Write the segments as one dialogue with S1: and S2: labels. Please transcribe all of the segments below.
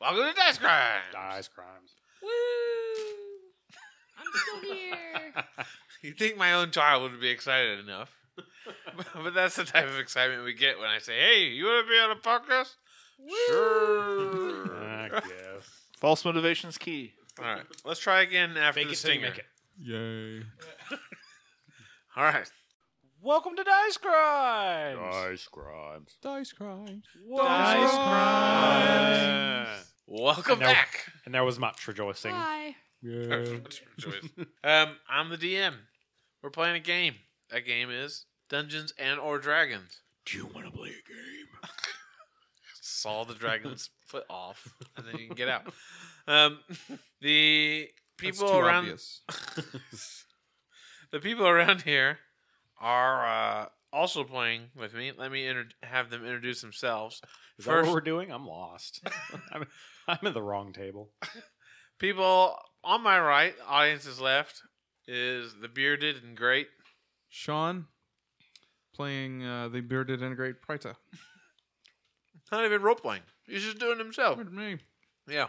S1: Welcome to Dice Crimes.
S2: Dice crimes.
S3: Woo! I'm still here.
S1: You think my own child would be excited enough? but that's the type of excitement we get when I say, "Hey, you want to be on a podcast?"
S3: Woo!
S1: Sure.
S2: I guess.
S4: False motivation's key.
S1: All right, let's try again after
S2: Fake
S1: the
S2: it till you
S1: stinger.
S2: make it.
S5: Yay.
S1: All right.
S4: Welcome to Dice Crimes.
S2: Dice crimes.
S5: Dice crimes.
S4: Dice crimes.
S1: Welcome
S2: I know.
S1: back.
S2: And there was much rejoicing.
S3: Hi.
S5: Yay.
S1: um, I'm the DM. We're playing a game. That game is Dungeons and or Dragons.
S2: Do you want to play a game?
S1: Saw the dragon's foot off, and then you can get out. Um, the people
S5: That's too
S1: around
S5: obvious.
S1: the people around here are uh, also playing with me. Let me inter- have them introduce themselves.
S2: Is that
S1: First,
S2: what we're doing? I'm lost. I'm, I'm at the wrong table.
S1: people on my right, audience's left, is the bearded and great
S5: Sean playing uh, the bearded and great Prita.
S1: Not even role playing. He's just doing it himself.
S5: Pardon me.
S1: Yeah.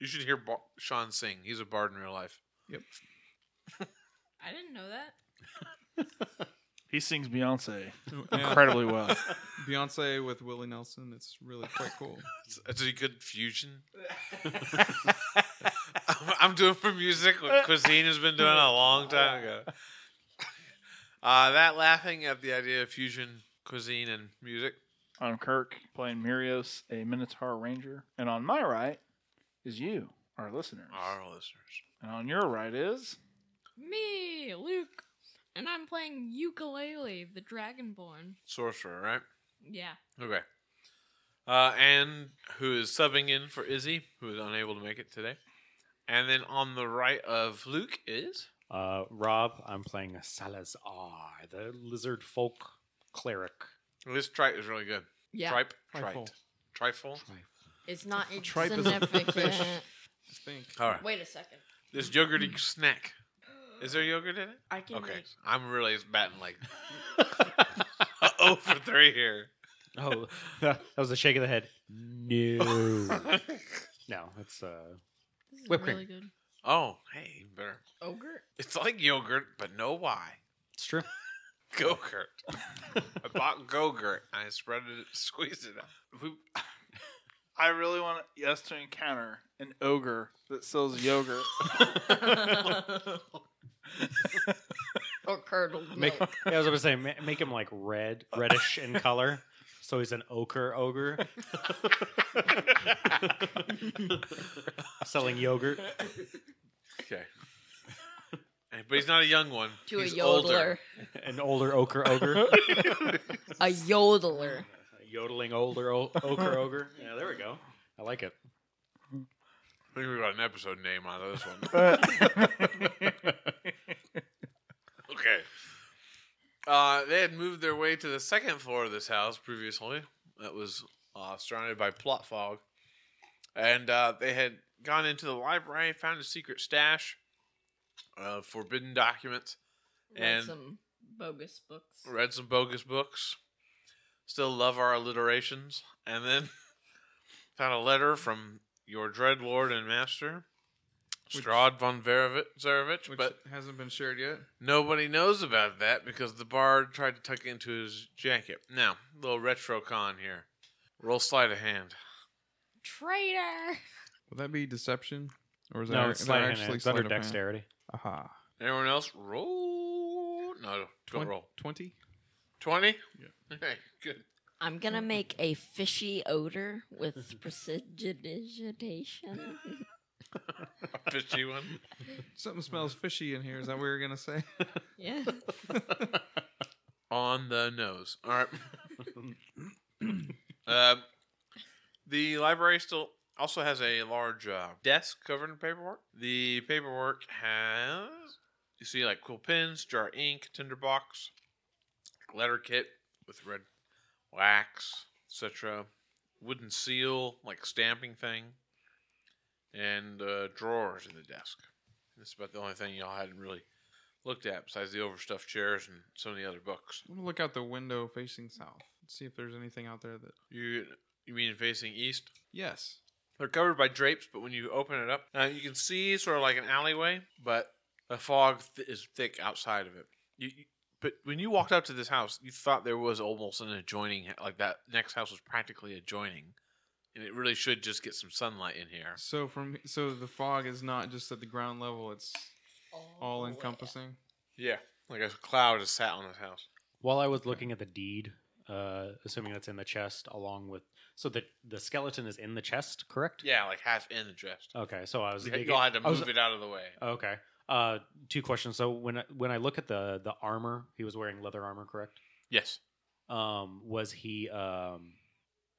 S1: You should hear Bar- Sean sing. He's a bard in real life.
S3: I didn't know that.
S4: He sings Beyonce
S5: And
S4: incredibly well.
S5: Beyonce with Willie Nelson. It's really quite cool.
S1: It's, it's a good fusion. I'm, I'm doing for music what cuisine has been doing a long time ago. Uh, that laughing at the idea of fusion cuisine and music.
S4: I'm Kirk playing Mirios, a Minotaur Ranger, and on my right is you, our listeners,
S1: Our listeners.
S4: and on your right is
S3: Me, Luke, and I'm playing ukulele, the Dragonborn.
S1: Sorcerer, right?
S3: Yeah.
S1: Okay. Uh, and who is subbing in for Izzy, who is unable to make it today. And then on the right of Luke is.
S2: Uh, Rob, I'm playing Salazar, the lizard folk cleric.
S1: This tripe is really good.
S3: Yeah.
S1: Tripe?
S5: Trifle.
S1: Trite. Trifle?
S3: It's not
S5: Tripe is a fish. I think.
S1: All right.
S3: Wait a second.
S1: This yogurty snack. Is there yogurt in it?
S3: I can
S1: Okay. I'm really batting like oh for 3 here.
S2: Oh, that was a shake of the head. No. no, it's uh,
S3: This is
S2: Whipped
S3: really good.
S1: Oh, hey, you better.
S3: Ogre?
S1: It's like yogurt, but no Y.
S2: it's true.
S1: Go-gurt. I bought go-gurt. I spread it, squeezed it out. We,
S4: I really want us to encounter an ogre that sells yogurt.
S3: or curdled
S2: Make, yeah, I was about to say, ma- make him like red, reddish in color, so he's an ochre ogre selling yogurt.
S1: okay. But he's not a young one.
S3: to a
S1: He's
S3: yodeler.
S1: older.
S2: An older ochre ogre,
S3: A yodeler.
S2: A yodeling older o- ochre ogre. Yeah, there we go. I like it.
S1: I think we got an episode name out of this one. Okay. Uh, they had moved their way to the second floor of this house previously. That was uh, surrounded by plot fog, and uh, they had gone into the library, found a secret stash of forbidden documents,
S3: Read
S1: And-
S3: some bogus books.
S1: read some bogus books, still love our alliterations, and then found a letter from your dread lord and master,
S5: Which-
S1: Strahd von Verovich, Zarevich,
S5: Which
S1: but
S5: hasn't been shared yet.
S1: Nobody knows about that because the bard tried to tuck it into his jacket. Now, little retro con here. Roll sleight of hand.
S3: Traitor!
S5: Will that be deception? Or is
S2: No,
S5: that,
S2: it's,
S5: that
S2: sleight of hand,
S5: actually
S2: it's under
S5: sleight of hand?
S2: dexterity.
S5: Aha.
S1: Everyone else, roll. No, don't roll.
S5: 20?
S1: 20? Yeah. Okay, good.
S6: I'm gonna make a fishy odor with precipitation.
S1: A Fishy one.
S5: Something smells fishy in here. Is that what you're going to say?
S6: yeah.
S1: On the nose. All right. um, the library still also has a large uh, desk covered in paperwork. The paperwork has, you see, like cool pens, jar ink, tinder box, letter kit with red wax, etc. Wooden seal, like stamping thing, and uh, drawers in the desk. That's about the only thing y'all hadn't really looked at besides the overstuffed chairs and some of the other books.
S5: I'm going to look out the window facing south. See if there's anything out there that.
S1: You You mean facing east?
S5: Yes.
S1: They're covered by drapes, but when you open it up, uh, you can see sort of like an alleyway, but the fog th- is thick outside of it. You, you, but when you walked up to this house, you thought there was almost an adjoining, like that next house was practically adjoining, and it really should just get some sunlight in here.
S5: So from so the fog is not just at the ground level; it's
S6: Oh,
S5: all encompassing.
S1: Yeah, like a cloud is sat on this house.
S2: While I was looking at the deed, uh, assuming that's in the chest, along with so the the skeleton is in the chest, correct?
S1: Yeah, like half in the dress.
S2: Okay, so I was.
S1: Y'all had to
S2: I was-
S1: move it out of the way.
S2: Okay. Uh, two questions. So when I, when I look at the the armor, he was wearing leather armor, correct?
S1: Yes.
S2: Um, was he? Um,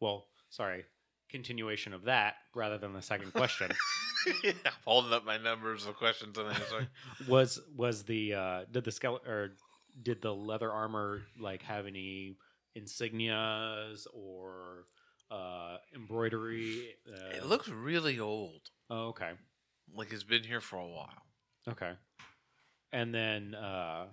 S2: well, sorry. Continuation of that, rather than the second question,
S1: I'm holding up my numbers of questions and answers.
S2: was was the uh, did the skeleton or did the leather armor like have any insignias or uh, embroidery? Uh,
S1: it looks really old.
S2: Oh, okay.
S1: Like it's been here for a while.
S2: Okay. And then uh,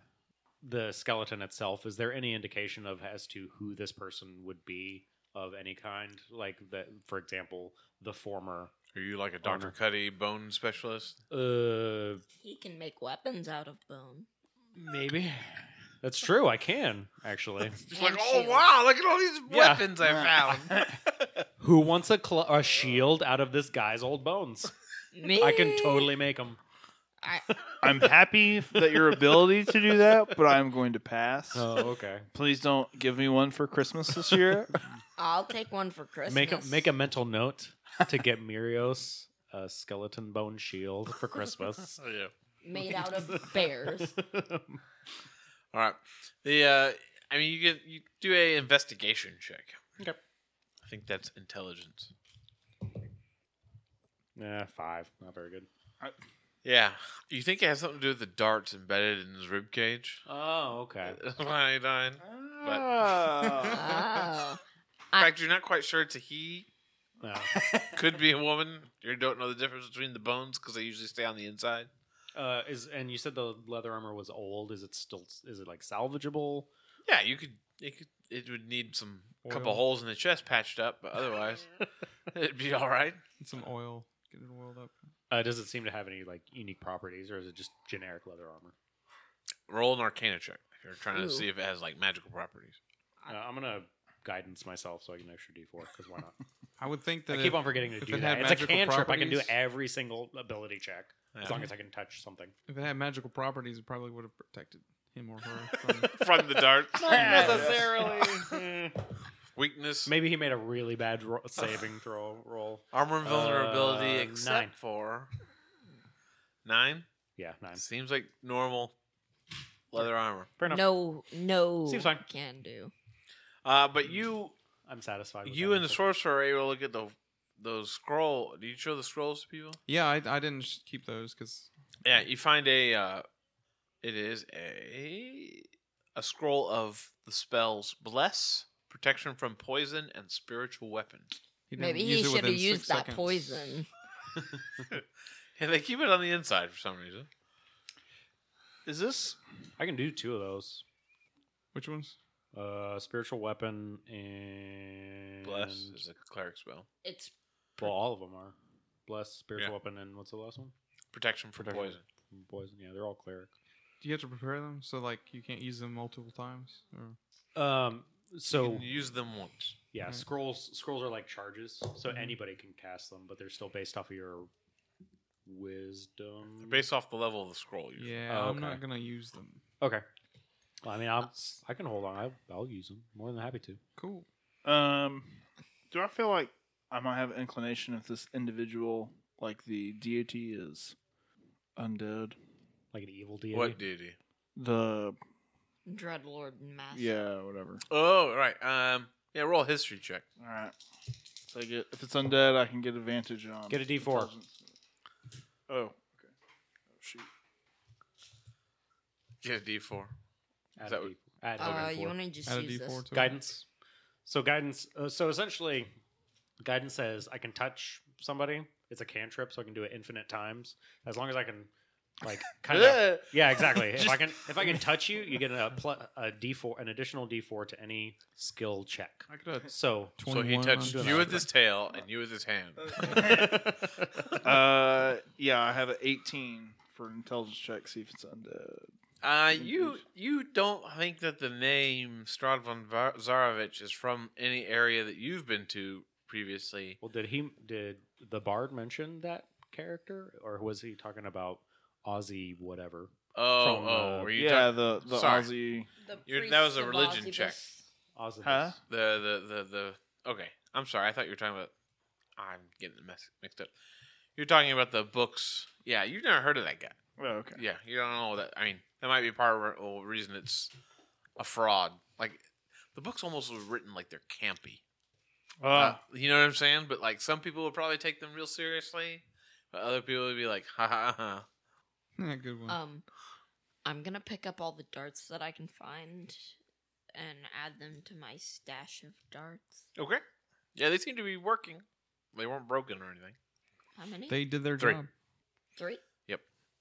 S2: the skeleton itself, is there any indication of as to who this person would be of any kind? Like that, for example, the former.
S1: Are you like a Dr.
S2: Armor.
S1: Cuddy bone specialist?
S2: Uh,
S6: He can make weapons out of bone.
S2: maybe. That's true. I can actually.
S1: Just like,
S6: And
S1: oh
S6: shield.
S1: wow, look at all these
S2: Yeah.
S1: weapons I found.
S2: Who wants a, cl- a shield out of this guy's old bones?
S6: Me?
S2: I can totally make them.
S6: I,
S4: I'm happy that your ability to do that, but I'm going to pass.
S2: Oh, okay.
S4: Please don't give me one for Christmas this year.
S6: I'll take one for Christmas.
S2: Make a make a mental note to get Mirios a skeleton bone shield for Christmas.
S1: Oh, yeah.
S6: made out of bears.
S1: All right. The uh I mean you can you do a investigation check.
S2: Okay.
S1: I think that's intelligence.
S2: Nah, five. Not very good.
S1: Yeah. You think it has something to do with the darts embedded in his rib cage?
S2: Oh, okay.
S1: That's why he died.
S4: Ah.
S6: oh.
S1: In
S6: I-
S1: fact, you're not quite sure it's a he.
S2: No.
S1: Could be a woman. You don't know the difference between the bones because they usually stay on the inside.
S2: Uh, is and you said the leather armor was old. Is it still? Is it like salvageable?
S1: Yeah, you could. It could. It would need some couple
S5: Oil.
S1: holes in the chest patched up, but otherwise, it'd be all right.
S5: And some oil. Get it oiled up.
S2: Uh, does it seem to have any like unique properties, or is it just generic leather armor?
S1: Roll an Arcana check if you're trying
S6: Ooh.
S1: to see if it has like magical properties.
S2: Uh, I'm gonna guidance myself so I get an extra D4 because why not?
S5: I would think that
S2: I keep
S5: if-
S2: on forgetting to
S5: if
S2: do
S5: it had
S2: that. It's a
S5: magical
S2: cantrip. I can do
S5: properties-
S2: every single ability check as long
S1: Yeah.
S2: as I can touch something.
S5: If it had magical properties, it probably would have protected him or her from
S1: From the dart,
S2: necessarily.
S1: weakness,
S2: Eh. Maybe he made a really bad ro- saving throw roll.
S1: armor and vulnerability,
S2: Uh,
S1: except
S2: nine.
S1: for nine.
S2: Yeah, nine.
S1: Seems like normal leather armor.
S2: Fair enough.
S6: No, no.
S2: Seems fine.
S6: Can do.
S1: Uh, but
S2: Mm.
S1: you,
S2: I'm satisfied. With
S1: you
S2: that
S1: and the
S2: answer.
S1: sorcerer are able to get the those scroll. Do you show the scrolls to people?
S5: Yeah, I, I didn't sh- keep those because
S1: Yeah, you find a. Uh, it is a a scroll of the spells bless, protection from poison, and spiritual weapons.
S5: he didn't
S6: Maybe
S5: use
S6: he
S5: it
S6: should have
S5: within six
S6: used that
S5: seconds.
S6: poison.
S1: Yeah, they keep it on the inside for some reason.
S4: Is this
S2: I can do two of those.
S5: Which ones?
S2: Uh, spiritual weapon and
S1: Bless is a cleric spell.
S6: It's
S2: Well, all of them are bless, spiritual
S1: Yeah.
S2: weapon, and what's the last one?
S1: Protection from
S2: Protection.
S1: poison.
S2: Poison. Yeah, they're all cleric.
S5: Do you have to prepare them so like you can't use them multiple times? Or
S2: Um.
S1: You
S2: So
S1: can use them once.
S2: yeah,
S5: Mhm.
S2: scrolls scrolls are like charges, so
S1: Mhm.
S2: anybody can cast them, but they're still based off of your wisdom.
S1: They're based off the level of the scroll. Usually.
S5: yeah,
S2: Oh,
S5: I'm not
S2: okay.
S5: gonna use them.
S2: okay. Well, I mean, I'm, I can hold on. I, I'll use them. More than happy to.
S5: Cool.
S4: Um, do I feel like I might have inclination if this individual, like the deity, is undead?
S2: Like an evil deity.
S1: What deity?
S4: The
S6: Dreadlord and Master.
S4: yeah, whatever.
S1: Oh, right. Um, yeah. Roll a history check.
S4: All right. So I get if it's undead, I can get advantage on
S2: Get a D4.
S4: intelligence. Oh, okay. Oh shoot.
S1: Get a D four.
S2: Add
S1: Is that
S2: a
S1: what-
S2: D- add
S6: Uh,
S2: Logan
S6: you
S2: four.
S6: want to just
S5: Add a
S6: use this?
S5: D4 to it.
S2: guidance so guidance uh, so essentially guidance says i can touch somebody it's a cantrip so i can do it infinite times as long as i can like kind of yeah, exactly. if I can if I can touch you, you get a pl- a d four an additional d four to any skill check.
S5: I could have
S2: So
S1: So he
S5: 21
S1: touched
S5: on
S1: you with
S5: that.
S1: his tail and you with his hand.
S4: Uh, yeah, I have an 18 for intelligence check. See if it's undead.
S1: Uh, you you don't think that the name Stradvan Var- Zarovich is from any area that you've been to previously?
S2: well, did he did the bard mention that character or was he talking about Aussie whatever?
S1: Oh,
S2: From,
S1: oh,
S2: uh,
S1: were you
S4: yeah,
S1: talk-
S4: the the
S1: Sorry.
S4: Aussie.
S6: The
S1: You're- that was
S6: priest
S1: a
S6: of
S1: religion
S6: Ozibus.
S1: check.
S2: Ozzy.
S4: Huh?
S1: the the the the okay? I'm sorry, I thought you were talking about. I'm getting the mess mixed up. You're talking about the books. Yeah, you've never heard of that guy.
S4: Oh, okay.
S1: Yeah, you don't know that. I mean, that might be part of the reason it's a fraud. Like the book's almost written like they're campy. Uh, you know what I'm saying? But like some people would probably take them real seriously, but other people would be like, ha ha ha.
S5: Yeah, good one.
S6: Um, I'm gonna pick up all the darts that I can find and add them to my stash of darts.
S1: ha." Okay. Yeah, they seem to be working. They weren't broken or anything,
S6: How many?
S5: they did their
S1: Three.
S5: job.
S6: Three.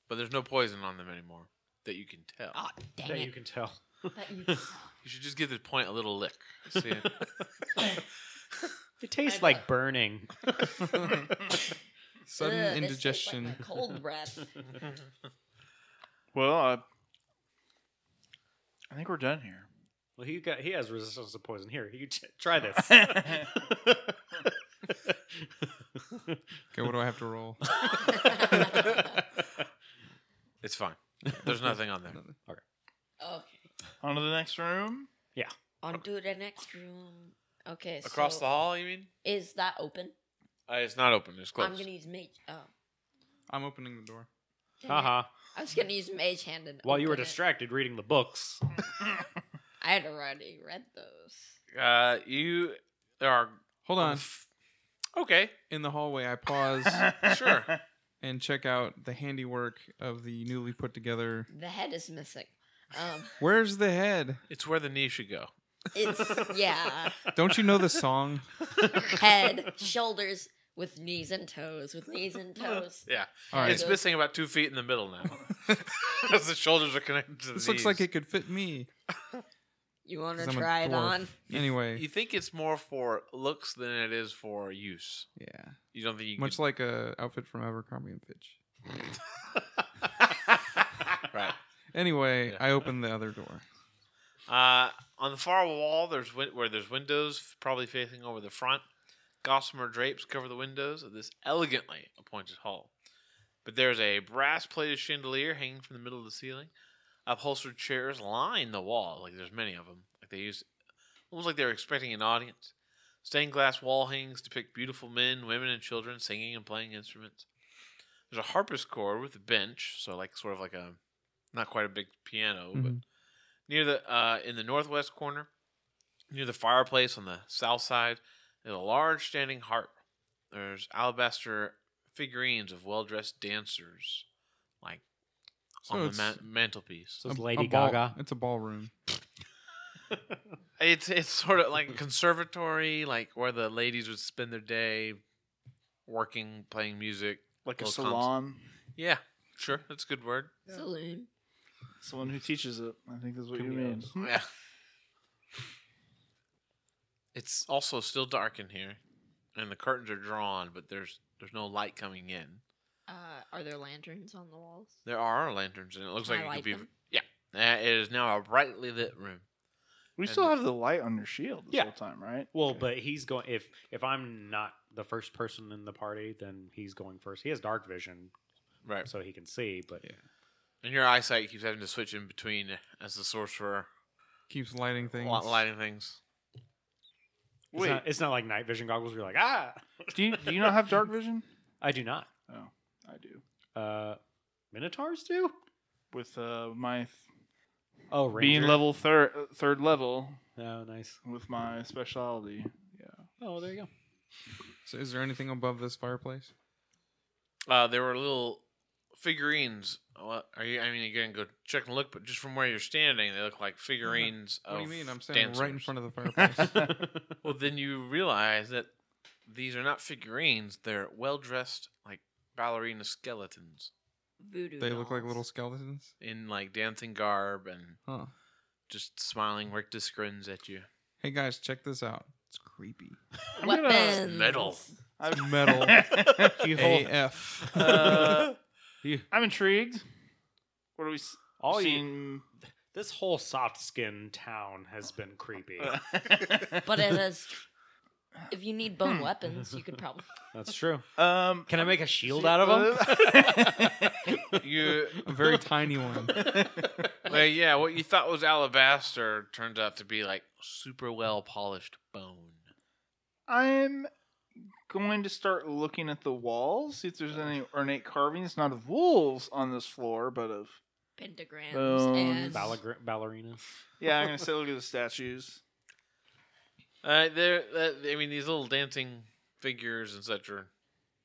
S1: but there's no poison on them anymore that you can tell.
S6: Oh, dang
S2: That
S6: it!
S2: you can tell.
S6: That you-
S1: You should just give the point a little lick. See it?
S2: It tastes
S6: I'd
S2: like
S6: like-
S2: burning.
S5: Ah.
S6: Ugh, this tastes like my
S5: Sudden indigestion.
S6: cold breath.
S4: Well, I, I think we're done here.
S2: Well, he got he has resistance to poison. Here, you t- try this.
S5: okay, what do I have to roll?
S1: it's fine. There's nothing on there.
S6: okay.
S4: On to the next room.
S6: On to the next room. Okay.
S1: Across
S6: so
S1: the hall, you mean?
S6: Is that open?
S1: Uh, it's not open. It's closed.
S6: I'm gonna use mage. Oh.
S5: I'm opening the door.
S6: dang it.
S2: Haha.
S6: I was gonna use mage hand and.
S2: While you were
S6: open it.
S2: distracted reading the books,
S6: I had already read those.
S1: Uh, you there are.
S5: Hold
S1: Oh,
S5: on.
S1: Okay.
S5: In the hallway, I pause
S1: Sure.
S5: and check out the handiwork of the newly put together.
S6: The head is missing. Um,
S5: Where's the head?
S1: It's where the knee should go.
S6: it's yeah,
S5: Don't you know the song?
S6: head, shoulders, with knees and toes, with knees and toes.
S1: Yeah.
S5: All right.
S1: It's missing about two feet in the middle now. Because the shoulders are connected to the
S5: This looks like
S1: knees.
S5: it could fit me.
S6: You want
S5: 'cause
S6: to
S5: I'm a
S6: try it
S5: dwarf.
S6: on?
S5: Anyway,
S1: You think it's more for looks than it is for use.
S5: yeah.
S1: You don't think you
S5: Much
S1: can...
S5: like a outfit from Abercrombie and Fitch.
S1: Right.
S5: Anyway,
S1: Yeah.
S5: I open the other door.
S1: Uh, on the far wall, there's win- where there's windows, probably facing over the front. Gossamer drapes cover the windows of this elegantly appointed hall. But there's a brass-plated chandelier hanging from the middle of the ceiling. Upholstered chairs line the wall, like there's many of them. Like they use, almost like they're expecting an audience. Stained glass wall hangings depict beautiful men, women, and children singing and playing instruments. There's a harpsichord with a bench, so like sort of like a, not quite a big piano, but
S5: Mhm.
S1: near the uh, in the northwest corner, near the fireplace on the south side, is a large standing harp. There's alabaster figurines of well dressed dancers, like
S5: So
S1: on the
S5: it's
S1: ma- mantelpiece.
S2: so it's
S5: a-
S2: Lady
S5: a ball-
S2: Gaga.
S5: It's a ballroom.
S1: It's it's sort of like a conservatory, like where the ladies would spend their day working, playing music.
S4: Like a
S1: Little
S4: salon.
S1: Yeah, sure, that's a good word.
S6: Saloon.
S4: Someone who teaches it. I think that's what
S2: Who
S4: you mean.
S2: knows?
S1: Yeah. It's also still dark in here, and the curtains are drawn, but there's there's no light coming in.
S6: Uh, are there lanterns on the walls?
S1: There are lanterns, and it looks
S6: Can
S1: like
S6: I
S1: it could be.
S6: light them?
S1: Yeah, Uh, it is now a brightly lit room.
S4: We
S1: And-
S4: still have the light on your shield this
S2: Yeah.
S4: whole time, right?
S2: Well, but he's going. If if I'm not the first person in the party, then he's going first. He has dark vision,
S1: Right,
S2: so he can see. But
S5: Yeah.
S1: and your eyesight keeps having to switch in between as the sorcerer
S5: Keeps lighting things.
S1: li- lighting things.
S2: it's, not, it's not like night vision goggles. Where you're like, ah,
S4: do you do you not have dark vision?
S2: I do not.
S4: Oh, I do.
S2: Uh, Minotaurs do.
S4: With uh, my th-
S2: Oh, Ranger.
S4: being level third third level
S2: Oh, nice.
S4: with my specialty.
S2: Oh, there you go.
S5: So is there anything above this fireplace?
S1: Uh, there were little figurines. Well, Are you? I mean, you gonna go check and look, but just from where you're standing, they look like figurines.
S5: What do you
S1: of
S5: mean? I'm standing right in
S1: Oh, dancers.
S5: front of the fireplace.
S1: Well, then you realize that these are not figurines; they're well-dressed, like ballerina skeletons.
S6: voodoo.
S5: They look like
S6: dolls.
S5: little skeletons.
S1: in like dancing garb and
S5: Huh.
S1: just smiling rictus grins at you.
S5: Hey guys, check this out. It's creepy.
S4: I'm gonna-
S6: weapons.
S1: Metal.
S4: I'm
S5: Metal.
S2: You hold-
S5: AF.
S4: Uh,
S2: You-
S4: I'm intrigued. What are we s-
S2: all you,
S4: seeing?
S2: this whole soft skin town has been creepy.
S6: But it is. If you need bone
S4: Hmm.
S6: weapons, you could probably.
S2: That's true.
S4: um,
S2: Can I make a shield out of them?
S1: You
S5: a very tiny one.
S1: well, yeah, what you thought was alabaster turns out to be like super well polished bone.
S4: I'm going to start looking at the walls, see if there's any ornate carvings, not of wolves on this floor, but of.
S6: pentagrams
S4: Bones.
S6: and
S2: Baller- ballerinas.
S4: Yeah, I'm going to say look at the statues.
S1: Uh, there, uh, I mean, these little dancing figures and such are,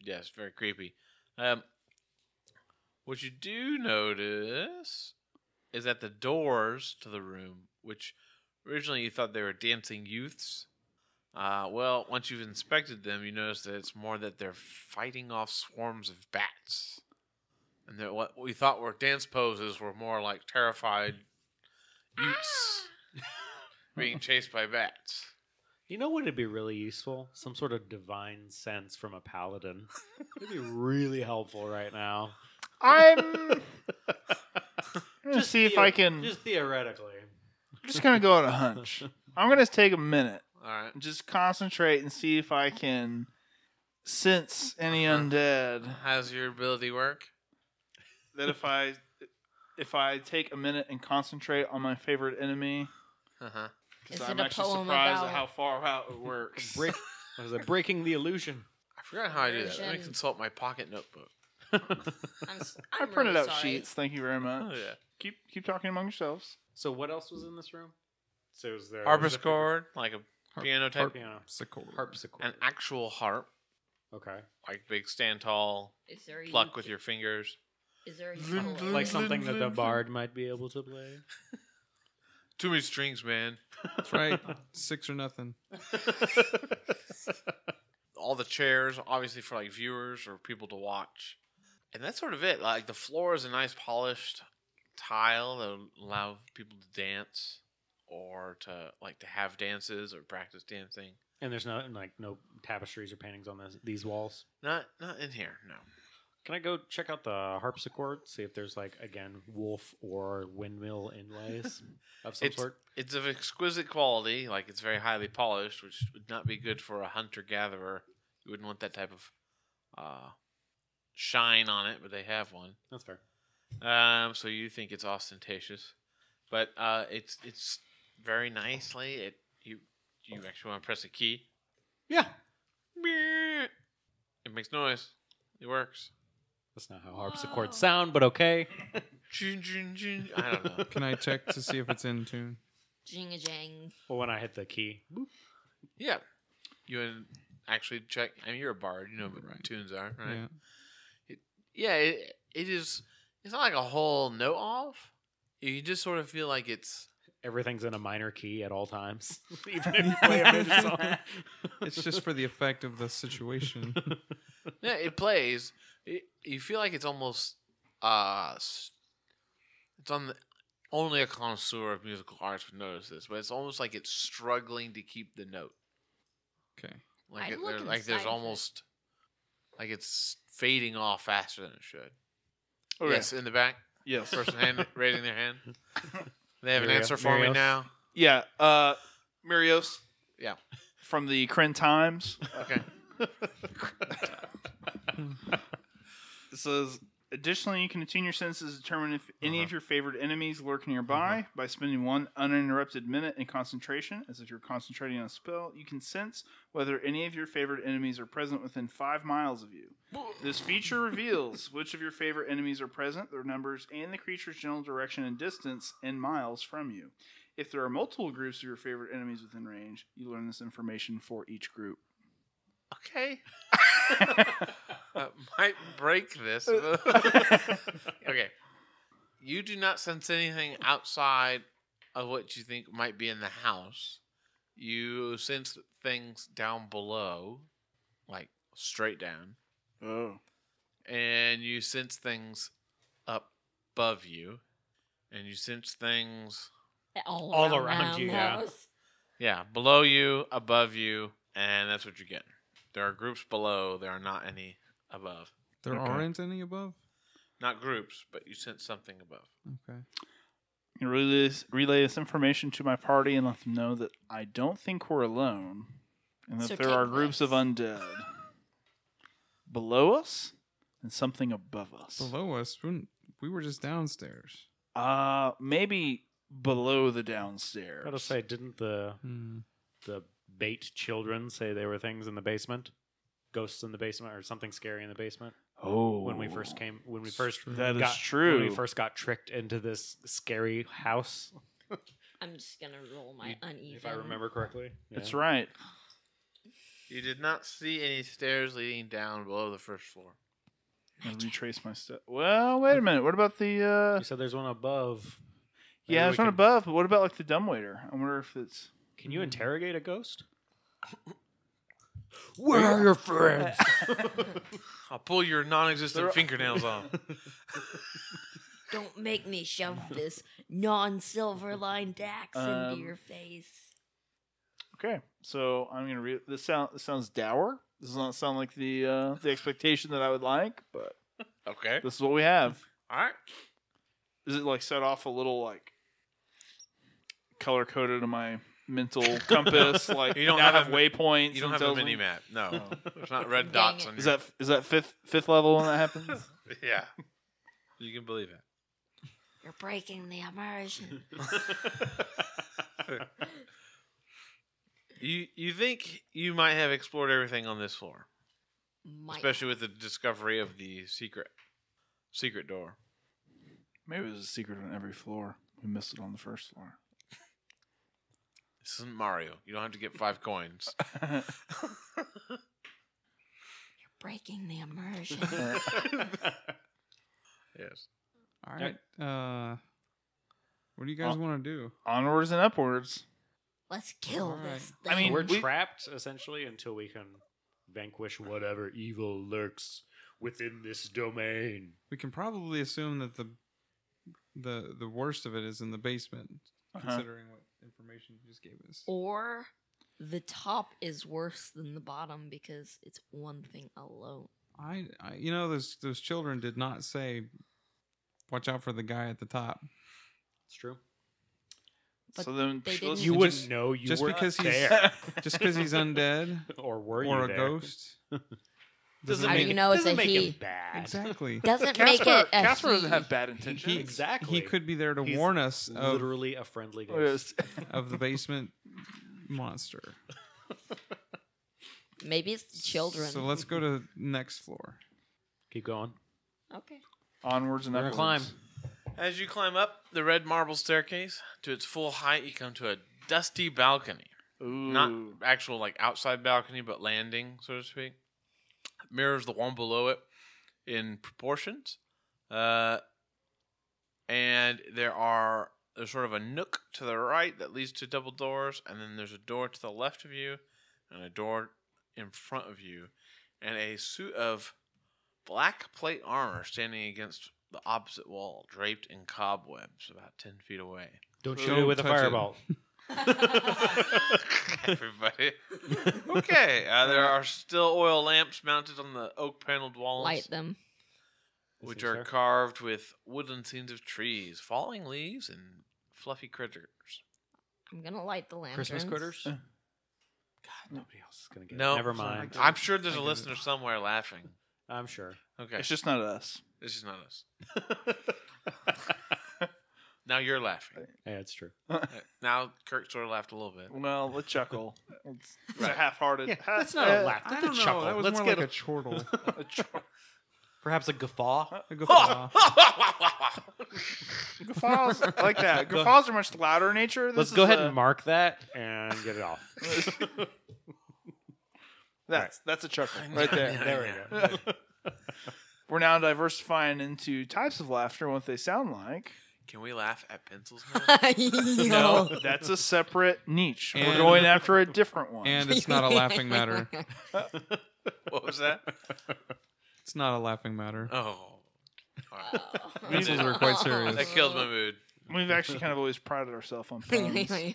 S1: yes, very creepy. Um, what you do notice is that the doors to the room, which originally you thought they were dancing youths, uh, well, once you've inspected them, you notice that it's more that they're fighting off swarms of bats, and that what we thought were dance poses were more like terrified youths being chased by bats.
S2: You know what would be really useful? Some sort of divine sense from a paladin. It'd be really helpful right now.
S4: I'm. Just see if
S2: theo-
S4: I can.
S2: Just theoretically.
S4: I'm just gonna go on a hunch. I'm gonna take a minute,
S1: All right.
S4: and just concentrate, and see if I can sense any undead.
S1: How's your ability work?
S4: That if I, if I take a minute and concentrate on my favorite enemy,
S1: Uh huh.
S6: Is
S4: because
S6: it
S4: I'm
S6: a
S4: actually
S6: poem
S4: surprised
S6: about-
S4: at how far out it works.
S2: Break, what is it? Breaking the illusion.
S1: I forgot how I do that. Let me
S6: Version.
S1: consult my pocket notebook.
S6: I'm, s-
S4: I
S6: I'm
S4: printed
S6: really
S4: out
S6: sorry.
S4: sheets. Thank you very much. Keep keep talking among yourselves.
S2: So what else was in this room? So was there
S1: Harpsichord, like a
S5: Harp-
S1: piano type,
S2: piano,
S5: Harpsichord.
S2: harpsichord.
S1: an actual harp,
S2: okay,
S1: like big, stand tall,
S6: Is there a
S1: pluck
S6: uke-
S1: with your fingers.
S6: Is there a
S1: Vroom,
S6: ukulele?
S1: vroom,
S2: like something that the bard might be able to play.
S1: Too many strings, man.
S5: That's right. Six or nothing.
S1: All the chairs, obviously for like viewers or people to watch, and that's sort of it. Like the floor is a nice polished tile that will allow people to dance or to like to have dances or practice dancing.
S2: and there's no like no tapestries or paintings on this, these walls.
S1: Not not in here, no.
S2: Can I go check out the harpsichord? See if there's like again wolf or windmill inlays of some
S1: It's-
S2: sort.
S1: It's of exquisite quality, like it's very highly polished, which would not be good for a hunter gatherer. You wouldn't want that type of uh, shine on it, but they have one.
S2: That's fair.
S1: Um, so you think it's ostentatious, but uh, it's it's very nicely. It you you actually want to press a key?
S2: Yeah,
S1: Beep. It makes noise. It works.
S2: that's not how
S3: Whoa.
S2: harpsichords sound, but okay.
S1: Jing, jing, jing. I don't know.
S5: Can I check to see if it's in tune?
S6: Jing a jang.
S2: Well, when I hit the key, boop.
S1: yeah, you would actually check. I mean, you're a bard. You know what
S5: Right.
S1: tunes are, right?
S5: Yeah.
S1: yeah, it, it is. It's not like a whole note off. You just sort of feel like it's
S2: everything's in a minor key at all times, even if you play a major song.
S5: It's just for the effect of the situation.
S1: yeah, it plays. It, you feel like it's almost uh, s- it's on the only a connoisseur of musical arts would notice this, but it's almost like it's struggling to keep the note.
S5: Okay.
S1: Like
S6: I'd
S1: it,
S6: look
S1: there- like
S6: inside of
S1: there's
S6: it.
S1: almost like it's fading off faster than it should.
S5: Oh,
S4: Okay.
S1: Yes, in the back,
S4: Yes.
S1: person hand, raising their hand. They have an
S2: Mario-
S1: answer for me
S2: Marios?
S1: now.
S4: Yeah. Uh, Murios.
S1: Yeah.
S4: From the Kryn Times.
S1: Okay.
S4: It says, additionally, you can attune your senses to determine if any of your favorite enemies lurk nearby by spending one uninterrupted minute in concentration, as if you're concentrating on a spell. You can sense whether any of your favorite enemies are present within five miles of you. This feature reveals which of your favorite enemies are present, their numbers, and the creature's general direction and distance in miles from you. If there are multiple groups of your favorite enemies within range, you learn this information for each group.
S1: Okay. uh, might break this. okay. You do not sense anything outside of what you think might be in the house. You sense things down below, like straight down,
S4: Oh.
S1: and you sense things above you, and you sense things.
S6: all,
S2: All around you, yeah.
S6: those.
S1: Yeah, below you, above you, and that's what you get. There are groups below. There are not any above.
S5: There
S2: Okay.
S5: aren't any above.
S1: Not groups, but you sense something above.
S5: Okay.
S4: You relay this, relay this information to my party and let them know that I don't think we're alone and that
S6: So
S4: there
S6: take
S4: are groups of
S6: this.
S4: undead below us and something above us.
S5: Below us, we we were just downstairs.
S4: Uh, maybe below the downstairs.
S2: Gotta say, didn't the
S5: Hmm.
S2: the bait children say there were things in the basement, ghosts in the basement, or something scary in the basement
S4: Oh,
S2: when we first came when we first
S4: That is
S2: got,
S4: true.
S2: when we first got tricked into this scary house,
S6: I'm just gonna roll my
S2: You-
S6: uneven.
S2: if I remember correctly.
S4: That's right.
S1: You did not see any stairs leading down below the first floor.
S4: I retrace my step. Well, wait a minute. What about the? uh
S2: You said there's one above. Maybe
S4: Yeah, there's
S2: we
S4: one
S2: can-
S4: above. But what about like the dumbwaiter? I wonder if it's.
S2: Can you interrogate a ghost?
S5: Where are your friends?
S1: I'll pull your non-existent
S4: They're-
S1: fingernails off.
S6: Don't make me shove this non-silver lined axe
S4: Um,
S6: into your face.
S4: Okay, so I'm gonna read. This sound this sounds dour. This does not sound like the uh, the expectation that I would like, but
S1: Okay.
S4: this is what we have.
S1: All right.
S4: Is it like set off a little like color coded to my mental compass? Like
S1: You don't
S4: now I
S1: have
S4: have
S1: a-
S4: waypoints.
S1: You don't have
S4: and
S1: a
S4: tells me-
S1: mini map. No,
S4: Oh.
S1: there's not red
S6: Dang
S1: dots
S6: it.
S1: on
S4: Is
S1: your.
S4: that is that fifth fifth level when that happens?
S1: yeah. You can believe it.
S6: You're breaking the immersion.
S1: You you think you might have explored everything on this floor,
S6: Might-
S1: especially with the discovery of the secret secret door.
S4: Maybe there's a secret on every floor. We missed it on the first floor.
S1: This isn't Mario. You don't have to get five coins.
S6: breaking the immersion.
S1: yes.
S5: All right. Uh, what do you guys
S4: Uh,
S5: want to do?
S4: Onwards and upwards.
S6: Let's kill
S5: Alright.
S6: this.
S4: I
S6: thing.
S4: mean,
S2: We're
S4: we-
S2: trapped essentially until we can vanquish whatever evil lurks within this domain.
S5: We can probably assume that the the the worst of it is in the basement,
S4: Uh-huh.
S5: considering what information you just gave us.
S6: or the top is worse than the bottom because it's one thing alone.
S5: I, I you know those those children did not say, "Watch out for the guy at the top."
S2: It's true.
S6: But
S4: so then
S6: they
S4: sh-
S6: didn't-
S4: let's-
S2: You
S6: You
S2: wouldn't know you
S5: just
S2: were
S5: because
S2: because
S5: he's-
S2: there,
S5: Just because he's undead
S2: or were you
S5: or a
S2: there.
S5: ghost
S6: How do
S5: mean
S6: you know it's
S2: doesn't
S6: a
S2: make
S6: he?
S2: it bad?
S5: exactly.
S6: Doesn't make
S4: Casper,
S6: it a
S4: Casper
S6: he.
S4: doesn't have bad intentions.
S5: He-
S2: Exactly.
S5: He could be there to
S2: He's
S5: warn us of,
S2: Literally a friendly ghost.
S4: Oh, Yes.
S5: of the basement monster.
S6: Maybe it's the children.
S5: So let's go to next floor.
S2: Keep going.
S6: okay.
S4: Onwards and
S2: We're gonna
S4: upwards.
S2: climb.
S1: As you climb up the red marble staircase to its full height, you come to a dusty balcony.
S4: Ooh.
S1: Not actual like outside balcony, but landing, so to speak. Mirrors the one below it in proportions. Uh, and there are there's sort of a nook to the right that leads to double doors, and then there's a door to the left of you, and a door in front of you, and a suit of black plate armor standing against the opposite wall, draped in cobwebs, about ten feet away.
S2: Don't
S5: Don't
S2: shoot it with a
S5: touch it.
S2: fireball.
S1: Everybody. okay. Uh, there are still oil lamps mounted on the oak paneled walls,
S6: Light them.
S1: which
S2: Yes,
S1: are
S2: sir.
S1: carved with wooden scenes of trees, falling leaves, and fluffy critters.
S6: I'm gonna light the lanterns.
S2: Christmas critters.
S4: Uh.
S2: God, nobody else is gonna get
S1: No.
S2: it. Never
S5: Sorry, I
S2: mind.
S5: got-
S1: I'm sure there's
S5: I
S1: a
S5: get it.
S1: listener somewhere laughing.
S2: I'm sure.
S1: Okay.
S4: It's just not us.
S1: This is not us. now you're laughing.
S2: Yeah, it's true.
S1: Uh, Now Kirk sort of laughed a little bit.
S4: Well, let's chuckle. It's, it's a
S1: Right.
S4: half-hearted. half-
S2: that's not a
S4: uh,
S2: laugh.
S5: I
S2: That's
S5: don't
S2: a
S5: know.
S2: chuckle.
S5: That was
S2: Let's
S5: more
S2: get
S5: like a
S2: a,
S5: chortle.
S4: a tr-
S2: perhaps a guffaw.
S5: A guffaw.
S4: Guffaws I like that. Guffaws are much louder in nature. This
S2: Let's
S4: is
S2: go ahead
S4: a-
S2: and mark that and get it off.
S4: That's that's a chuckle right there.
S1: There
S2: we go.
S4: We're now diversifying into types of laughter and what they sound like.
S1: Can we laugh at pencils now?
S4: No, that's a separate niche. We're
S5: And-
S4: going after a different one.
S5: and it's not a laughing matter.
S1: what was that?
S5: It's not a laughing matter.
S2: Uh,
S1: Oh. All right.
S5: Measles are quite serious.
S1: That kills
S5: Uh,
S1: my mood.
S4: We've actually kind of always prided ourselves on puns.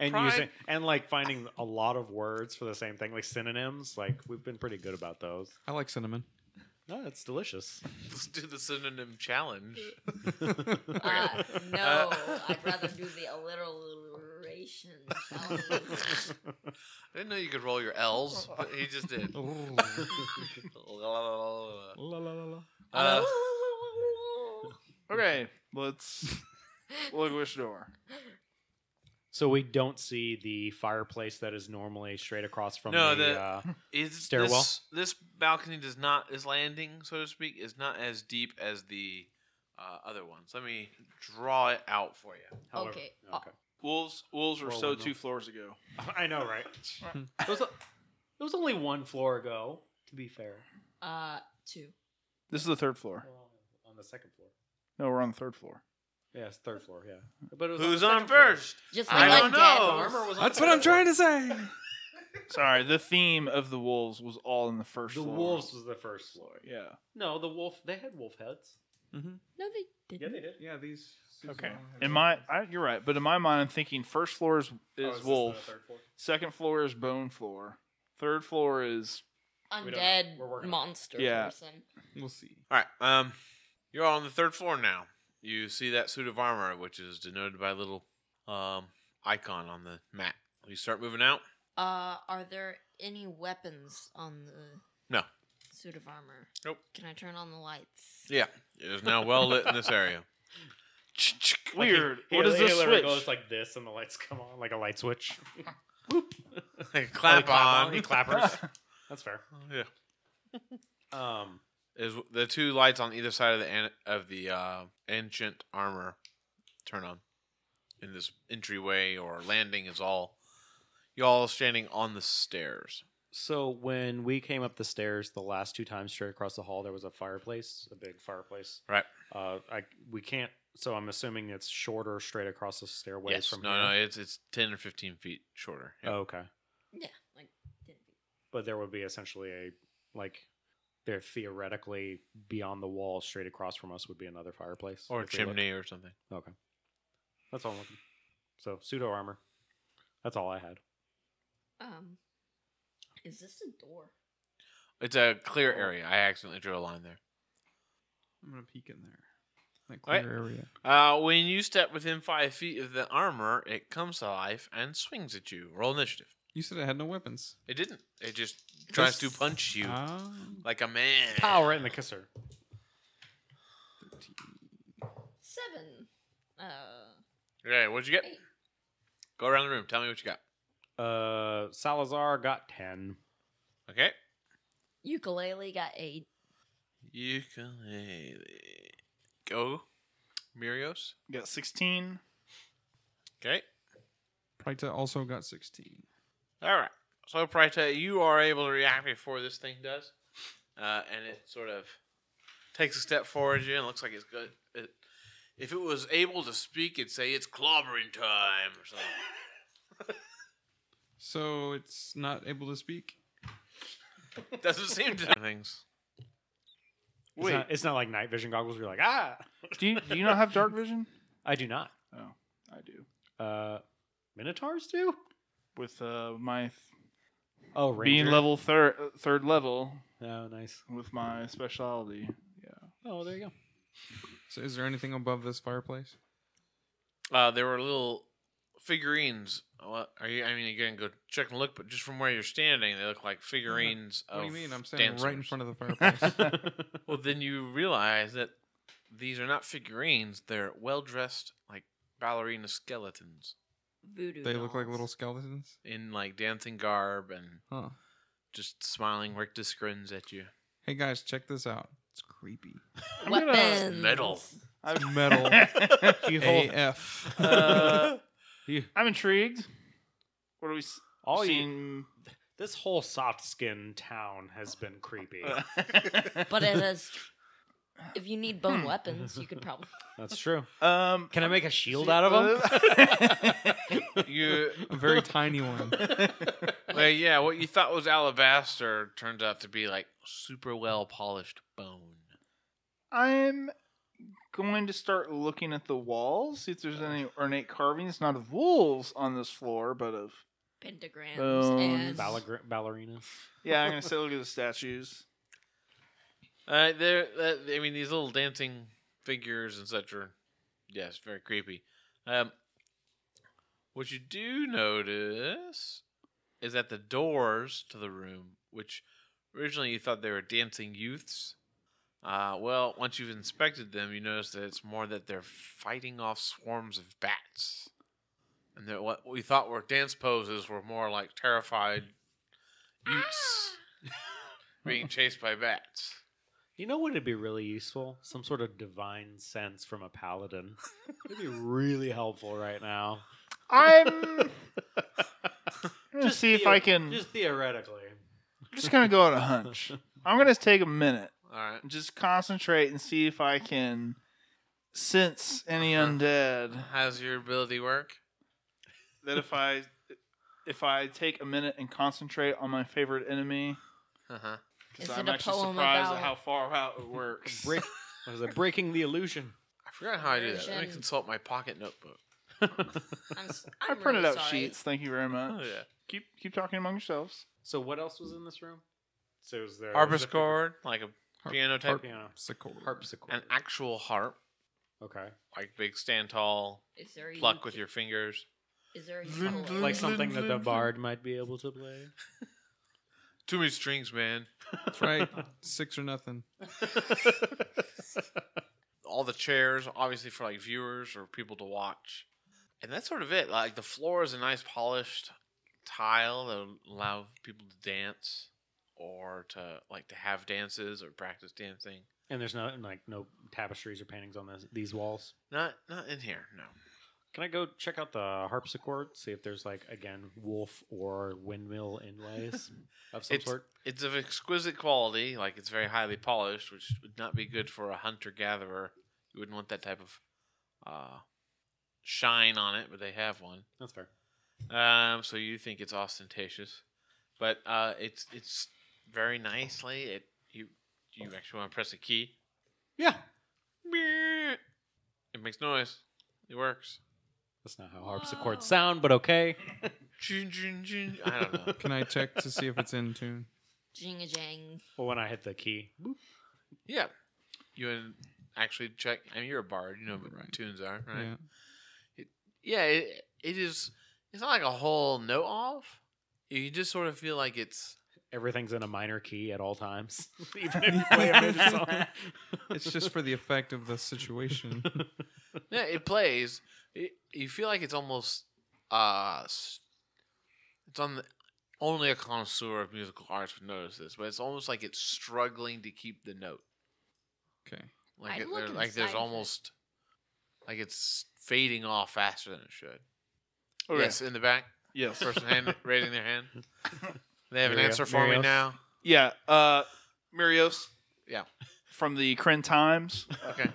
S2: and
S1: Pride-
S2: using and like finding a lot of words for the same thing, like synonyms. Like we've been pretty good about those.
S5: I like cinnamon.
S2: No, it's delicious.
S1: Let's do the synonym challenge.
S6: Uh, no,
S1: Uh,
S6: I'd rather do the alliteration.
S1: I didn't know you could roll your L's, but he just did.
S5: Oh.
S1: Uh,
S4: Okay, let's look which door.
S2: So we don't see the fireplace that is normally straight across from
S1: No,
S2: the.
S1: the-
S2: uh,
S1: is
S2: Stairwell?
S1: This, this balcony does not is landing, so to speak, is not as deep as the uh, other ones. Let me draw it out for you.
S2: however,
S6: Okay.
S2: okay.
S4: Wolves, wolves were
S2: Roll
S4: so
S2: window.
S4: two floors ago.
S2: I know, right? it, was, it was only one floor ago. To be fair,
S6: uh, two.
S4: This is the third floor.
S2: Well, on the second floor.
S4: No, we're on the third floor.
S2: Yes, third floor. Yeah, but it was
S1: Who's
S2: the
S1: on
S2: second floor.
S1: first?
S6: Just
S1: I
S6: like
S1: don't
S6: undead
S1: know.
S6: armor was on
S5: That's what I'm trying to say.
S4: Sorry, the theme of the wolves was all in the first
S2: The
S4: floor.
S2: wolves was the first floor.
S4: Yeah.
S2: No, the wolf. They had wolf heads. Mm-hmm.
S3: No, they
S2: Yeah,
S3: didn't.
S2: they did.
S5: Yeah, these.
S4: Okay. In my, I, you're right, but in my mind, I'm thinking first floor is,
S2: Oh,
S4: is
S2: this the
S4: wolf,
S2: third floor?
S4: second floor is bone floor, third floor is
S2: We don't know. We're
S6: undead
S2: working on it.
S6: monster
S4: Yeah.
S6: person.
S5: We'll see.
S1: All right. Um, you're all on the third floor now. You see that suit of armor, which is denoted by a little um, icon on the map. You start moving out.
S6: Uh, are there any weapons on the
S1: No.
S6: suit of armor?
S1: Nope.
S6: Can I turn on the lights?
S1: Yeah, it is now well lit in this area.
S2: Like, he-
S4: weird.
S2: he-
S4: what is
S2: he
S4: this
S2: literally
S4: switch?
S2: goes like this, and the lights come on like a light switch.
S1: Like a clap, on.
S2: He clappers. That's fair.
S1: yeah.
S2: Um,
S1: Is the two lights on either side of the an- of the uh, ancient armor turn on in this entryway or landing is all y'all standing on the stairs.
S2: so when we came up the stairs the last two times, straight across the hall, there was a fireplace, a big fireplace.
S1: Right.
S2: Uh, I we can't. So I'm assuming it's shorter straight across the stairways
S1: yes.
S2: from
S1: no,
S2: here.
S1: no, it's it's ten or fifteen feet shorter. Yeah.
S2: Oh, okay.
S6: Yeah, like didn't be-
S2: but there would be essentially a like there theoretically beyond the wall straight across from us would be another fireplace
S1: or a
S2: if we look.
S1: chimney or something.
S2: okay that's all I'm looking. so pseudo armor that's all i had
S6: Um, is this a door?
S1: It's a clear area. I accidentally drew a line there.
S5: I'm gonna peek in there. That
S1: All right.
S5: clear area.
S1: Uh, when you step within five feet of the armor, it comes to life and swings at you. Roll initiative.
S5: You said it had no weapons.
S1: It didn't. It just tries to
S6: This-
S1: punch you
S5: Ah.
S1: like a man.
S2: power in the kisser
S6: Seven. Uh,
S1: Okay, what'd you get?
S6: Eight.
S1: Go around the room. Tell me what you got.
S2: uh salazar got 10
S1: Okay.
S6: ukulele got eight.
S1: Ukulele. Go. Murios.
S4: Got 16.
S1: Okay.
S5: Prita also got 16.
S1: All right. So, Prita, you are able to react before this thing does. Uh, and it sort of takes a step forward at you and looks like it's good. It, if it was able to speak, it'd say it's clobbering time or something.
S5: So it's not able to speak.
S1: Doesn't seem to things.
S2: it's not, it's not like night vision goggles where you're like ah
S4: do you, do you not have dark vision?
S2: i do not
S4: I do.
S2: uh minotaurs do
S4: With uh, my
S2: oh
S4: being
S2: ranger.
S4: level third, uh, third level
S2: oh nice
S4: with my specialty.
S2: oh there you go
S5: So is there anything above this fireplace?
S1: Uh, there were little figurines. Well, Are you? I mean, again, go check and look, but just from where you're standing, they look like figurines.
S5: What do you
S1: of
S5: mean? I'm standing right
S1: Oh,
S5: in
S1: dancers.
S5: front of the fireplace.
S1: Well, then you realize that these are not figurines; they're well-dressed, like ballerina skeletons
S6: Voodoo.
S5: they look like
S6: dolls.
S5: little skeletons.
S1: in like dancing garb and
S5: Huh.
S1: just smiling rictus grins at you.
S5: Hey guys, check this out. It's creepy.
S4: I'm gonna-
S6: weapons.
S1: Metal.
S4: I'm
S5: Metal.
S2: you hold
S5: AF.
S4: uh,
S2: You-
S4: I'm intrigued. What are we s-
S2: all you
S4: seeing?
S2: this whole soft skin town has been creepy
S6: But it is. If you need bone
S4: Hmm.
S6: weapons, you could probably.
S2: that's true
S4: um,
S2: Can I make a shield
S4: See,
S2: out of
S4: uh,
S2: him?
S1: You,
S5: a very tiny one.
S1: well, yeah. What you thought was alabaster turns out to be like super well-polished bone.
S4: I'm going to start looking at the walls, see if there's any ornate carvings, not of wolves on this floor, but of.
S6: Pentagrams
S4: Bones.
S6: and
S2: Baller- ballerina.
S4: Yeah, I'm going to say look at the statues.
S1: Uh, there. Uh, I mean, these little dancing figures and such are, yes, very creepy. Um, what you do notice is that the doors to the room, which originally you thought they were dancing youths, uh, well, once you've inspected them, you notice that it's more that they're fighting off swarms of bats, and that what we thought were dance poses were more like terrified youths being chased by bats.
S2: You know what would be really useful? Some sort of divine sense from a paladin. It'd be really helpful right now.
S4: I'm. Just see if
S2: theo-
S4: I can.
S2: Just theoretically.
S4: I'm just gonna go on a hunch. I'm gonna take a minute,
S1: All right.
S4: and just concentrate, and see if I can sense any undead.
S1: How's your ability work?
S4: That if I, if I take a minute and concentrate on my favorite enemy,
S1: Uh huh.
S6: Is
S4: because
S6: it
S4: I'm
S6: a
S4: actually
S6: poem
S4: surprised
S6: about-
S4: at how far out it works.
S2: Break, what is it? Breaking the illusion.
S1: I forgot how I do that. Let me
S6: Version.
S1: consult my pocket notebook.
S6: I'm, s-
S4: I
S6: I'm
S4: printed
S6: really
S4: out
S6: sorry.
S4: sheets. Thank you very
S2: Oh,
S4: much. Oh, Keep keep talking among yourselves.
S2: so what else was in this room? So was there
S1: Harpsichord, like a
S5: Harp-
S1: piano type,
S5: harp-
S2: Piano.
S5: Sickle.
S2: Harpsichord.
S1: an actual harp,
S2: okay.
S1: like big stand tall,
S6: Is there a
S1: pluck
S6: uke-
S1: with your fingers.
S6: Is there a
S1: Vroom,
S6: ukulele?
S1: vroom,
S2: Like something that the bard might be able to play.
S1: Too many strings, man.
S5: That's right. Six or nothing.
S1: All the chairs, obviously for like viewers or people to watch, and that's sort of it. Like the floor is a nice polished tile that will allow people to dance or to like to have dances or practice dancing.
S2: and there's no like no tapestries or paintings on this, these walls.
S1: Not not in here, no.
S2: Can I go check out the harpsichord? See if there's like again wolf or windmill inlays of some
S1: It's-
S2: sort.
S1: It's of exquisite quality, like it's very highly polished, which would not be good for a hunter gatherer. You wouldn't want that type of uh, shine on it, but they have one.
S2: That's fair.
S1: Um, so you think it's ostentatious, but uh, it's it's very nicely. It you you actually want to press a key.
S2: Yeah.
S1: Beep. It makes noise. It works.
S2: That's not how
S3: Wow.
S2: harpsichords sound, but okay.
S1: Jing, jing, jing. I don't know.
S5: Can I check to see if it's in tune?
S6: Jinga jang.
S2: Well, when I hit the key, boop.
S1: yeah, you would actually check. I mean, you're a bard. You know what
S5: Right.
S1: tunes are, right?
S5: Yeah.
S1: yeah, it, it is. It's not like a whole note off. You just sort of feel like it's
S2: everything's in a minor key at all times, even if you play a major song.
S5: It's just for the effect of the situation.
S1: yeah, it plays. It, you feel like it's almost uh, s- it's on the only a connoisseur of musical arts would notice this, but it's almost like it's struggling to keep the note.
S5: Okay.
S1: Like
S6: I'd
S1: it,
S6: look
S1: there- like
S6: inside of
S1: there's
S6: it.
S1: almost like it's fading off faster than it should.
S4: Okay.
S1: Yes, in the back,
S4: Yes.
S1: person hand raising their hand. They have an
S2: Mario-
S1: answer for
S2: Marios?
S1: me now.
S4: Yeah. Uh, Murios.
S1: Yeah.
S4: From the Kryn Times.
S1: Okay.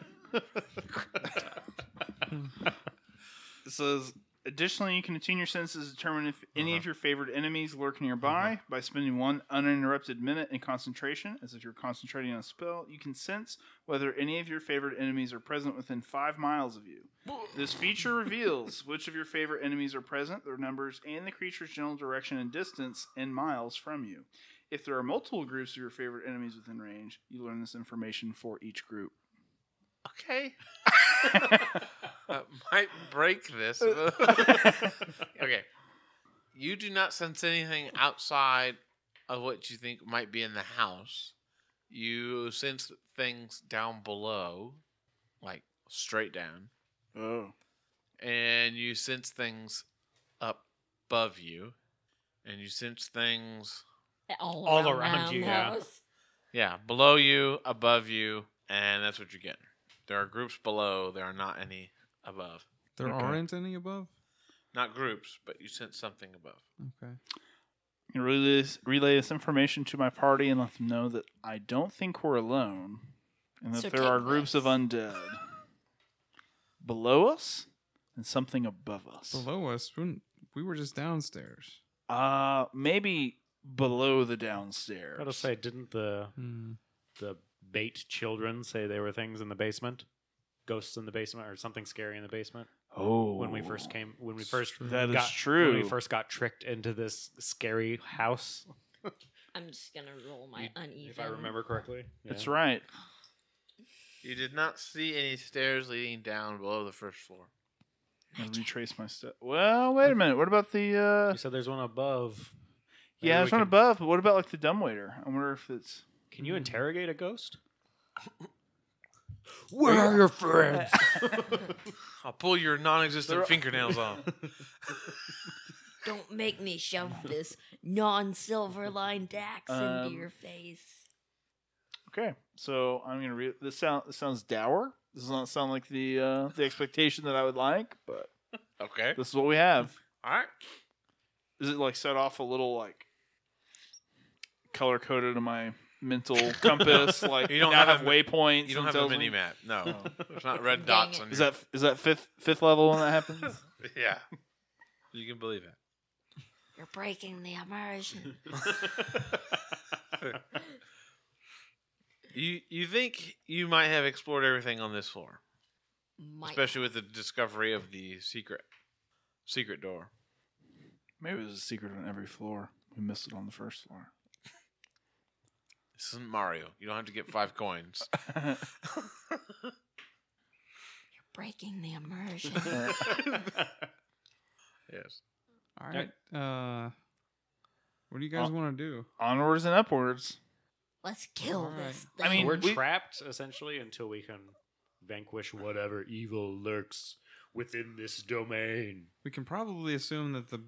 S4: It says, additionally, you can attune your senses to determine if any of your favorite enemies lurk nearby by spending one uninterrupted minute in concentration, as if you're concentrating on a spell. You can sense whether any of your favorite enemies are present within five miles of you. This feature reveals which of your favorite enemies are present, their numbers, and the creature's general direction and distance in miles from you. If there are multiple groups of your favorite enemies within range, you learn this information for each group.
S1: okay. uh, might break this.
S4: Uh,
S1: okay. You do not sense anything outside of what you think might be in the house. You sense things down below, like straight down,
S4: Oh.
S1: and you sense things up above you, and you sense things,
S6: All,
S2: All around you, yeah.
S6: those.
S1: yeah, below you, above you, and that's what you get. There are groups below, there are not any above.
S5: There
S4: Okay.
S5: aren't any above?
S1: Not groups, but you sense something above.
S5: Okay.
S4: and relay this, relay this information to my party and let them know that I don't think we're alone and that
S6: So
S4: there
S6: take
S4: are groups of
S6: this.
S4: undead below us and something above us.
S5: Below us, we we were just downstairs.
S4: Uh, maybe below the downstairs.
S2: Gotta say, didn't the
S5: Hmm.
S2: the bait children say there were things in the basement, ghosts in the basement, or something scary in the basement.
S4: Oh,
S2: When we first came, when we first
S4: That is
S2: got,
S4: true.
S2: When we first got tricked into this scary house,
S6: I'm just gonna roll my
S2: You-
S6: uneven.
S2: if I remember correctly.
S4: That's right.
S1: You did not see any stairs leading down below the first floor.
S4: I retrace my step. Well, wait a minute. What about the? uh
S2: You said there's one above. Maybe
S4: Yeah,
S2: we
S4: there's one
S2: can-
S4: above. But what about like the dumbwaiter? I wonder if it's.
S2: Can you interrogate a ghost?
S5: Where are your friends?
S1: I'll pull your non-existent
S4: They're-
S1: fingernails off.
S6: Don't make me shove this non-silver lined axe
S4: Um,
S6: into your face.
S4: Okay, so I'm gonna read. This sound this sounds dour. This does not sound like the uh the expectation that I would like, but
S1: Okay.
S4: this is what we have.
S1: All right.
S4: Is it like set off a little like color coded to my mental compass? Like
S1: You don't
S4: out
S1: have
S4: of
S1: a-
S4: waypoints.
S1: You don't have
S4: and
S1: a
S4: tells
S1: mini
S4: me-
S1: map. No,
S4: Oh.
S1: there's not red
S6: Dang
S1: dots
S6: it.
S1: on
S4: Is
S1: your-
S4: that is that fifth fifth level when that happens?
S1: Yeah. You can believe it.
S6: You're breaking the immersion.
S1: You you think you might have explored everything on this floor,
S6: Might-
S1: especially with the discovery of the secret secret door.
S4: Maybe there's a secret on every floor. We missed it on the first floor.
S1: This isn't Mario. You don't have to get five coins.
S6: You're breaking the immersion.
S1: Yes.
S5: All right. Uh, what do you guys
S4: Uh,
S5: want to do?
S4: Onwards and upwards.
S6: Let's kill
S5: Alright.
S6: this. Thing.
S4: I mean,
S2: We're
S4: we-
S2: trapped essentially until we can vanquish whatever evil lurks within this domain.
S5: We can probably assume that the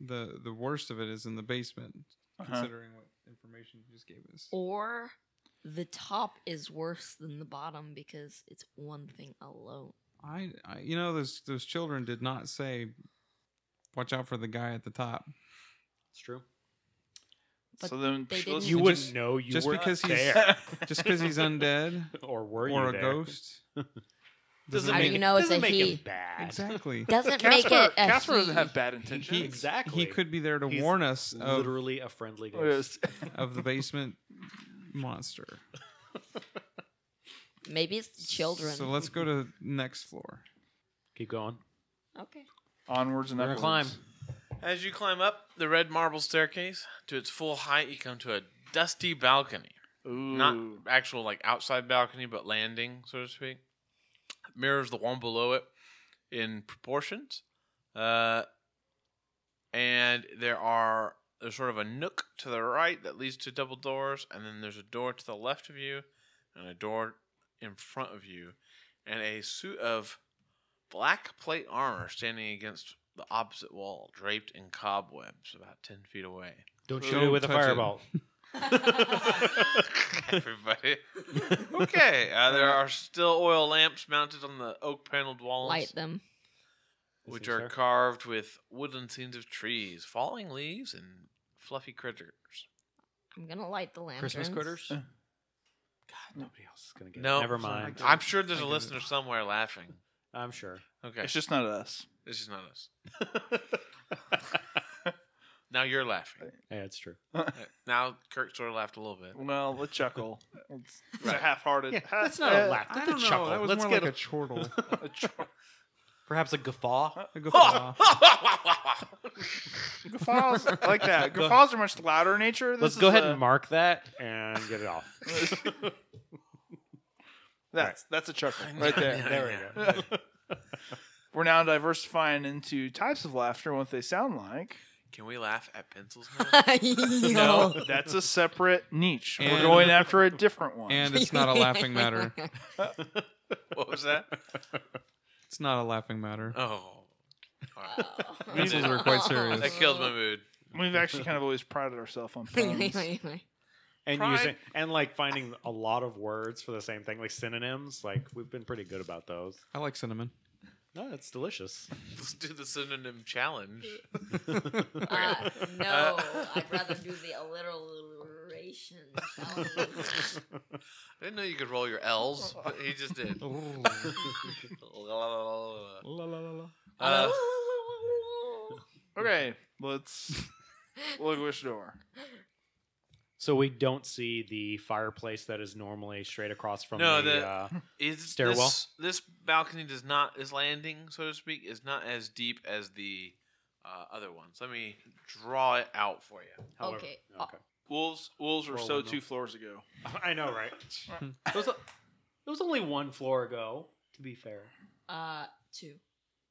S5: the the worst of it is in the basement,
S4: Uh-huh.
S5: considering what information you just gave us.
S6: or the top is worse than the bottom because it's one thing alone.
S5: I, I you know those those children did not say, "Watch out for the guy at the top."
S2: It's true.
S6: But
S4: so then
S6: they
S4: psh,
S6: didn't-
S4: let's-
S2: You
S5: And
S2: wouldn't
S5: just-
S2: know you
S5: just
S2: were
S5: because he's-
S2: there,
S5: Just because he's undead
S2: or were you
S5: or a
S2: there.
S5: ghost
S4: Doesn't
S6: How do
S4: make
S6: you
S4: it-
S6: know it's a
S2: doesn't make
S6: he?
S2: it bad.
S5: exactly.
S6: Doesn't make
S4: Casper,
S6: it a
S4: Casper doesn't
S6: he.
S4: have bad
S5: He-
S4: intentions.
S5: he-
S2: Exactly.
S5: He could be there to
S2: He's
S5: warn us of,
S2: Literally a friendly ghost.
S4: Oh, Yes.
S5: of the basement monster.
S6: Maybe it's the children.
S5: So let's go to next floor.
S2: Keep going.
S6: okay.
S4: Onwards and
S2: We're gonna
S4: upwards.
S2: climb.
S1: As you climb up the red marble staircase to its full height, you come to a dusty balcony.
S4: Ooh.
S1: Not actual like outside balcony, but landing, so to speak. Mirrors the one below it in proportions. Uh, and there are there's sort of a nook to the right that leads to double doors, and then there's a door to the left of you, and a door in front of you, and a suit of black plate armor standing against the opposite wall, draped in cobwebs, about ten feet away.
S2: Don't
S5: Don't
S2: shoot it with a
S5: touch it.
S2: fireball.
S1: Everybody. Okay. Uh, there are still oil lamps mounted on the oak paneled walls,
S6: Light them.
S1: which
S2: Yes,
S1: are
S2: sir.
S1: carved with wooden scenes of trees, falling leaves, and fluffy critters.
S6: I'm gonna light the lanterns.
S2: Christmas critters.
S4: Uh.
S2: God, nobody else is gonna get
S1: No.
S2: it. Never
S5: Sorry, I
S2: mind.
S5: got-
S1: I'm sure there's
S5: I
S1: a
S5: get it.
S1: listener somewhere laughing.
S2: I'm sure.
S1: Okay.
S4: It's just not us.
S1: This is not us. now you're laughing.
S2: Yeah, it's true.
S1: Uh, Now Kirk sort of laughed a little bit.
S4: Well, let's chuckle. It's, it's a half-hearted.
S2: Yeah,
S4: half-
S2: that's not a
S4: uh,
S2: laugh.
S5: I
S2: That's a
S5: don't know.
S2: chuckle.
S5: That was
S2: Let's
S5: more
S2: get
S5: like a,
S2: a,
S5: chortle.
S4: a chor-
S2: perhaps a guffaw.
S5: A guffaw.
S4: Guffaws I like that. Guffaws are much louder in nature. This
S2: Let's
S4: is
S2: go ahead
S4: a-
S2: and mark that and get it off.
S4: That's that's a chuckle right there.
S1: There
S2: we go.
S4: We're now diversifying into types of laughter and what they sound like.
S1: Can we laugh at pencils now?
S4: No, that's a separate niche. We're
S5: And-
S4: going after a different one.
S5: and it's not a laughing matter.
S1: what was that?
S5: It's not a laughing matter.
S1: Oh. All right.
S6: Oh.
S5: Pencils are quite serious.
S1: That kills my mood.
S4: We've actually kind of always prided ourselves on puns.
S2: and
S1: Pride-
S2: using and like finding a lot of words for the same thing, like synonyms. Like we've been pretty good about those.
S5: I like cinnamon.
S2: No, it's delicious.
S1: Let's do the synonym challenge.
S6: Uh, no,
S1: Uh,
S6: I'd rather do the alliteration. challenge.
S1: I didn't know you could roll your L's, but he just did.
S5: Oh.
S1: Uh,
S4: Okay, let's look which door.
S2: So we don't see the fireplace that is normally straight across from
S1: No,
S2: the.
S1: the-
S2: uh,
S1: Is
S2: Stairwell?
S1: This, this balcony does not is landing, so to speak, is not as deep as the uh, other ones. Let me draw it out for you.
S2: however,
S6: Okay.
S2: okay.
S7: Wolves, wolves were
S2: Roll
S7: so
S2: window.
S7: two floors ago.
S2: I know, right? it, was it was only one floor ago, to be fair.
S6: Uh, two.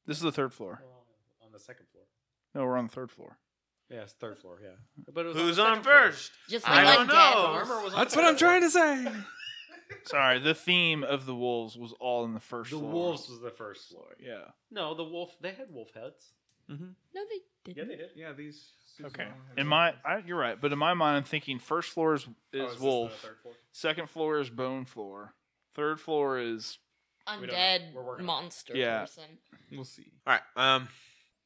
S4: This is the third floor.
S2: on the second floor.
S4: No, we're on the third floor.
S2: Yes, third floor. Yeah, but it was
S1: Who's
S2: the
S1: on
S2: second floor.
S1: first?
S6: Just
S1: I
S6: like
S1: don't
S6: a
S1: know.
S6: dead
S1: Armor
S6: was
S5: That's what I'm trying to say.
S4: Sorry, the theme of the wolves was all in the first
S2: The
S4: floor.
S2: wolves was the first floor.
S4: Yeah.
S2: No, the wolf. They had wolf heads.
S6: No, they
S2: Yeah,
S6: didn't.
S2: they did.
S5: Mm-hmm. Yeah, these. these
S4: Okay.
S5: all have
S4: In my, I, you're right, but in my mind, I'm thinking first floor is,
S2: Oh,
S4: is
S2: this the
S4: wolf,
S2: third floor?
S4: second floor is bone floor, third floor is
S2: We don't know. We're
S6: Undead
S2: working on it.
S6: monster
S4: Yeah.
S6: person.
S5: We'll see.
S1: All right. Um,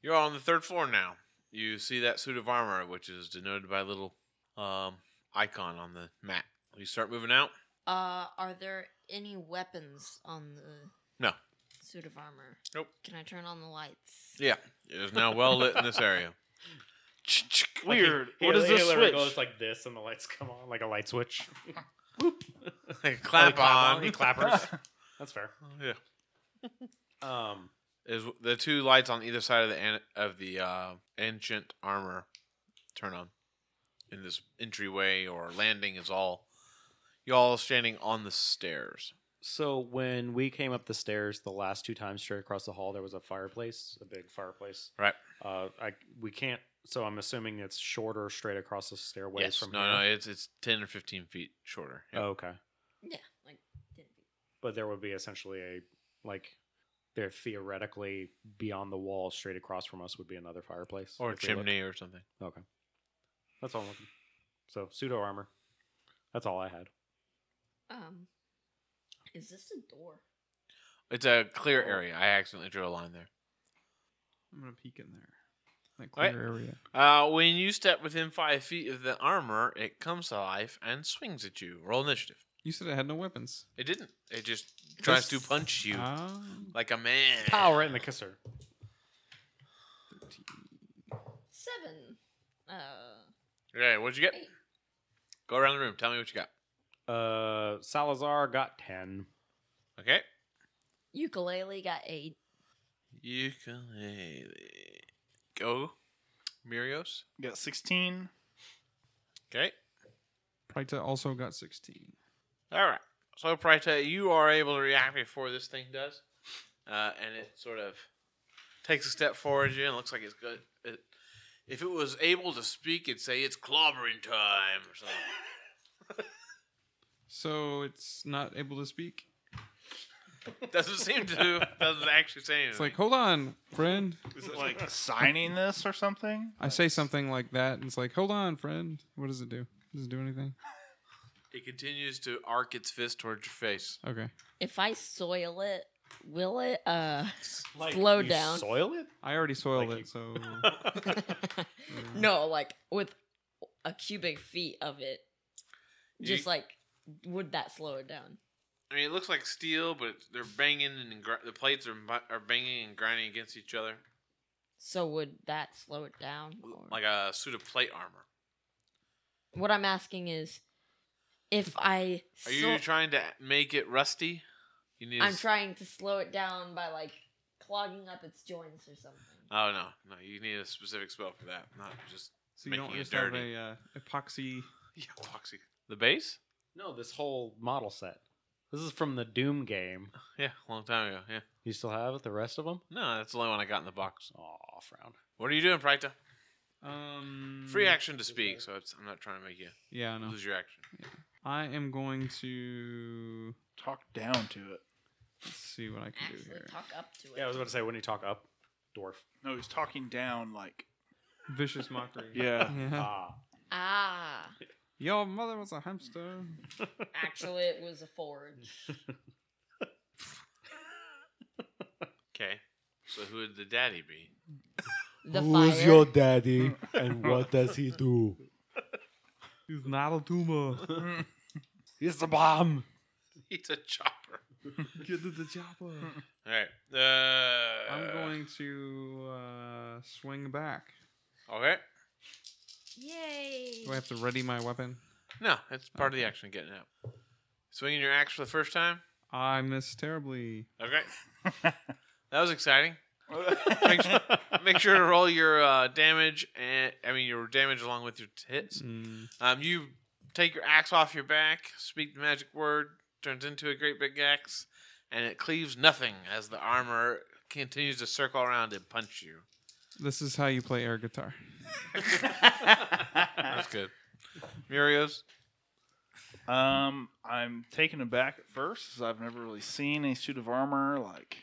S1: you're all on the third floor now. You see that suit of armor, which is denoted by a little um, icon on the map. You start moving out.
S6: Uh, are there any weapons on the
S1: No.
S6: suit of armor?
S1: Nope.
S6: Can I turn on the lights?
S1: Yeah, it is now well lit in this area.
S2: Like, he-
S4: weird.
S2: he-
S4: what is
S2: he
S4: this
S2: literally
S4: switch?
S2: goes like this, and the lights come on like a light switch.
S1: Like a clap, on.
S2: He clappers. That's fair.
S1: yeah.
S2: Um,
S1: Is the two lights on either side of the an- of the uh, ancient armor turn on in this entryway or landing is all y'all standing on the stairs.
S2: so when we came up the stairs the last two times straight across the hall there was a fireplace a big fireplace
S1: Right.
S2: uh i we can't so i'm assuming it's shorter straight across the stairways
S1: yes.
S2: from
S1: no,
S2: here
S1: no, it's it's ten or fifteen feet shorter. Yeah.
S2: Oh, okay
S6: Yeah, like didn't be.
S2: but there would be essentially a like there theoretically beyond the wall straight across from us would be another fireplace
S1: or a
S2: if we look.
S1: chimney or something.
S2: okay that's all i'm looking so pseudo armor that's all i had
S6: Um, is this a door?
S1: It's a
S2: Oh.
S1: clear area. I accidentally drew a line there.
S5: I'm gonna peek in there. That
S1: All right.
S5: clear area.
S1: Uh, when you step within five feet of the armor, it comes to life and swings at you. Roll initiative.
S5: You said it had no weapons.
S1: It didn't. It just tries to
S6: This-
S1: punch you
S5: Ah.
S1: like a man.
S2: power in the kisser
S6: Seven. Uh,
S1: Okay, what'd you get?
S6: Eight.
S1: Go around the room. Tell me what you got.
S2: uh salazar got 10
S1: Okay.
S6: ukulele got eight.
S1: Ukulele. Go. Murios.
S4: Got 16.
S1: Okay.
S5: Prita also got 16.
S1: All right. So, Prita, you are able to react before this thing does. Uh, and it sort of takes a step forward at you and looks like it's good. It, if it was able to speak, it'd say it's clobbering time or something.
S5: So it's not able to speak.
S1: Doesn't seem to. Doesn't actually say anything.
S5: It's like, hold on, friend.
S4: Is it like signing this or something?
S5: I say something like that, and it's like, hold on, friend. What does it do? Does it do anything?
S1: it continues to arc its fist towards your face.
S5: Okay.
S6: If I soil it, will it? Uh,
S2: like
S6: Slow
S2: you
S6: down.
S2: soil it
S5: I already soiled
S2: Like
S5: it, so
S6: no, like with a cubic feet of it. Just
S1: You-
S6: like, would that slow it down?
S1: I mean, it looks like steel, but it's- they're banging and gr- the plates are bu- are banging and grinding against each other,
S6: So would that slow it down? or-
S1: like a suit of plate armor.
S6: What I'm asking is, if I
S1: Are
S6: so-
S1: you trying to make it rusty? You need. to
S6: I'm
S1: s-
S6: trying to slow it down by like clogging up its joints or something.
S1: Oh no, no! You need a specific spell for that, not just
S5: so you
S1: Making
S5: don't
S1: it
S5: just have
S1: dirty.
S5: a uh, epoxy.
S1: yeah, epoxy. The base?
S2: No, this whole model set. This is from the Doom game.
S1: Yeah, a long time ago. Yeah.
S2: You still have it? The rest of them?
S1: No, that's the only one I got in the box.
S2: Oh, frown.
S1: What are you doing, Prita?
S5: Um,
S1: Free action to speak, so it's, I'm not trying to make you
S5: Yeah, I know.
S1: lose your action.
S5: I am going to
S4: Talk down to it.
S5: let's see what I can do
S6: Actually,
S5: here.
S6: talk up to it.
S2: Yeah, I was about to say when you talk up, dwarf.
S4: No, he's talking down like.
S5: Vicious mockery.
S4: Yeah.
S5: yeah.
S2: Ah,
S6: ah,
S5: Your mother was a hamster.
S6: actually, it was a forge.
S1: Okay. So who would the daddy be?
S6: The
S8: Who's
S6: fire.
S8: your daddy and what does he do?
S5: He's not a tumor.
S8: He's the bomb.
S1: He's a chopper.
S5: Get to the chopper.
S1: All right. Uh,
S5: I'm going to uh, swing back.
S1: Okay.
S3: Yay!
S5: Do I have to ready my weapon?
S1: No, it's part of the action getting out. Swinging your axe for the first time.
S5: I miss terribly.
S1: Okay. that was exciting. Make sure, make sure to roll your uh, damage and I mean your damage along with your hits.
S5: Mm.
S1: Um, you take your axe off your back, speak the magic word, turns into a great big axe, and it cleaves nothing as the armor continues to circle around and punch you.
S5: This is how you play air guitar.
S1: That's good. Murios.
S4: Um, I'm taken aback at first because I've never really seen a suit of armor like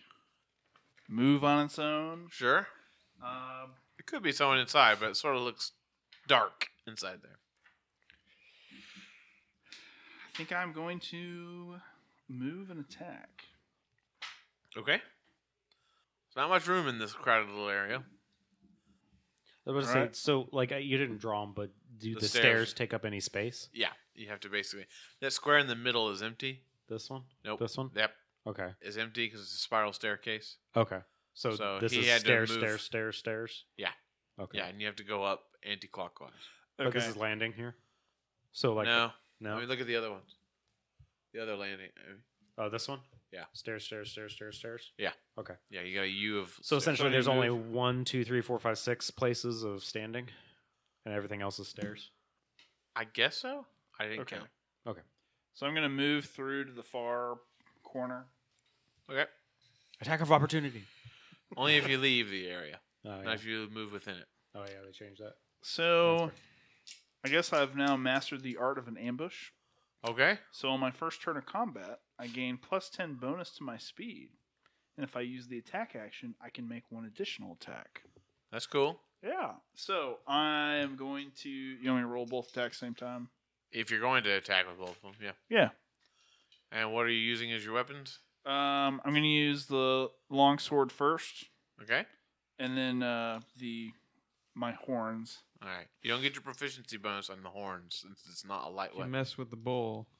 S4: move on its own.
S1: Sure.
S4: Um,
S1: It could be someone inside, but it sort of looks dark inside there.
S4: I think I'm going to move and attack.
S1: Okay. There's not much room in this crowded little area.
S2: I was about to
S4: Alright.
S2: say, so like you didn't draw them, but do
S1: The
S2: the,
S1: stairs.
S2: stairs. take up any space?
S1: Yeah, you have to basically. That square in the middle is empty.
S2: This one?
S1: Nope.
S2: This one?
S1: Yep,
S2: Okay.
S1: is empty because it's a spiral staircase.
S2: Okay. So,
S1: So
S2: this
S1: he
S2: is
S1: had to
S2: stairs,
S1: move-
S2: stairs, stairs, stairs.
S1: Yeah.
S2: Okay.
S1: Yeah, and you have to go up anti-clockwise.
S2: But Oh, this is landing here. So like
S1: no,
S2: no.
S1: I mean look at the other ones. The other landing. uh,
S2: Oh, this one?
S1: Yeah.
S2: Stairs, stairs, stairs, stairs, stairs.
S1: Yeah, you got a U of.
S2: So
S1: stairs.
S2: essentially,
S4: you
S2: there's only
S4: move-
S2: one, two, three, four, five, six places of standing, and everything else is stairs.
S1: I guess so. I didn't
S4: Okay.
S1: count.
S4: So I'm going to move through to the far corner.
S1: Okay.
S8: Attack of opportunity.
S1: Only if you leave the area,
S2: Oh yeah.
S1: not if you move within it.
S2: oh yeah, they changed that.
S4: So I guess I've now mastered the art of an ambush.
S1: Okay.
S4: So on my first turn of combat, I gain plus 10 bonus to my speed. And if I use the attack action, I can make one additional attack.
S1: That's cool.
S4: Yeah. So I am going to. You want me to roll both attacks same time?
S1: If you're going to attack with both of them, yeah.
S4: Yeah.
S1: And what are you using as your weapons?
S4: Um, I'm going to use the long sword first,
S1: Okay.
S4: and then uh, the my horns.
S1: All right. You don't get your proficiency bonus on the horns since it's not a light
S5: You
S1: weapon.
S5: mess with the bull.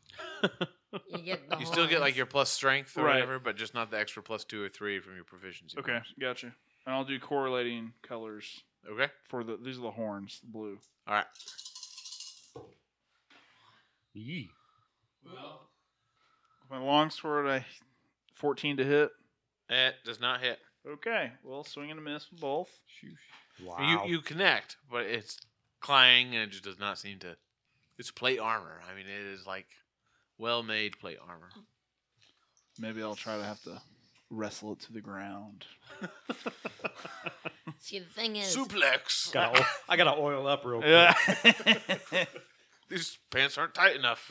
S6: You get the
S1: You still get like
S6: horns.
S1: your plus strength or
S4: Right.
S1: whatever, but just not the extra plus two or three from your proficiency.
S4: Okay, gotcha. And I'll do correlating colors
S1: bonus. Okay.
S4: for the. These are the horns, the blue.
S1: All right.
S2: Yee.
S4: With my long sword, I 14 to hit.
S1: It does not hit.
S4: Okay, well, swing and a miss with both.
S2: Wow.
S1: You you connect, but it's clang and it just does not seem to. It's plate armor. I mean, it is like well made plate armor.
S4: Maybe I'll try to have to wrestle it to the ground.
S6: See, the thing is,
S1: Suplex.
S2: gotta, I gotta oil up real quick.
S4: Yeah.
S1: These pants aren't tight enough.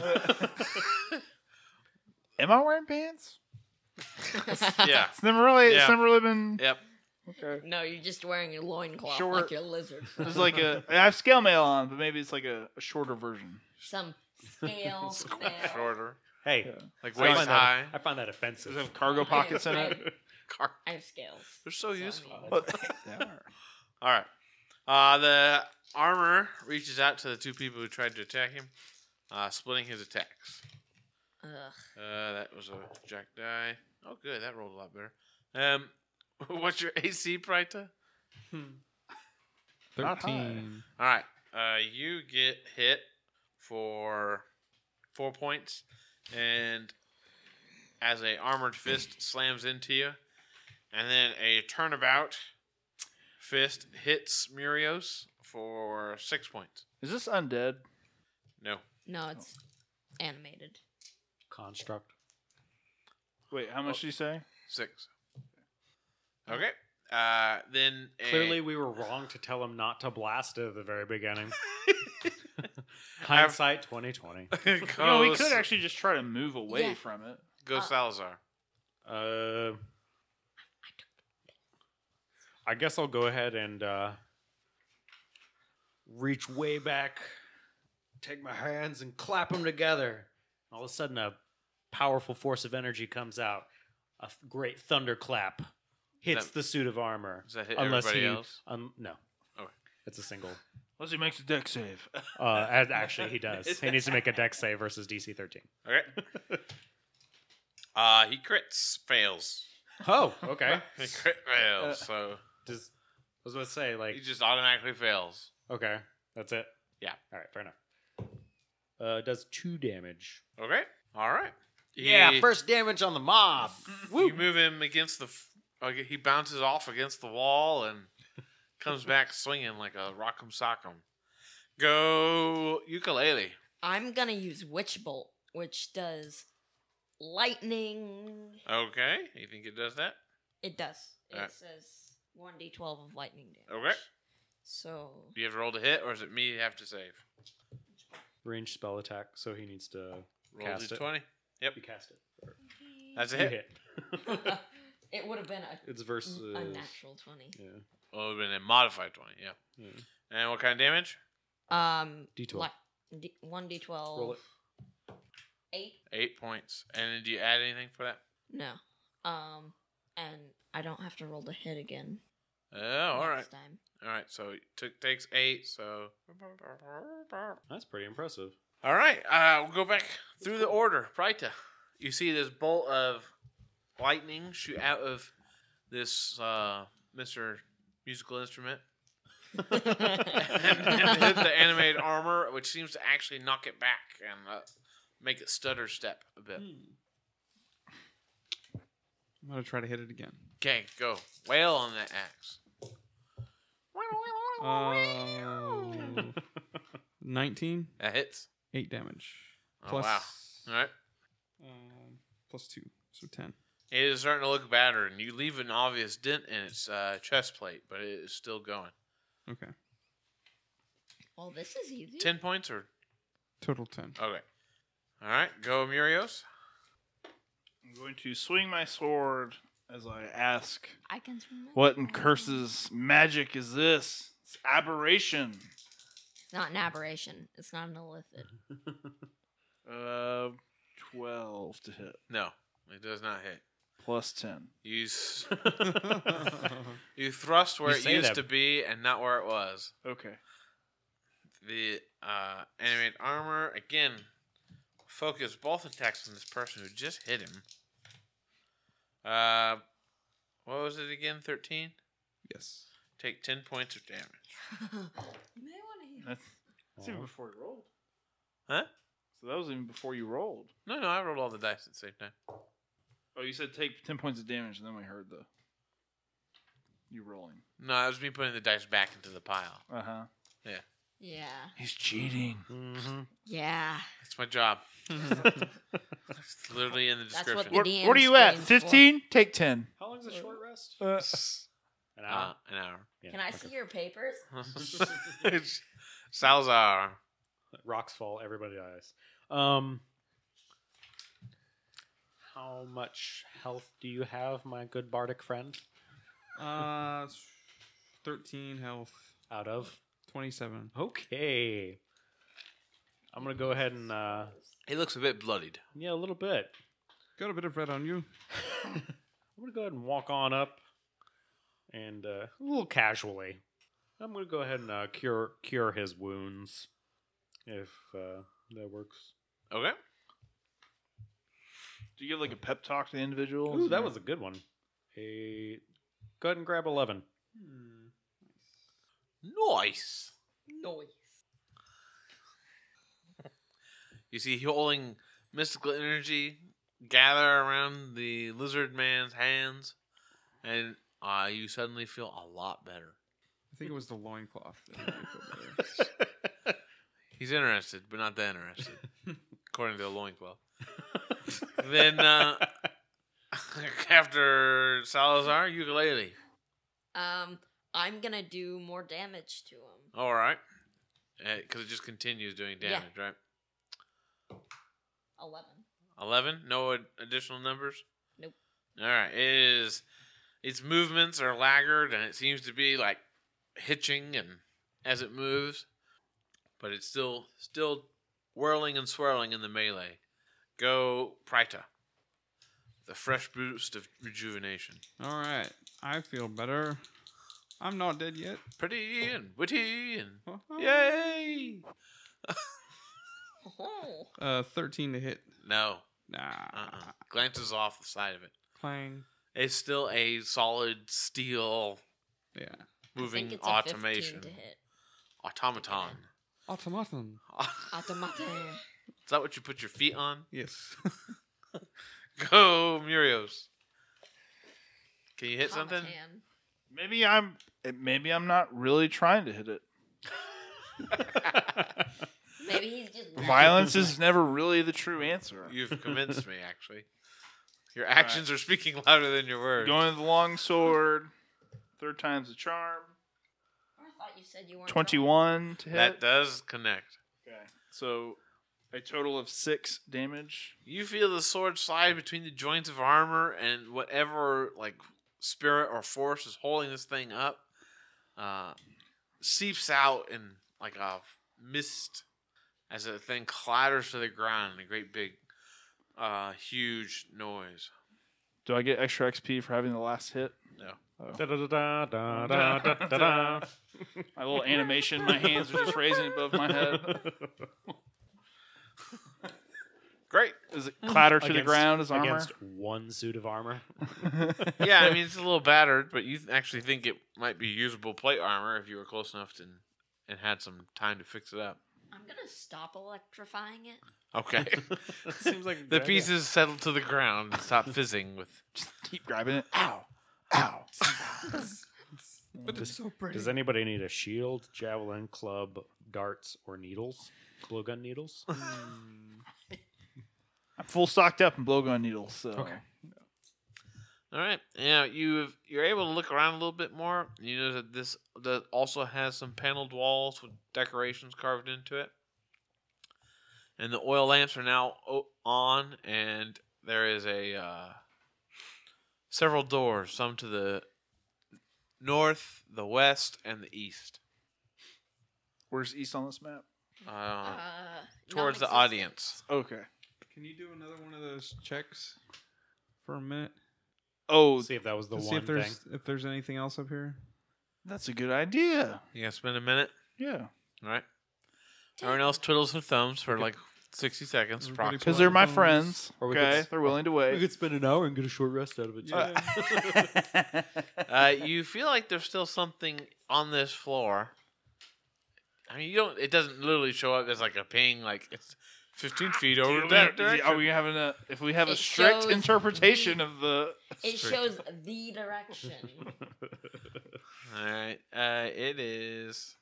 S4: Am I wearing pants?
S1: yeah.
S4: It's never really.
S1: Yeah.
S4: It's never really been.
S1: Yep.
S4: Okay.
S6: no, you're just wearing your loincloth
S4: Short-
S6: like your lizard.
S4: It's like a. I have scale mail on, but maybe it's like a, a shorter version.
S6: Some scale. fail.
S1: Shorter.
S2: Hey,
S1: Like
S2: I,
S1: waist
S2: find
S1: high.
S2: that, I find that
S4: Does it
S2: offensive.
S4: have cargo pockets in
S6: I,
S4: it?
S1: Car-
S6: I have scales.
S1: They're so
S6: So,
S1: useful.
S6: I mean,
S1: All right. Uh, the armor reaches out to the two people who tried to attack him, uh, splitting his attacks.
S6: Ugh.
S1: Uh, that was a jack die. Oh, good. That rolled a lot better. Um, what's your AC, Prita?
S4: Not high.
S5: Thirteen.
S1: All right. Uh, you get hit for four points, and as a armored fist slams into you, and then a turnabout fist hits Murios for six points.
S4: Is this undead?
S1: No.
S6: No, it's animated.
S2: Construct.
S4: Wait, how much did you say?
S1: Six. Okay. Uh, then a-
S2: Clearly, we were wrong to tell him not to blast it at the very beginning. Hindsight 2020.
S1: goes,
S4: You know, we could actually uh, just try to move away
S6: Yeah.
S4: from it.
S1: goes Salazar.
S2: Uh, I guess I'll go ahead and uh, reach way back, take my hands and clap them together. All of a sudden, a powerful force of energy comes out. A th- great thunderclap hits
S1: That-
S2: the suit of armor.
S1: Does that hit
S2: Unless
S1: everybody
S2: he-
S1: else?
S2: Um, no.
S1: Okay.
S2: It's a single.
S4: Unless he makes a deck save.
S2: Uh, as- actually, he does. He needs to make a dex save versus DC 13.
S1: Okay. uh, he crits, fails.
S2: Oh, okay.
S1: He crit fails, so
S2: Does, I was about to say, like,
S1: he just automatically fails.
S2: Okay, that's it.
S1: Yeah.
S2: All right, fair enough. Uh, does two damage.
S1: Okay. All right.
S7: Yeah,
S1: He-
S7: first damage on the mob.
S1: You move him against the. f- uh, He bounces off against the wall and comes back swinging like a rock'em sock'em. Go ukulele.
S6: I'm gonna use Witch Bolt, which does lightning.
S1: Okay. You think it does that?
S6: It does. It
S1: Alright.
S6: says one d twelve of lightning damage.
S1: Okay.
S6: So
S1: Do you have to roll to hit, or is it me you have to save?
S2: Range spell attack, so he needs to
S1: Roll
S2: Cast
S1: to
S2: it.
S1: twenty.
S2: you cast it.
S1: That's a
S2: You
S1: hit.
S2: hit.
S6: it would have been a,
S2: it's versus.
S6: a natural twenty.
S2: Yeah.
S1: Oh, it would have been a modified twenty. Yeah.
S2: yeah.
S1: And what kind of damage?
S6: Um,
S2: D12.
S6: li- d- one d twelve.
S2: Roll it.
S6: Eight.
S1: Eight points. And then do you add anything for that?
S6: No. Um, and I don't have to roll to hit again.
S1: Oh, all right.
S6: next Time.
S1: All right. So it took takes eight. So.
S2: That's pretty impressive.
S1: All right, uh, we'll go back through the order. Prita, you see this bolt of lightning shoot out of this uh, Mr. Musical Instrument and, and hit the animated armor, which seems to actually knock it back and uh, make it stutter step a bit.
S5: I'm gonna try to hit it again.
S1: Okay, go. Wail on that axe.
S5: Uh, 19,
S1: That hits.
S5: 8 damage.
S1: Oh,
S5: Plus,
S1: wow. All right.
S5: um, plus 2, so 10.
S1: It is starting to look battered, and you leave an obvious dent in its uh, chest plate, but it is still going.
S5: Okay.
S6: Well, this is easy.
S1: 10 points or
S5: Total 10.
S1: Okay. All right, go Murios.
S4: I'm going to swing my sword as I ask,
S6: I can swim. it.
S4: "What in curses magic is this? It's aberration."
S6: It's not an aberration. It's not an illithid.
S4: Uh, twelve to hit
S1: No, it does not hit.
S4: plus ten.
S1: You s-
S2: Mm-hmm.
S1: you thrust where
S2: You
S1: it
S2: say
S1: used
S2: that.
S1: to be and not where it was.
S4: Okay.
S1: The uh, animate armor again. Focus both attacks on this person who just hit him. Uh, what was it again? Thirteen.
S5: Yes.
S1: Take ten points of damage.
S6: You may want to heal.
S4: That's, that's even before you rolled.
S1: Huh?
S4: So that was even before you rolled.
S1: No, no, I rolled all the dice at the same time.
S4: Oh, you said take ten points of damage, and then we heard the you rolling.
S1: No, that was me putting the dice back into the pile.
S4: Uh huh.
S6: Yeah.
S4: He's cheating.
S6: Yeah.
S1: That's my job. it's literally in the
S6: That's what
S1: description.
S6: the
S4: What,
S6: DM
S4: what are you at?
S6: screams for-
S4: Fifteen. Take ten.
S2: How long's a short rest?
S4: Uh,
S2: An
S1: uh, an hour.
S2: Yeah,
S6: Can I
S2: okay.
S6: see your papers?
S1: Salzar.
S2: Rocks fall. Everybody dies. Um, how much health do you have, my good bardic friend?
S5: Uh, 13 health,
S2: Out of
S5: 27.
S2: okay. I'm gonna go ahead and uh,
S1: He looks a bit bloodied.
S2: yeah, a little bit.
S5: Got a bit of red on you.
S2: I'm gonna go ahead and walk on up, and uh, a little casually, I'm gonna go ahead and uh, cure cure his wounds, if uh, that works.
S1: Okay.
S4: Do you give like a pep talk to the individual?
S2: Ooh, that was a good one. A go ahead and grab eleven.
S1: Nice.
S6: Noise.
S1: You see, holding mystical energy gather around the lizard man's hands, and uh, you suddenly feel a lot better.
S5: I think it was the loincloth. that made me feel better.
S1: He's interested, but not that interested, according to the loincloth. then, uh, after Salazar, ukulele.
S6: Um, I'm gonna do more damage to him.
S1: All right. Because it just continues doing
S6: Yeah.
S1: damage, right?
S6: Eleven.
S1: 11 no ad- additional numbers
S6: Nope.
S1: all right it is its movements are laggard and it seems to be like hitching and as it moves but it's still still whirling and swirling in the melee go prita the fresh boost of rejuvenation
S5: All right. I feel better. I'm not dead yet.
S1: pretty and witty and
S5: Yeah.
S1: yay
S6: Oh.
S5: Uh, 13 to hit.
S1: no
S5: Nah.
S1: uh-uh. glances off the side of it
S5: Clang.
S1: it's still a solid steel
S5: Yeah.
S6: I think
S1: moving
S6: it's a 15
S1: automation
S6: to hit.
S1: automaton
S8: Automaton.
S6: Automata.
S1: Is that what you put your feet on?
S5: Yes.
S1: Go, Murios. Can you hit something?
S6: Automatan.
S4: Maybe I'm eh, maybe I'm not really trying to hit it.
S6: Maybe he's just
S4: Violence is never really the true answer.
S1: You've convinced me, actually. Your actions are speaking louder than your words.
S4: Going with the long sword, third time's a charm.
S6: I thought you said you weren't.
S4: Twenty-one to hit.
S1: that does connect.
S4: Okay. So a total of six damage.
S1: You feel the sword slide between the joints of armor and whatever like spirit or force is holding this thing up uh, seeps out in like a mist as the thing clatters to the ground in a great big uh, huge noise.
S4: Do I get extra XP for having the last hit?
S2: Da, da, da, da, da, da, da, da.
S4: My little animation, my hands are just raising above my head.
S1: Great.
S4: Is it clatter to the
S2: Against-
S4: ground as armor?
S2: Against one suit of armor.
S1: Yeah, I mean it's a little battered, but you th- actually think it might be usable plate armor if you were close enough to and had some time to fix it up.
S6: I'm gonna stop electrifying it.
S1: Okay.
S5: Seems like a
S1: the
S5: good idea.
S1: pieces settle to the ground and stop fizzing with
S4: Keep grabbing it. Ow. Ow.
S5: But it's so pretty.
S2: Does anybody need a shield, javelin, club, darts, or needles? Blowgun needles?
S4: I'm full stocked up in blowgun needles, so
S8: Okay.
S1: All right. Yeah, you you're able to look around a little bit more. You know that this that also has some paneled walls with decorations carved into it. And the oil lamps are now o- on, and there is a uh, several doors, some to the north, the west, and the east,
S4: where's east on this map?
S1: uh,
S6: Uh,
S1: towards the
S6: non-existent.
S1: audience.
S4: Okay.
S5: Can you do another one of those checks for a minute?
S4: Oh,
S2: We'll see if that was the
S5: to see
S2: one
S5: if
S2: thing.
S5: there's if there's anything else up here.
S4: that's a good idea.
S1: You gonna spend a minute,
S4: Yeah.
S1: all right? Everyone else twiddles her thumbs for like sixty seconds,
S5: Everybody
S1: approximately.
S4: Because they're my
S5: Phones.
S4: friends.
S8: Or we
S4: okay.
S8: could s-
S4: They're willing to
S8: We
S4: wait.
S8: could spend an hour and get a short rest out of it. too.
S5: Yeah.
S1: uh, you feel like there's still something on this floor. I mean, you don't. It doesn't literally show up as like a ping. Like it's 15 feet over that direction.
S4: Are we having a if we have a
S6: It
S4: strict
S6: shows
S4: interpretation of the
S6: It
S1: Straight.
S6: shows the direction.
S1: All right. Uh, it is.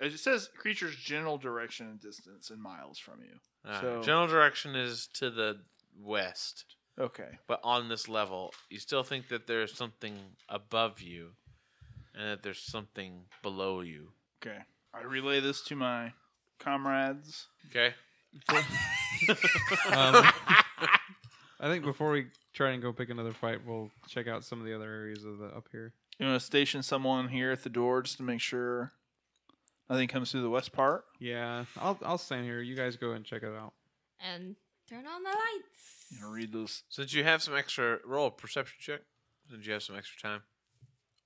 S4: it says creature's general direction and distance in miles from you.
S1: Uh,
S4: So-
S1: general direction is to the west,
S4: Okay.
S1: but on this level, you still think that there's something above you, and that there's something below you.
S4: Okay. I relay this to my comrades.
S1: Okay.
S5: Um, I think before we try and go pick another fight, we'll check out some of the other areas of the up here.
S4: You want to station someone here at the door just to make sure nothing comes through the west part.
S5: Yeah, I'll I'll stand here. You guys go and check it out.
S3: And
S6: Turn on the lights.
S4: You know, read those.
S1: Since you have some extra roll a perception check, since you have some extra time,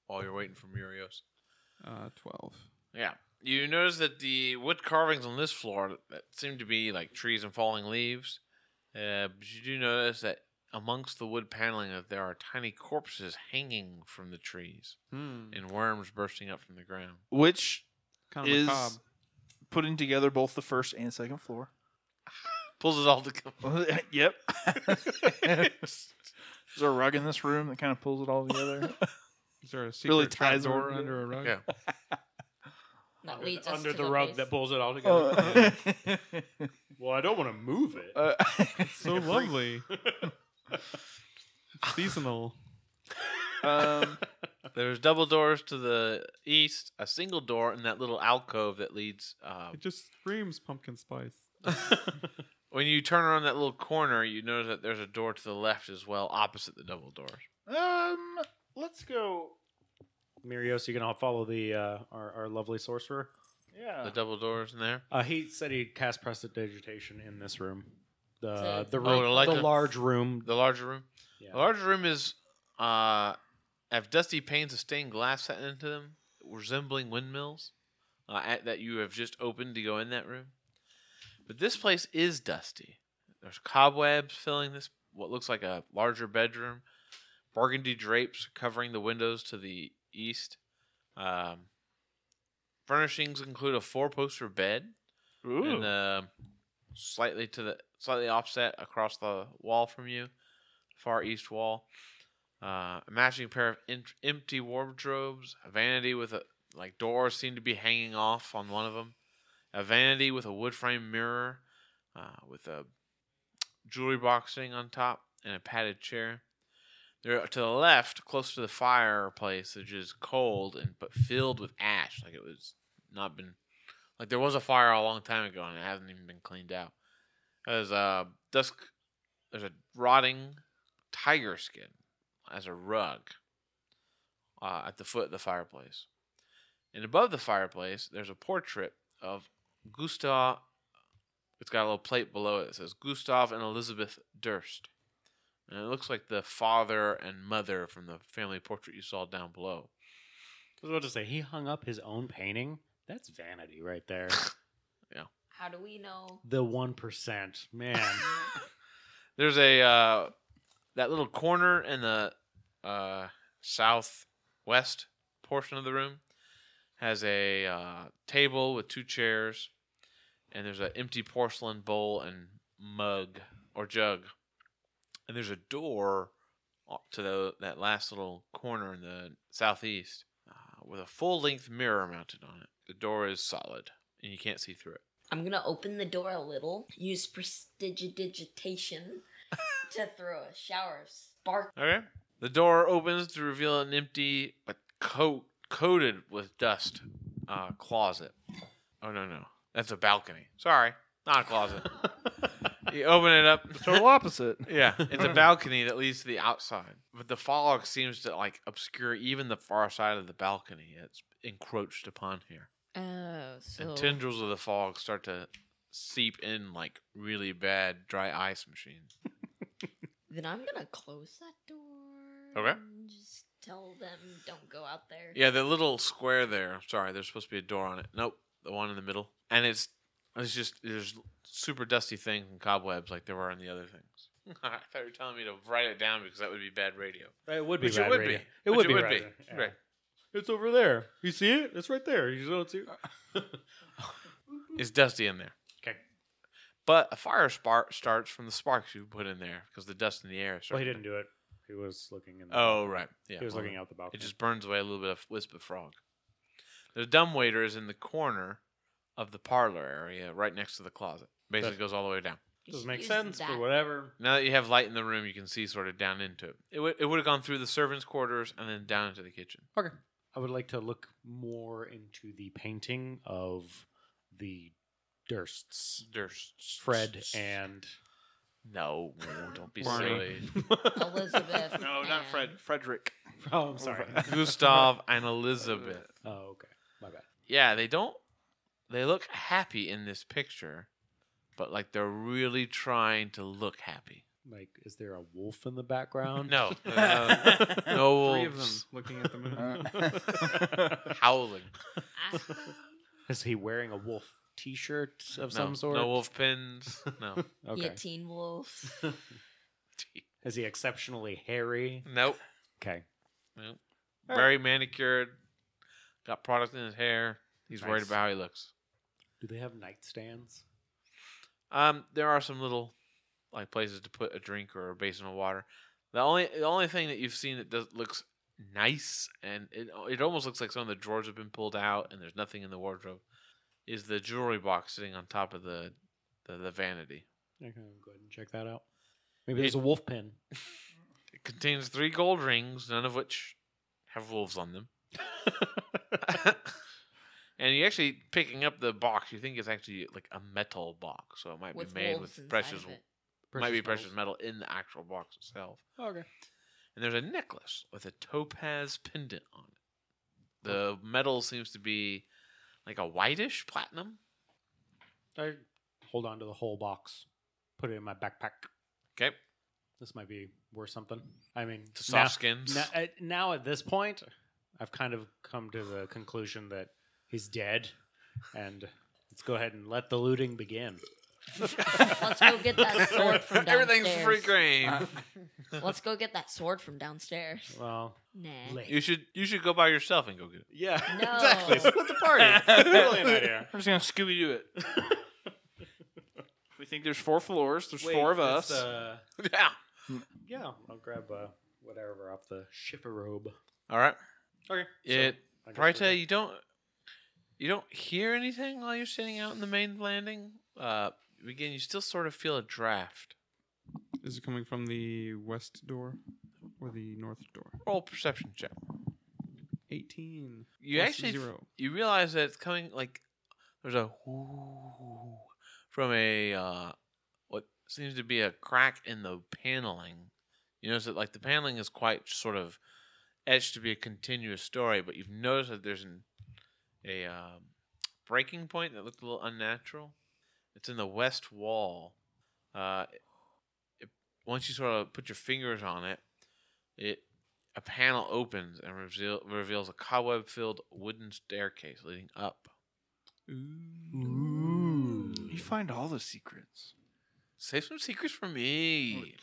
S1: while you're waiting for Murios.
S5: Uh, Twelve.
S1: Yeah. You notice that the wood carvings on this floor that seem to be like trees and falling leaves. Uh, but you do notice that amongst the wood paneling that there are tiny corpses hanging from the trees
S5: Hmm.
S1: and worms bursting up from the ground.
S4: Which
S5: Kind of
S4: is
S5: macabre.
S4: putting together both the first and second floor.
S1: Pulls it all together.
S4: yep. Is there a rug in this room that kind of pulls it all together?
S5: Is there a secret
S4: really ties
S5: trap door
S4: them-
S5: under a rug?
S1: Yeah.
S6: That
S2: Under,
S6: leads
S2: the-
S6: us
S2: under
S6: to
S2: the
S6: the
S2: rug
S6: place.
S2: that pulls it all together.
S4: Uh,
S2: well, I don't want to move it.
S4: uh,
S5: So lovely. It's seasonal.
S4: um,
S1: There's double doors to the east, a single door in that little alcove that leads. Uh,
S5: It just screams pumpkin spice.
S1: when you turn around that little corner, you notice that there's a door to the left as well, opposite the double doors.
S4: um, let's go.
S2: Mirios, you can all follow the uh, our, our lovely sorcerer.
S1: The
S4: Yeah.
S1: double doors in there.
S2: Uh, he said he cast prestidigitation in this room, the
S6: So-
S2: the room,
S1: Oh, like
S2: the
S1: the-
S2: large room.
S1: The Oh, larger room.
S2: yeah.
S1: The larger room is uh, have dusty panes of stained glass set into them, resembling windmills uh, at, that you have just opened to go in that room. But this place is dusty. There's cobwebs filling this what looks like a larger bedroom. Burgundy drapes covering the windows to the east. Um, Furnishings include a four-poster bed
S4: Ooh.
S1: and uh, slightly to the slightly offset across the wall from you, far east wall. Uh, a matching pair of in- empty wardrobes, a vanity with a like doors seem to be hanging off on one of them, a vanity with a wood frame mirror, uh, with a jewelry box sitting on top and a padded chair. There to the left, close to the fireplace, which is cold and but filled with ash, like it was not been like there was a fire a long time ago and it hasn't even been cleaned out. There's a dusk. There's a rotting tiger skin as a rug uh, at the foot of the fireplace, and above the fireplace there's a portrait of Gustav. It's got a little plate below it that says Gustav and Elizabeth Durst, and it looks like the father and mother from the family portrait you saw down below.
S2: I was about to say he hung up his own painting. That's vanity right there.
S6: How do we know?
S2: the one percent man.
S1: There's a uh, that little corner in the uh, southwest portion of the room has a uh, table with two chairs, and there's an empty porcelain bowl and mug or jug, and there's a door o- to the, that last little corner in the southeast uh, with a full length mirror mounted on it. The door is solid, and you can't see through it.
S6: I'm gonna open the door a little, use prestidigitation to throw a shower of spark.
S1: Okay. The door opens to reveal an empty but coat coated with dust uh, closet. Oh no no, that's a balcony. Sorry, not a closet. you open it up.
S4: Total opposite.
S1: yeah, it's a balcony that leads to the outside, but the fog seems to like obscure even the far side of the balcony. It's encroached upon here,
S3: Oh, so
S1: and tendrils of the fog start to seep in like really bad dry ice machines.
S6: Then I'm gonna close that door.
S1: Okay.
S6: and Just tell them don't go out there.
S1: Yeah, the little square there. Sorry, there's supposed to be a door on it. Nope, the one in the middle. And it's it's just there's super dusty things and cobwebs like there were in the other things. I thought you were telling me to write it down because that would be bad radio.
S2: it would be.
S1: Which it
S2: bad
S1: would
S2: radio.
S1: be.
S2: It
S1: Which
S2: would
S1: it
S2: be.
S1: would
S2: bad
S1: be.
S2: radio. Yeah.
S1: Right.
S8: It's over there. You see it? It's right there. You just don't see it.
S1: Uh, It's dusty in there.
S2: 'Kay.
S1: But a fire spark starts from the sparks you put in there because the dust in the air.
S2: Well, he
S1: started-
S2: didn't do it. He was looking in. The
S1: Oh right, yeah.
S2: he was
S1: well,
S2: looking out the balcony.
S1: It just burns away a little bit of wisp of frog. The dumbwaiter is in the corner of the parlor area, right next to the closet. Basically,
S2: That-
S1: goes all the way down.
S6: You
S2: doesn't
S6: should
S2: make
S6: use
S2: sense
S6: that.
S2: for whatever.
S1: Now that you have light in the room, you can see sort of down into it. It would it would have gone through the servants' quarters and then down into the kitchen.
S2: Okay. I would like to look more into the painting of the Dursts,
S1: There's
S2: Fred and
S1: no, don't be
S5: Barney.
S1: silly.
S6: Elizabeth.
S4: No, not
S6: and-
S4: Fred. Frederick.
S2: Oh, I'm sorry.
S1: Gustav and Elizabeth.
S2: oh, okay. My bad.
S1: Yeah, they don't. They look happy in this picture, but like they're really trying to look happy.
S2: Like, is there a wolf in the background?
S1: No, uh, no
S5: Three of them
S1: wolves
S5: looking at the moon.
S1: howling.
S6: ah,
S2: Is he wearing a wolf T-shirt of
S1: no,
S2: some sort?
S1: No wolf pins. No.
S6: Okay.
S2: Okay.
S6: teen wolf.
S2: Is he exceptionally hairy?
S1: Nope.
S2: Okay.
S1: Very manicured. Got product in his hair. He's worried
S2: Nice.
S1: about how he looks.
S2: Do they have nightstands?
S1: Um, there are some little like places to put a drink or a basin of water. The only the only thing that you've seen that does looks nice and it it almost looks like some of the drawers have been pulled out and there's nothing in the wardrobe is the jewelry box sitting on top of the the, the vanity.
S2: I can go ahead and check that out. Maybe there's a wolf pin.
S1: It contains three gold rings, none of which have wolves on them. and you actually picking up the box, you think it's actually like a metal box, so it might
S6: with
S1: be made
S6: wolves
S1: with
S6: inside
S1: precious
S6: of it.
S1: might be
S2: metals.
S1: precious metal in the actual box itself.
S2: Okay.
S1: and there's a necklace with a topaz pendant on it. The metal seems to be like a whitish platinum.
S2: I hold on to the whole box, put it in my backpack.
S1: Okay,
S2: This might be worth something. I mean,
S1: the soft
S2: now,
S1: skins.
S2: now, at, now at this point, I've kind of come to the conclusion that he's dead, and let's go ahead and let the looting begin.
S6: Let's go get that sword from downstairs.
S1: Uh, Everything's free game.
S6: Let's go get that sword from downstairs.
S2: Well,
S6: Nah.
S1: You should you should go by yourself and go get it.
S2: yeah,
S6: No.
S2: exactly. Split the party. Brilliant idea.
S4: I'm just gonna Scooby Doo it. we think there's four floors. There's four of us.
S1: yeah.
S2: yeah, I'll grab uh, whatever off the shifter robe.
S1: All right.
S2: Okay.
S1: It
S2: so I guess we're
S1: Right,
S2: good.
S1: you don't you don't hear anything while you're sitting out in the main landing. Uh, again, you still sort of feel a draft.
S5: Is it coming from the west door or the north door?
S1: Roll perception check.
S5: 18.
S1: You
S5: plus
S1: actually
S5: zero.
S1: you realize that it's coming like there's a whoo from a uh, what seems to be a crack in the paneling. You notice that like the paneling is quite sort of etched to be a continuous story, but you've noticed that there's an a um, breaking point that looked a little unnatural. It's in the west wall. Uh, it, once you sort of put your fingers on it, it a panel opens and reveal, reveals a cobweb-filled wooden staircase leading up.
S4: You find all the secrets.
S1: Save some secrets for me.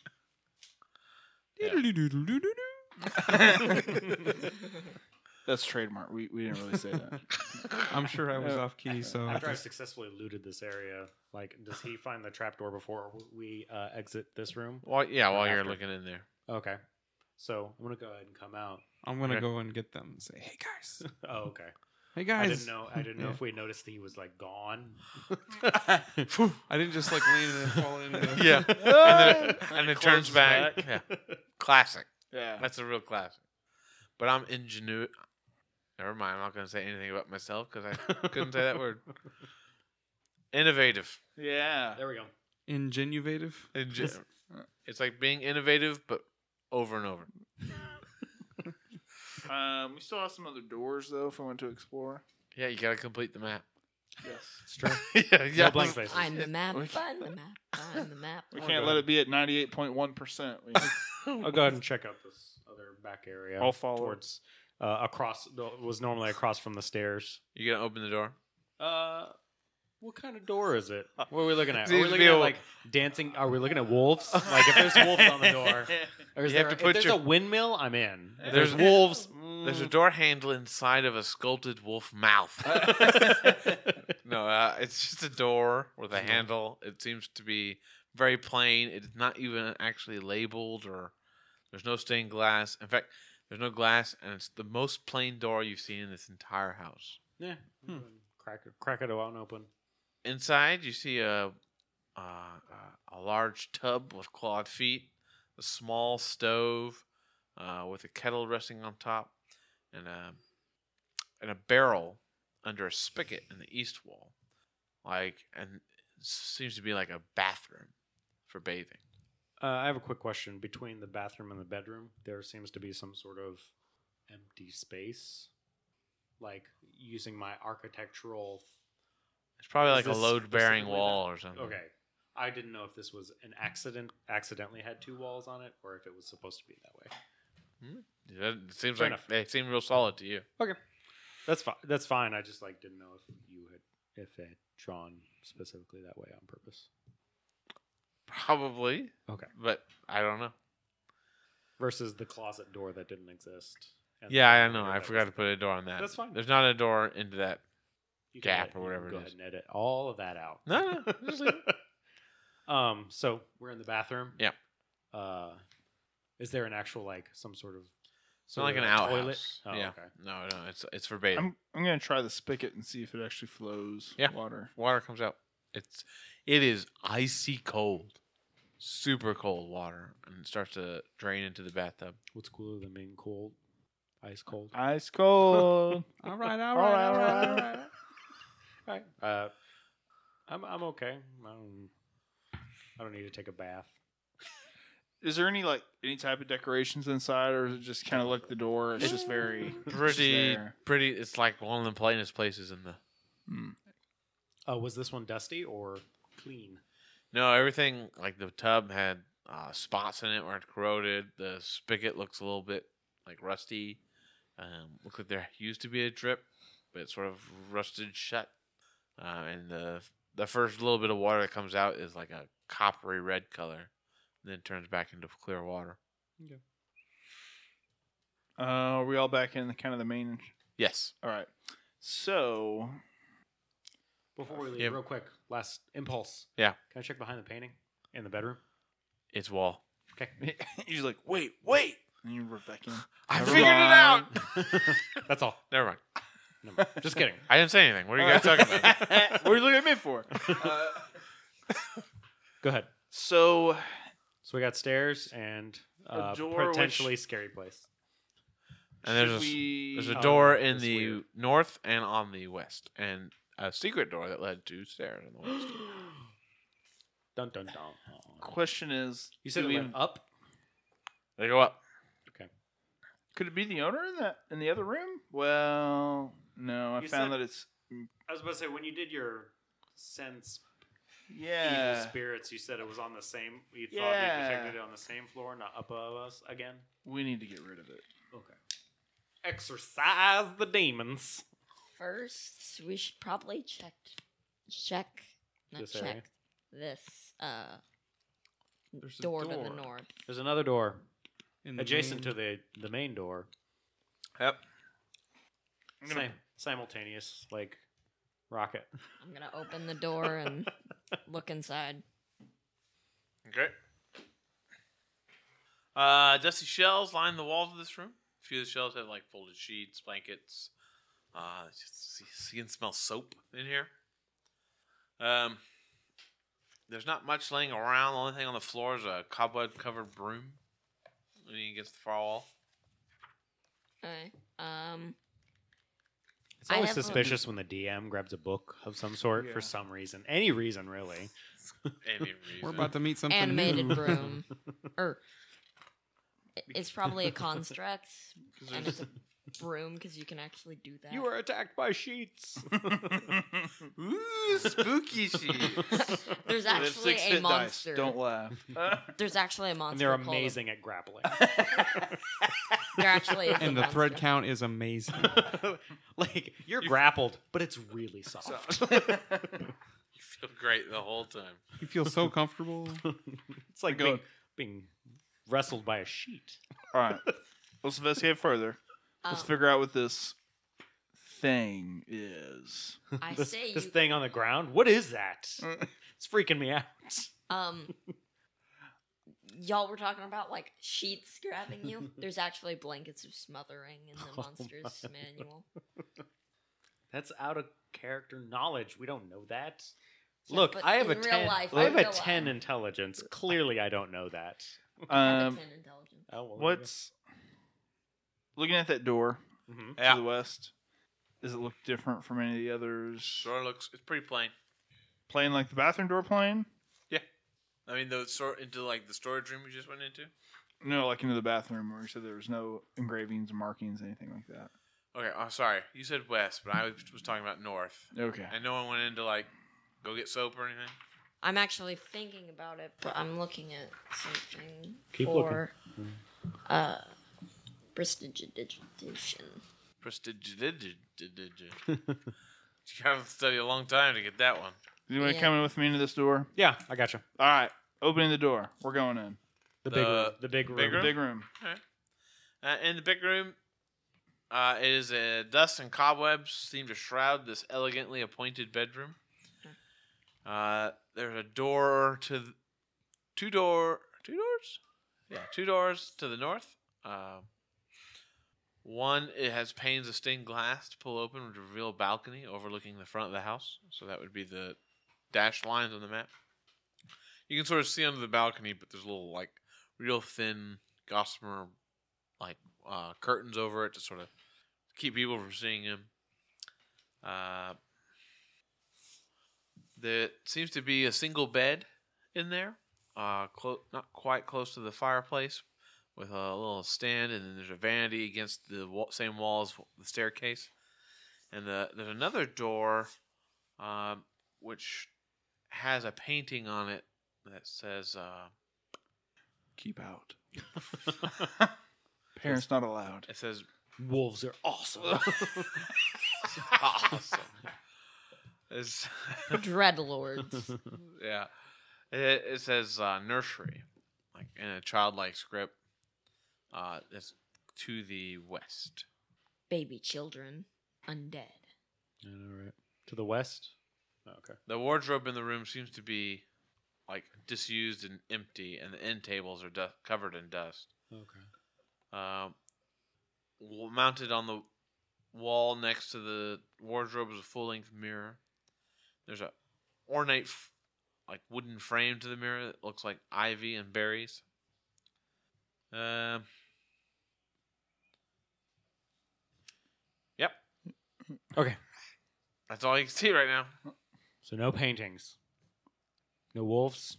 S4: That's trademark. We, we didn't really say that.
S5: I'm sure I was off key, so.
S2: After
S1: uh,
S2: I've successfully looted this area, like, does he find the trapdoor before we uh, exit this room?
S1: Well, yeah,
S2: Or
S1: while you're
S2: after.
S1: looking in there.
S2: Okay. So I'm gonna go ahead and come out.
S5: I'm going to
S1: Okay.
S5: go and get them and say, hey guys.
S2: Oh, okay.
S5: Hey
S2: I
S5: guys.
S2: didn't know. I didn't know
S5: Yeah.
S2: if we noticed that he was like gone.
S5: I didn't just like lean in and fall into
S1: Yeah. and then, and it turns back. Yeah. Classic.
S4: Yeah.
S1: That's a real classic. But I'm ingenu. Never mind. I'm not going to say anything about myself because I couldn't say that word. Innovative.
S4: Yeah.
S2: There we go.
S5: Ingenuvative.
S1: Inge-
S2: uh,
S1: it's like being innovative, but over and over.
S4: Um, we still have some other doors though if I want to explore.
S1: Yeah, you got to complete the map.
S4: Yes.
S1: yeah, yeah.
S2: No blank faces.
S6: Find the map.
S4: We-
S6: Find the map. Find the map.
S4: We can't let it be at ninety eight point one percent.
S2: I'll go ahead and check out this other back area.
S4: I'll follow.
S2: towards uh, across. The, was normally across from the stairs.
S1: You gonna open the door?
S2: Uh, what kind of door is it? What are we looking at? Are we
S1: Seems to be
S2: looking at
S1: a-
S2: like dancing? Are we looking at wolves? Like if there's wolves on the door, or is
S1: You have to
S2: there,
S1: put
S2: if there's
S1: your-
S2: a windmill, I'm in. If
S1: There's-
S2: there's, wolves.
S4: Mm.
S1: There's a door handle inside of a sculpted wolf mouth. no, uh, it's just a door with a handle. It seems to be very plain. It's not even actually labeled, or there's no stained glass. In fact, there's no glass, and it's the most plain door you've seen in this entire house.
S2: yeah. Crack crack it on open.
S1: Inside, you see a uh, a large tub with clawed feet, a small stove uh, with a kettle resting on top, and a and a barrel under a spigot in the east wall, like and seems to be like a bathroom for bathing.
S2: Uh, I have a quick question. Between the bathroom and the bedroom, there seems to be some sort of empty space. Like using my architectural.
S1: It's probably
S2: Is
S1: like a
S2: this
S1: load bearing
S2: specifically
S1: wall or something.
S2: Okay, I didn't know if this was an accident. Accidentally had two walls on it, or if it was supposed to be that way.
S1: It doesn't- it seems like
S2: Fair enough.
S1: they seem real solid to you.
S2: That's fine. That's fine. I just like didn't know if you had if they had drawn specifically that way on purpose.
S1: Probably.
S2: Okay.
S1: But I don't know.
S2: Versus the closet door that didn't exist. And
S1: Yeah, I
S2: the
S1: know.
S2: door
S1: I
S2: that
S1: forgot to
S2: was-
S1: put a door on that.
S2: That's fine.
S1: There's not a door into that
S2: you can
S1: gap
S2: edit-
S1: or
S2: you can
S1: whatever it
S2: Go
S1: is.
S2: ahead and edit all of that out.
S1: No, no, just leave
S2: um. So we're in the bathroom.
S1: Yeah.
S2: Uh, is there an actual like some sort of?
S1: It's not
S2: sort
S1: like
S2: of
S1: an
S2: a toilet?
S1: outhouse.
S2: Oh,
S1: yeah.
S2: Okay.
S1: No, no, it's it's for bathing.
S4: I'm I'm gonna try the spigot and see if it actually flows
S1: Yeah.
S4: water.
S1: Water comes out. It's it is icy cold, super cold water, and it starts to drain into the bathtub.
S2: What's cooler than being cold? Ice
S1: Uh,
S2: cold.
S4: Ice cold.
S5: All right, all
S4: All
S5: right, all
S4: right, all
S5: right, all
S4: right.
S5: right.
S2: Right. Uh, I'm I'm okay. I don't. I don't need to take a bath.
S4: is there any like any type of decorations inside, or is it just kind of like the door? It's just very
S1: Pretty,
S4: there.
S1: pretty. It's like one of the plainest places in the.
S2: Uh, was this one dusty or clean?
S1: No, everything like the tub had uh, spots in it where it corroded. The spigot looks a little bit like rusty. Um, looked like there used to be a drip, but it sort of rusted shut. Uh, and the the first little bit of water that comes out is like a coppery red color, and then turns back into clear water.
S4: Uh, are we all back in the kind of the main?
S1: Yes.
S4: All right. So
S2: Before we leave,
S1: Yeah.
S2: real quick, last impulse.
S1: Yeah.
S2: Can I check behind the painting in the bedroom?
S1: It's wall.
S2: Okay.
S4: you're like, wait, wait, and you rip back in.
S1: I
S4: Never
S1: figured it out.
S2: That's all.
S1: Never mind.
S2: Never mind. Just kidding.
S1: I didn't say anything. What are you guys talking about?
S4: what are you looking at me for? Uh,
S2: Go ahead.
S4: so
S2: So we got stairs and uh,
S4: door which-
S2: potentially scary place.
S1: And there's
S4: should
S1: a s-
S4: we...
S1: There's a
S2: Oh,
S1: door in
S2: that's
S1: the
S2: weird.
S1: north and on the west, and a secret door that led to stairs in the west.
S2: Dun dun dun.
S4: question is,
S2: You said
S4: do
S2: it
S4: we-
S2: went up.
S1: They go up.
S4: could it be the owner in that in the other room? Well, no, I
S2: You
S4: found
S2: said-
S4: that it's
S2: I was about to say when you did your sense
S4: yeah.
S2: evil spirits, you said it was on the same. You thought
S4: Yeah.
S2: you detected it on the same floor, not above us again.
S4: We need to get rid of it.
S2: Okay. Exorcise the demons.
S6: First, we should probably check, check, not
S2: This
S6: check
S2: area?
S6: this uh
S5: There's a
S6: door, to
S5: door.
S6: the north.
S2: There's another door adjacent to the the main door.
S1: Yep.
S4: I'm gonna-
S2: Sim- simultaneous, like rocket.
S6: I'm gonna open the door and look inside.
S1: Okay. Uh, dusty shells line the walls of this room. A few of the shells have like folded sheets, blankets. Uh, just- you can smell soap in here. Um, there's not much laying around. The only thing on the floor is a cobweb-covered broom leaning against the far wall.
S6: Okay. Um.
S2: It's
S6: I
S2: always
S6: have a-
S2: suspicious when the DM grabs a book of some sort
S4: Yeah.
S2: for some reason, any reason really.
S1: Any reason.
S5: We're about to meet something
S6: animated
S5: new.
S6: broom, or it- it's probably a construct,
S4: 'cause
S6: and
S4: there's-
S6: it's a broom because you can actually do that.
S2: You were attacked by sheets.
S1: Ooh, spooky shit.
S6: there's
S4: There's
S6: actually
S4: six
S6: a
S4: hit dice.
S6: monster.
S4: Don't laugh.
S6: There's actually a monster.
S2: and they're
S6: called a-
S2: amazing at grappling.
S6: there actually is.
S5: And
S6: a
S5: the thread
S6: monster. Um,
S5: count is amazing.
S2: like you're grappled, but it's really soft.
S1: You feel great the whole time.
S5: You feel so comfortable.
S2: It's like
S4: Go-
S2: being, being wrestled by a sheet.
S4: All right. Let's investigate further. Let's
S2: Oh.
S6: Um,
S4: figure out what this thing is.
S6: I
S2: this,
S6: say
S2: this
S6: you-
S2: thing on the ground. What is that? it's freaking me out.
S6: Um, y'all were talking about like sheets grabbing you. There's actually blankets of smothering in the
S2: Oh
S6: monsters
S2: my.
S6: manual.
S2: That's out of character knowledge. We don't know that.
S6: Yeah,
S2: Look,
S6: but
S2: I have a
S6: in real
S2: ten.
S6: life,
S2: I have
S6: in
S2: a
S6: real
S2: ten
S6: life,
S2: intelligence. Clearly, I don't know that.
S6: I have a
S4: Um,
S6: 10 intelligence.
S2: Oh, well,
S4: what's looking at that door
S2: Mhm.
S4: to the west? Does it look different from any of the others?
S1: Door looks it's pretty plain.
S4: Plain like the bathroom door plane?
S1: I mean, the sort into like the storage room you just went into.
S4: No, like into the bathroom where you said there was no engravings, markings, anything like that.
S1: Okay, I'm sorry. You said west, but I was, was talking about north.
S4: Okay.
S1: And no one went into like go get soap or anything.
S6: I'm actually thinking about it, but I'm looking at something
S2: Keep
S6: for uh, prestidigitation.
S1: Prestidigitated. you gotta study a long time to get that one.
S4: You want to
S6: Yeah.
S4: come in with me into this door?
S2: Yeah, I got you.
S4: All right. Opening the door. We're going in.
S1: The
S2: The, big room. The big room.
S1: big room?
S4: Big room.
S1: Uh, in the big room, uh, it is uh, dust and cobwebs seem to shroud this elegantly appointed bedroom. Uh, there's a door to th- two door two doors, yeah, two doors to the north. Uh, one it has panes of stained glass to pull open, which reveal a balcony overlooking the front of the house. So that would be the dashed lines on the map. You can sort of see under the balcony, but there's a little like real thin gossamer like uh, curtains over it to sort of keep people from seeing him. Uh, there seems to be a single bed in there, uh, clo- not quite close to the fireplace, with a little stand, and then there's a vanity against the wa- same wall as the staircase, and the, there's another door, um, which has a painting on it that says. Uh,
S4: Keep out. Parents not allowed.
S1: It says
S2: Wolves are awesome.
S1: awesome. It's,
S6: Dreadlords.
S1: yeah, it, it says uh, nursery, like in a childlike script. Uh, that's to the west.
S6: Baby children, undead.
S2: All right. To the west. Oh, okay.
S1: The wardrobe in the room seems to be like disused and empty, and the end tables are du- covered in dust.
S2: Okay.
S1: Um, w- mounted on the wall next to the wardrobe is a full length mirror. There's a ornate, f- like wooden frame to the mirror that looks like ivy and berries. Um. Yep,
S2: Okay.
S1: that's all you can see right now.
S2: So no paintings. No wolves.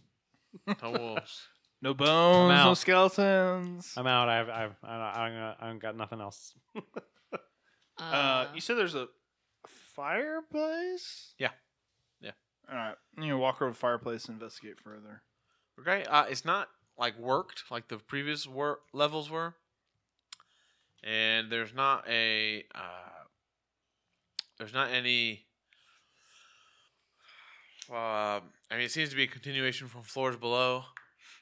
S1: No wolves.
S4: No bones,
S2: I'm
S4: no
S2: out.
S4: skeletons.
S2: I'm out. I've I've I don't- I don't- I don't got nothing else.
S6: Uh,
S4: Uh, you said there's a fireplace.
S1: Yeah. Yeah.
S4: All right. You know, walk over to the fireplace and investigate further.
S1: Okay, uh, it's not like worked like the previous wor- levels were, and there's not a uh, there's not any. Uh, I mean, it seems to be a continuation from floors below.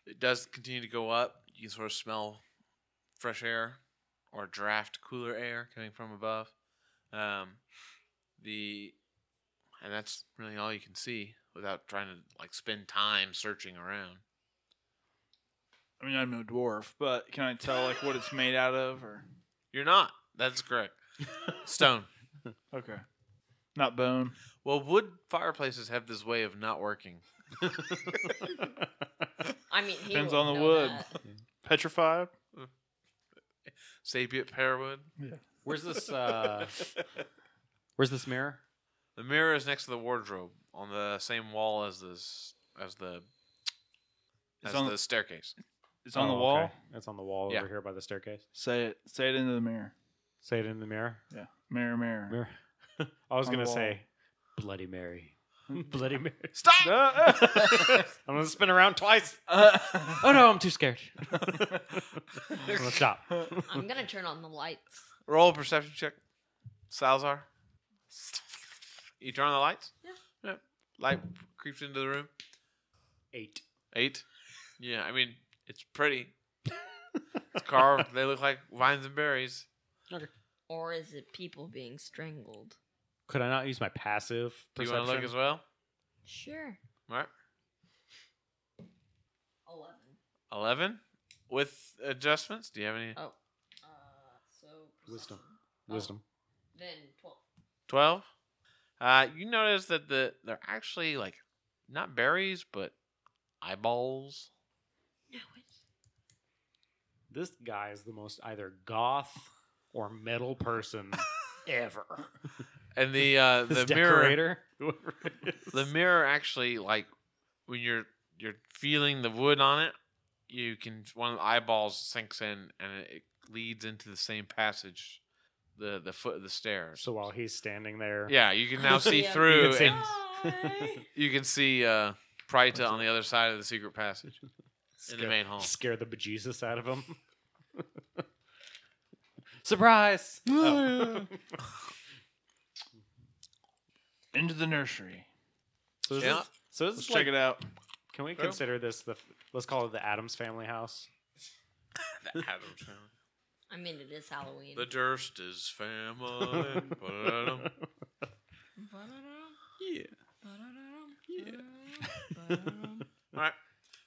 S1: It does continue to go up. You can sort of smell fresh air or draft cooler air coming from above. Um, the and that's really all you can see without trying to like spend time searching around.
S4: I mean, I'm no dwarf, but can I tell like what it's made out of? Or
S1: You're not. That's correct. Stone.
S4: okay, not bone.
S1: Well, wood fireplaces have this way of not working.
S6: I mean, he
S4: Depends
S6: wouldn't
S4: on the
S6: know
S4: wood.
S6: that.
S4: Petrified.
S1: Sapient pearwood.
S2: Where's this? Uh, where's this mirror?
S1: The mirror is next to the wardrobe on the same wall as this as the as
S4: It's on
S1: the staircase.
S4: It's on
S2: Oh,
S4: the
S2: okay.
S4: wall.
S2: It's on the wall
S1: Yeah.
S2: over here by the staircase.
S4: Say it. Say it into the mirror.
S2: Say it in the mirror.
S4: Yeah. Mirror, mirror.
S2: Mirror. I was
S4: On the
S2: gonna
S4: wall.
S2: say, Bloody Mary. Bloody Mary.
S1: Stop.
S2: I'm gonna spin around twice.
S4: Ah!
S2: Oh no, I'm too scared. I'm gonna stop.
S6: I'm gonna turn on the lights.
S1: Roll a perception check. Salzar. You turn on the lights.
S6: Yeah.
S1: Yep. Light creeps into the room.
S2: Eight.
S1: Eight. Yeah. I mean, it's pretty. It's carved. they look like vines and berries.
S6: Or is it people being strangled?
S2: Could I not use my passive
S1: Do you
S2: perception?
S1: want to look as well?
S6: Sure.
S1: All right.
S6: Eleven.
S1: 11 with adjustments. Do you have any?
S6: Oh. Uh, so
S2: Wisdom.
S6: perception. Oh,
S2: Wisdom.
S6: Then twelve.
S1: 12? Uh, you notice that the they're actually like not berries, but eyeballs.
S6: No, it's
S2: This guy is the most either goth or metal person ever.
S1: And the uh,
S2: This
S1: the mirror
S2: decorator, whoever it is.
S1: the mirror actually like when you're you're feeling the wood on it, you can one of the eyeballs sinks in and it, it leads into the same passage, the the foot of the stairs.
S2: So while he's standing there,
S1: yeah, you can now see
S6: Yeah. You
S1: through.
S2: can see-
S1: and you can see uh, Prita on the other side of the secret passage in the
S2: Scare-
S1: main hall.
S2: scare the bejesus out of him. Surprise! Oh.
S4: into the nursery.
S2: so is
S1: Yeah.
S2: this, so is
S4: Let's
S2: this
S4: check
S2: like,
S4: it out.
S2: Can we consider this the? Let's call it the Adams family house.
S1: The Addams family.
S6: I mean, it is Halloween.
S1: The Durst is family. Ba-da-dum.
S5: Yeah.
S1: All right.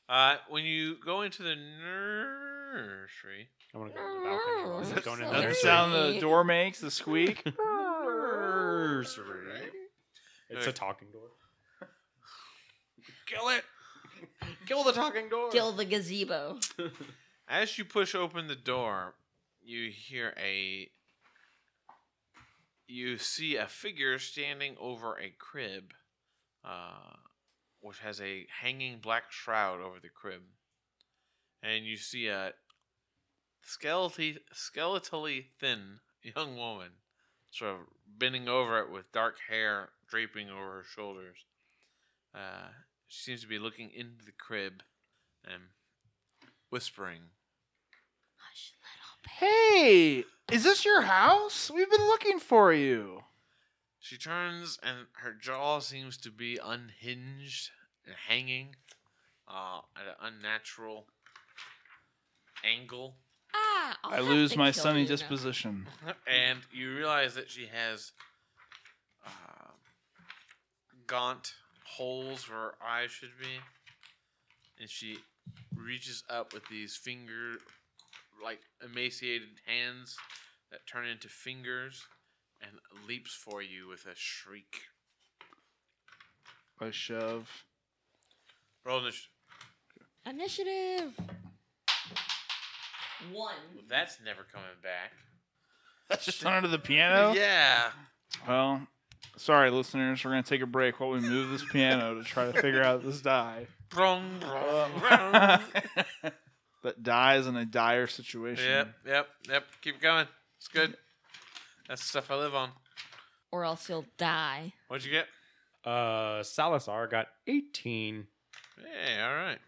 S1: Uh, when you go into the nursery,
S2: I'm gonna go on the balcony. while he's Going in the
S4: That
S6: Nursery.
S4: sound the door makes, the squeak.
S2: nursery. It's a talking door.
S1: kill it.
S2: Kill the talking door.
S6: Kill the gazebo.
S1: As you push open the door, you hear a. You see a figure standing over a crib, uh, which has a hanging black shroud over the crib, and you see a skeletally, skeletally thin young woman, sort of bending over it with dark hair draping over her shoulders. Uh, she seems to be looking into the crib and whispering.
S6: Hush, little
S4: Hey, is this your house? We've been looking for you.
S1: She turns and her jaw seems to be unhinged and hanging uh, at an unnatural angle.
S6: Ah, I'll
S4: I
S6: have
S4: lose
S6: to
S4: my
S6: kill
S4: sunny
S6: you now.
S4: disposition.
S1: and you realize that she has uh, gaunt holes where her eyes should be, and she reaches up with these finger, like emaciated hands that turn into fingers, and leaps for you with a shriek.
S4: I shove.
S1: Roll initiative.
S3: Initiative.
S6: One.
S1: That's never coming back.
S4: That's just under the piano.
S1: Yeah.
S4: Well, sorry, listeners. We're gonna take a break while we move this piano to try to figure out this die.
S1: Brung, brung, brung.
S4: that die is in a dire situation.
S1: yep, yep, yep. Keep going. It's good. That's the stuff I live on.
S6: Or else you'll die.
S1: What'd you get?
S2: Uh, Salazar got 18.
S1: Hey, all right.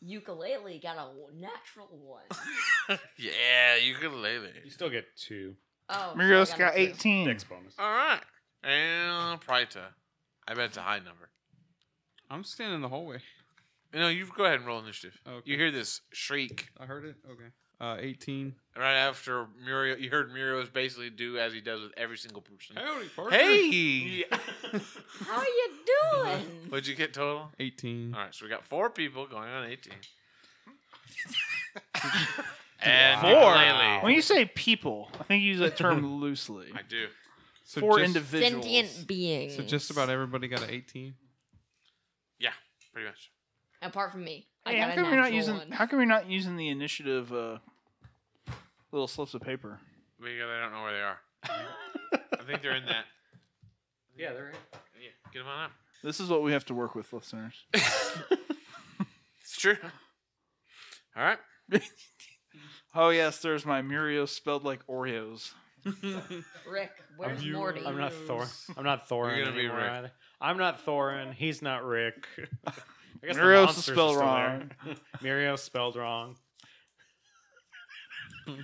S6: Ukulele got a w- natural one.
S1: yeah, ukulele.
S2: You still get two
S6: Oh,
S4: Migos
S6: so I
S4: got
S6: a two.
S4: eighteen.
S2: dex bonus.
S1: All right. And Prita. I bet it's a high number.
S5: I'm standing in the hallway.
S1: No, you go ahead and roll initiative.
S5: Okay.
S1: You hear this shriek
S5: I heard it. Okay. Uh, 18.
S1: right after Muriel. You heard Muriel is basically do as he does with every single person.
S5: Howdy,
S1: Hey!
S6: How are you doing?
S1: What'd you get total?
S5: 18.
S1: All right, so we got four people going on 18. and ukulele.
S4: When you say people, I think you use that term loosely.
S1: I do.
S5: So
S4: Four
S5: just-
S4: individuals.
S6: Sentient beings.
S5: So just about everybody got an 18.
S1: Pretty much.
S6: Apart from me. I
S4: Hey,
S6: got
S4: how
S6: a
S4: come you're not
S6: natural
S4: using?
S6: one.
S4: How come you're not using the initiative? Uh, little slips of paper.
S1: Because I don't know where they are. I think they're in that.
S2: Yeah, they're
S1: Yeah, get them on up.
S4: This is what we have to work with, listeners.
S1: It's true. All right.
S4: Oh yes, there's my Muriel spelled like Oreos.
S6: Rick, where's
S5: you-
S6: Morty?
S2: I'm not Thor. I'm not Thorin
S1: You're gonna be
S2: anymore.
S1: Rick.
S2: either. I'm not Thorin. He's not Rick. I guess the
S4: Muriel's
S2: monsters are
S4: spelled
S2: still there. Muriel spelled wrong.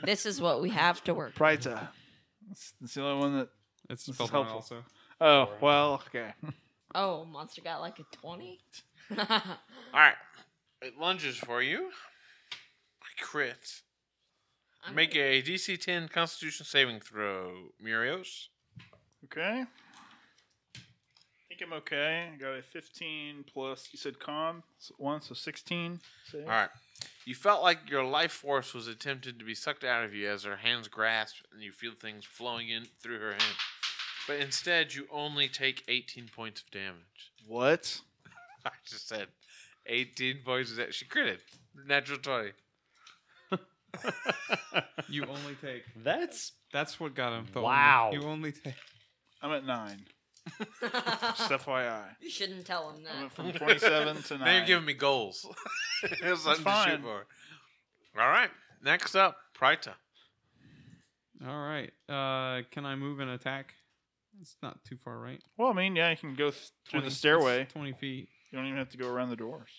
S6: This is what we have to work.
S4: Prita. It's, it's the only one that.
S5: It's
S4: This is
S5: spelled
S4: helpful.
S5: helpful. Also.
S4: Oh well, okay.
S6: Oh, monster got like a twenty.
S1: All right. It lunges for you. I crit. Make a DC 10 Constitution saving throw, Murios.
S4: Okay. I think I'm okay. I got a 15 plus. You said calm so one, so 16. Say.
S1: All right. You felt like your life force was attempted to be sucked out of you as her hands grasp and you feel things flowing in through her hand. But instead, you only take 18 points of damage.
S4: What?
S1: I just said 18 points of damage. She critted. Natural 20.
S5: You only take.
S2: That's
S5: That's what got him. the only-
S2: Wow.
S5: you only take.
S4: I'm at nine. Just FYI.
S6: you shouldn't tell him
S4: I
S6: that.
S4: went from 27 to
S1: Now
S4: nine.
S1: you're giving me goals. That's something to
S4: fine.
S1: shoot for. All right. Next up, Prita.
S5: All right. Uh, can I move and attack? It's not too far, right?
S4: well, I mean, yeah, you can go th- through
S5: 20
S4: the
S5: it's
S4: stairway.
S5: 20 feet.
S4: You don't even have to go around the doors.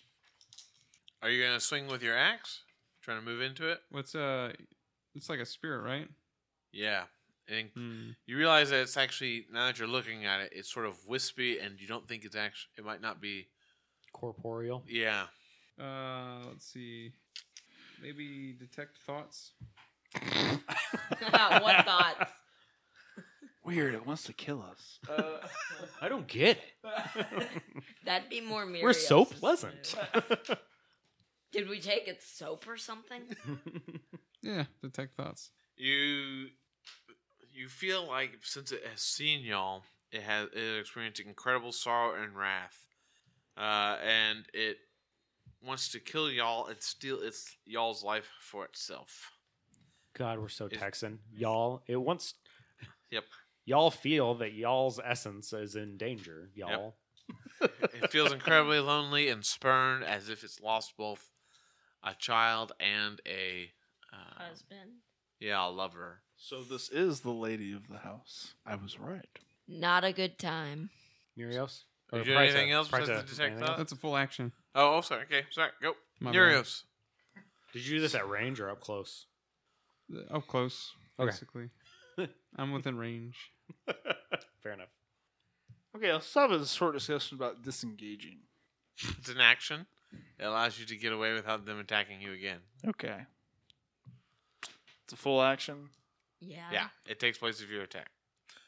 S1: Are you gonna swing with your axe? Trying to move into it?
S5: What's uh? It's like a spirit, right?
S1: Yeah. And
S5: Hmm.
S1: you realize that it's actually now that you're looking at it, it's sort of wispy, and you don't think it's actually. It might not be.
S2: corporeal.
S1: Yeah.
S5: Uh, let's see. Maybe detect thoughts.
S6: what thoughts?
S4: Weird. It wants to kill us.
S2: I don't get it.
S6: That'd be more Muriel.
S2: We're so pleasant.
S6: Did we take its soap or something?
S5: Yeah, detect thoughts.
S1: You you feel like since it has seen y'all, it has it has experienced incredible sorrow and wrath, uh, and it wants to kill y'all and steal its y'all's life for itself.
S2: God, we're so
S1: Is-
S2: Texan, y'all. It wants.
S1: Yep.
S2: Y'all feel that y'all's essence is in danger, y'all.
S1: It feels incredibly lonely and spurned, as if it's lost both a child and a uh,
S3: Husband.
S1: yeah a lover.
S4: So this is the lady of the house. I was right.
S6: Not a good time.
S2: Murios.
S1: Did
S2: Or
S1: you do
S2: Prita.
S1: anything else besides
S2: Prita,
S1: the detect
S2: anything else?
S1: thought?
S5: That's a full action.
S1: Oh, oh, sorry. Okay, sorry. Go.
S5: My
S1: Nurios.
S2: Did you do this at range or up close?
S5: Uh, Up close,
S2: Okay.
S5: basically. I'm within range.
S2: Fair enough.
S4: Okay, let's have a short discussion about disengaging.
S1: It's an action. It allows you to get away without them attacking you again.
S4: Okay. It's a full action,
S6: Yeah.
S1: Yeah, it takes place if you attack.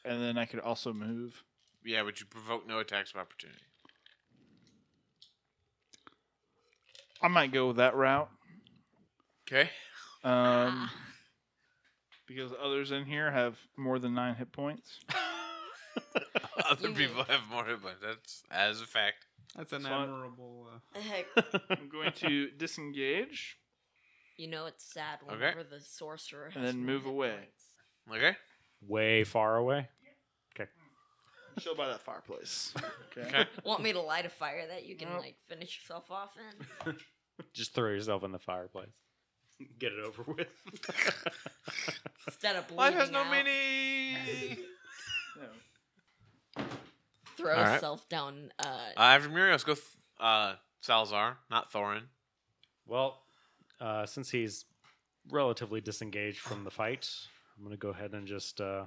S4: and then I could also move.
S1: Yeah, but you provoke no attacks of opportunity.
S4: I might go with that route.
S1: Okay.
S4: Um,
S6: Ah.
S4: because others in here have more than nine hit points.
S1: Other
S6: You
S1: people
S6: will.
S1: have more hit points. That's as a fact.
S5: That's an
S4: So I-
S5: admirable. Uh,
S6: Heck,
S4: I'm going to disengage.
S6: you know it's sad
S1: Okay.
S6: whenever the sorcerer has
S4: And then
S6: more
S4: move
S6: hit
S4: away.
S6: points.
S1: Okay.
S2: Way far away.
S4: Chill by that fireplace. Okay.
S1: Okay.
S6: Want me to light a fire that you can
S4: Nope.
S6: like finish yourself off in?
S2: Just throw yourself in the fireplace. Get it over with.
S6: Instead of
S1: Life
S6: bleeding
S1: has no
S6: out,
S1: meaning.
S4: No.
S6: throw
S1: All right.
S6: yourself down. Uh,
S1: uh, after Muriel, let's go. Th- uh, Salazar, not Thorin.
S2: Well, uh, since he's relatively disengaged from the fight, I'm going to go ahead and just uh,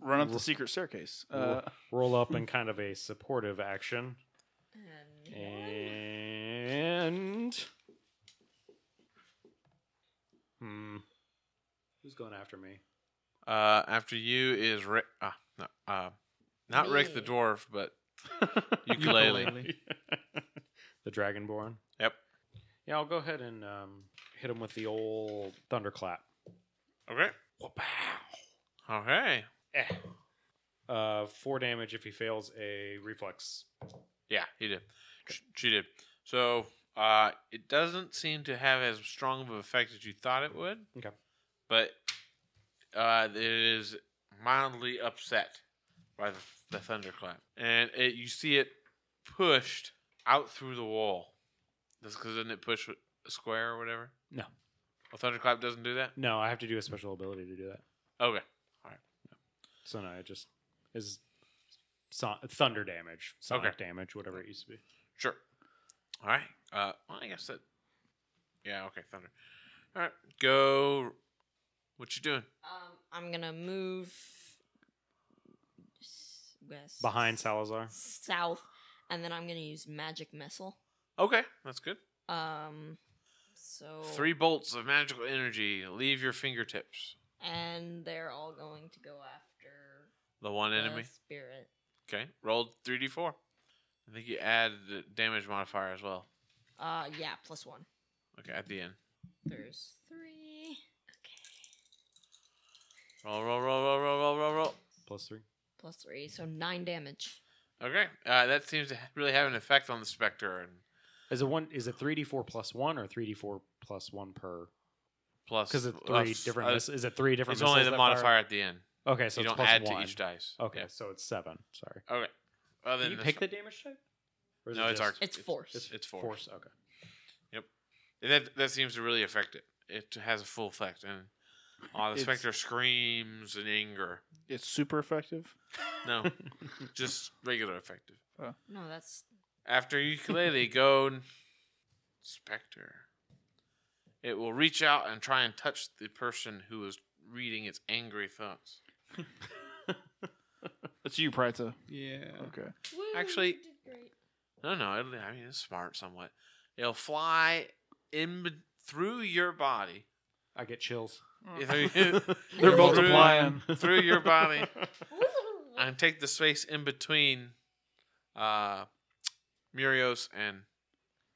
S4: Run up
S2: Ro-
S4: the secret staircase. Uh,
S2: roll up in kind of a supportive action.
S6: and
S2: And. Hmm. Who's going after me?
S1: Uh, after you is Rick. Uh, no, uh, not Rick the
S6: Me.
S1: dwarf, but ukulele.
S2: the Dragonborn?
S1: Yep.
S2: Yeah, I'll go ahead and um, hit him with the old thunderclap.
S1: Okay. Okay.
S2: Eh. Uh, four damage if he fails a reflex.
S1: Yeah, he did. Sh She did. So uh, it doesn't seem to have as strong of an effect as you thought it would.
S2: Okay.
S1: But uh, it is mildly upset by the, the thunderclap, and it, you see it pushed out through the wall. That's because doesn't it push a square or whatever?
S2: No.
S1: A thunderclap doesn't do that.
S2: No, I have to do a special ability to do that.
S1: Okay.
S2: So no, it just is son- thunder damage, sonic
S1: Okay.
S2: damage, whatever it used to be.
S1: Sure. All right. Uh, well, I guess that. Yeah. Okay. Thunder. All right. Go. What you doing?
S6: um, I'm gonna move s- west,
S2: Behind Salazar.
S6: south, and then I'm gonna use magic missile.
S1: Okay, that's good.
S6: Um, so
S1: Three bolts of magical energy leave your fingertips.
S6: and they're all going to go after
S1: The one
S6: the
S1: enemy.
S6: spirit.
S1: Okay. Rolled three d four. I think you add the damage modifier as well.
S6: Uh, yeah, plus one.
S1: Okay, at the end.
S6: There's three. Okay,
S1: Roll, roll, roll, roll, roll, roll, roll, roll.
S2: Plus three.
S6: plus three, so nine damage.
S1: Okay, uh, that seems to ha- really have an effect on the specter and
S2: Is it one is it three D four plus one or three D four plus one per
S1: plus
S2: because it's three
S1: uh,
S2: different
S1: uh,
S2: miss- is it three different
S1: It's only
S2: missiles
S1: the
S2: that
S1: modifier
S2: fire?
S1: at the end.
S2: Okay, so
S1: you
S2: it's
S1: don't
S2: plus
S1: add
S2: one.
S1: to each dice.
S2: Okay,
S1: Yeah.
S2: so it's seven. Sorry.
S1: Okay. Well, then
S2: Can you
S1: that's
S2: pick
S1: fi-
S2: the damage type? Or is
S1: No,
S2: it
S1: it's
S2: just
S1: arc-
S6: It's force.
S1: It's, it's
S2: force.
S1: force.
S2: Okay.
S1: And that that seems to really affect it. It has a full effect, and uh, the
S4: It's-
S1: specter screams in anger.
S4: it's super effective.
S1: No, just regular effective.
S6: No, that's
S1: After ukulele, go n- specter. It will reach out and try and touch the person who is reading its angry thoughts.
S4: It's you, Prita.
S5: yeah.
S4: Okay.
S1: Actually- No, no, it'll, I mean it's smart somewhat. It'll fly in be- through your body,
S2: I get chills.
S1: through,
S4: Mm. They're
S1: Through-
S4: multiplying.
S1: through your body, and take the space in between uh, Murios and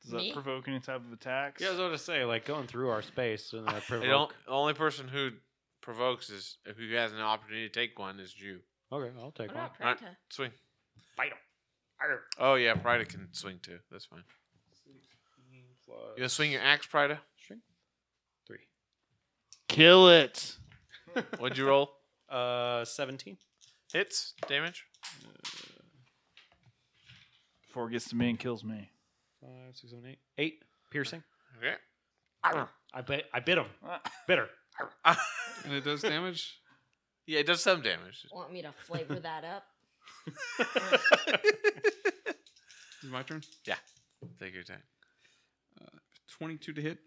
S4: Does that
S6: Me?
S4: provoke any type of attacks?
S2: Yeah, I was about to say, like going through our space and that
S1: They don't- the only person who provokes is who has an opportunity to take one is you.
S2: Okay, I'll take
S6: What
S2: one.
S6: about Pranta?
S1: Swing.
S2: Fight 'em. Arr.
S1: Oh yeah, Prida can swing too. That's fine. You gonna swing your axe, Prida?
S2: three.
S4: Kill it.
S1: What'd you roll?
S2: Uh, seventeen.
S1: Hits, damage.
S4: Before it gets to me and kills me.
S2: Five, six, seven, eight. Eight piercing.
S1: Okay.
S2: I bet. I bit him.
S4: Ah.
S2: Bitter.
S5: And it does damage.
S1: yeah, it does some damage.
S6: Want me to flavor that up?
S5: Is it my turn?
S1: Take your time.
S5: Twenty-two to hit.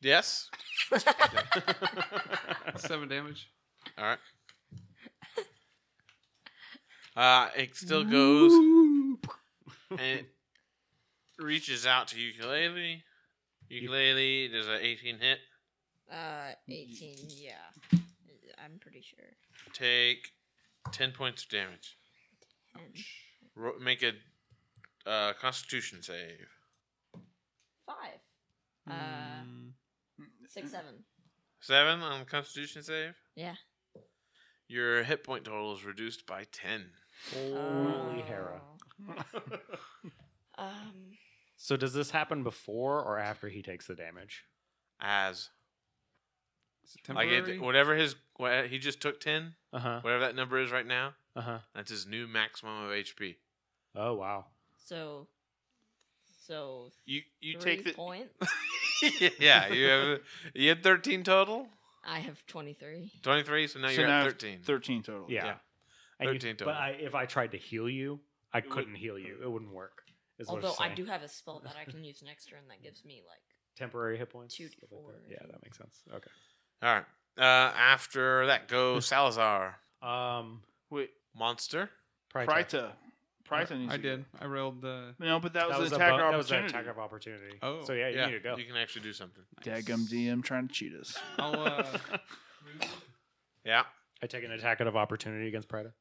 S1: Yes.
S5: Seven damage.
S1: All right. Uh, it still goes and it reaches out to ukulele. Ukulele does an 18 hit.
S6: Uh, 18, yeah. I'm pretty sure.
S1: Take ten points of damage.
S6: And
S1: Ro- make a uh, Constitution save.
S6: five. Uh,
S5: Mm,
S6: Six, seven.
S1: Seven on Constitution save.
S6: Yeah.
S1: Your hit point total is reduced by ten.
S2: Holy Hera.
S6: Oh. Um,
S2: So does this happen before or after he takes the damage?
S1: As
S5: is it
S1: I
S5: temporary?
S1: get whatever his what, he just took ten,
S2: Uh
S6: Uh-huh,
S2: huh.
S1: whatever that number is right now.
S2: Uh huh.
S1: That's his new maximum of HP.
S2: Oh wow.
S6: so, so
S4: You you
S6: three
S4: take the
S6: points.
S1: yeah, you have you had thirteen total,
S6: I have 23.
S1: twenty three. So now
S4: So
S1: you're
S4: now I
S1: at
S4: have
S1: thirteen.
S4: thirteen total.
S2: Yeah.
S1: Yeah.
S2: And you-
S1: 13
S2: but
S1: total.
S2: I, if I tried to heal you, I
S4: would-
S2: couldn't heal you. It wouldn't work. Is what
S6: Although
S2: it's
S6: I
S2: saying.
S6: do have a spell that I can use next turn that gives me, like,
S2: temporary hit points.
S6: Two
S2: stuff like
S6: D4
S2: that.
S6: or
S2: Yeah,
S6: something.
S2: that makes sense. Okay.
S1: All right. Uh, after that, go Salazar
S2: Um,
S4: Wait,
S1: monster.
S2: Pryta.
S4: Prita. Prita needs
S5: I
S4: to go.
S5: did. I rolled the.
S4: No, but that,
S2: That
S4: was,
S2: was, a
S4: an attacker
S2: bu- that was an
S4: opportunity.
S2: attack of opportunity.
S5: Oh,
S2: so yeah, you need to go.
S1: You can actually do something.
S4: Dagum DM trying to cheat us.
S5: I'll, uh,
S1: Yeah.
S2: I take an attack out of opportunity against Prida.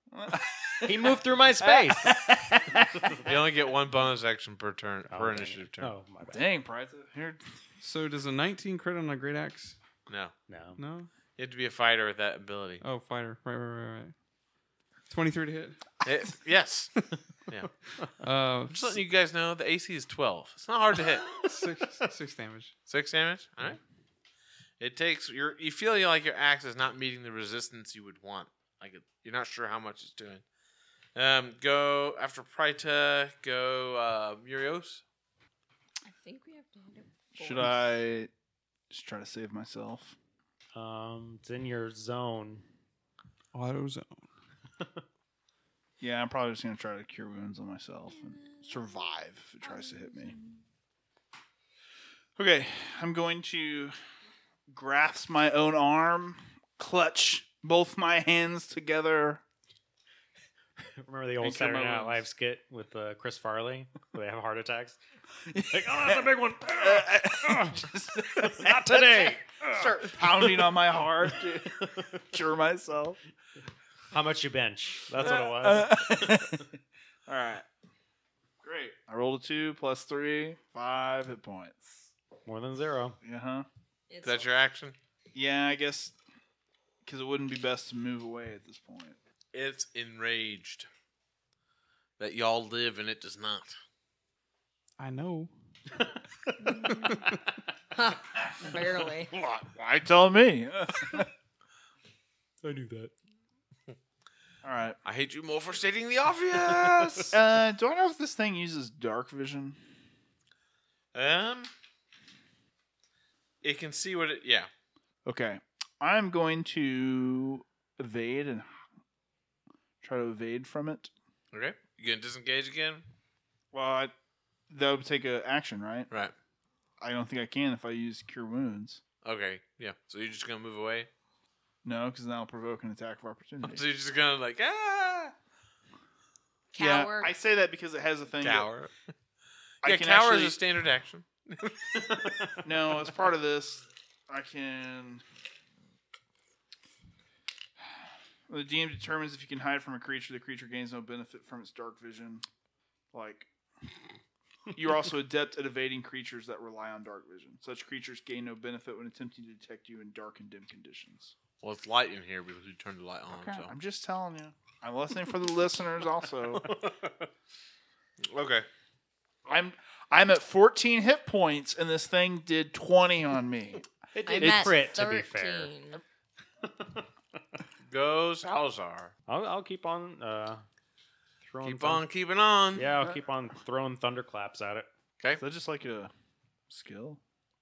S8: He moved through my space.
S1: You only get one bonus action per turn per initiative turn.
S2: Oh my bad.
S4: Dang, Prita. Here,
S5: so does a 19 crit on a great axe?
S1: No,
S2: No.
S5: No.
S1: you have to be a fighter with that ability.
S5: Oh, fighter. Right, right, right, right. 23 to hit.
S1: It- yes. I'm
S5: Uh,
S1: just letting you guys know the AC is twelve. It's not hard to hit.
S5: six, six damage.
S1: Six damage. All right. It takes your. You feel like your axe is not meeting the resistance you would want. Like it, you're not sure how much it's doing. Um, go after Prita. Go uh, Murios.
S3: I think we have to hit it. with
S4: should
S3: fours.
S4: I just try to save myself?
S2: Um, it's in your zone.
S5: Autozone.
S4: Yeah, I'm probably just gonna try to cure wounds on myself and survive if it tries to hit me. Okay, I'm going to grasp my own arm, clutch both my hands together.
S2: Remember the old
S4: cut my
S2: Saturday Night
S4: wings.
S2: Live skit with uh, Chris Farley? Where they have heart attacks. Like, oh, that's a big one. Not today.
S4: Start pounding on my heart to cure myself.
S2: How much you bench? That's
S1: Uh,
S2: what it was.
S4: All right. Great. I rolled a two plus three, five hit points.
S2: More than zero.
S4: Uh huh.
S1: Is
S6: It's
S1: that your action?
S4: Yeah, I guess because it wouldn't be best to move away at this point.
S1: It's enraged that y'all live and it does not.
S5: I know.
S6: barely.
S4: Why tell me?
S8: I knew that.
S4: All right.
S1: I hate you more for stating the obvious.
S4: Uh, do I know if this thing uses dark vision?
S1: um, it can see what it. Yeah.
S4: Okay. I'm going to evade and try to evade from it.
S1: Okay. You gonna disengage again?
S4: Well, I, that would take an action, right?
S1: Right.
S4: I don't think I can if I use cure wounds.
S1: Okay. Yeah. So you're just gonna move away.
S4: No, because that'll provoke an attack of opportunity.
S1: So you're just gonna like ah
S6: Cower.
S4: Yeah, I say that because it has a thing. that
S1: cower.
S4: I
S1: Yeah,
S4: can
S1: cower
S4: actually,
S1: is a standard action.
S4: no, as part of this, I can. The DM determines if you can hide from a creature. The creature gains no benefit from its dark vision. Like, you're also adept at evading creatures that rely on dark vision. Such creatures gain no benefit when attempting to detect you in dark and dim conditions.
S1: Well, it's light in here because you turned the light on.
S4: Okay, I'm just telling you. I'm listening for the listeners. Also,
S1: So okay,
S4: I'm I'm at 14 hit points, and this thing did 20 on me.
S2: It
S6: I'm
S2: did
S6: at
S2: crit, to be fair.
S6: 13.
S1: go Salazar.
S2: I'll, I'll keep on uh, throwing.
S1: Keep
S2: thun-
S1: on keeping on.
S2: Yeah, I'll keep on throwing thunderclaps at it.
S1: Okay.
S4: Is that just like a skill?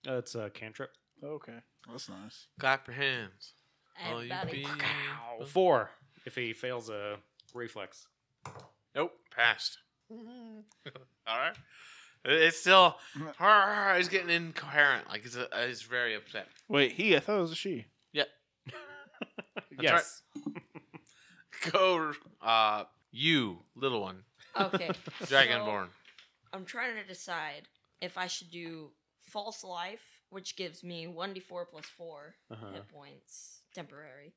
S2: Uh, it's a cantrip.
S4: Okay, that's nice.
S1: Clap your hands. All you
S6: Everybody.
S1: be-
S2: Four. If he fails a reflex.
S1: Nope, passed. All right. It's still.
S4: Mm.
S1: It's getting incoherent. Like it's, a, it's very upset.
S4: Wait, he? I thought it was a she.
S1: right.
S2: yes.
S1: Go, uh, you little one,
S6: Okay. so-
S1: Dragonborn.
S6: I'm trying to decide if I should do false life which gives me 1d4 plus 4
S2: Uh-huh.
S6: hit points temporary.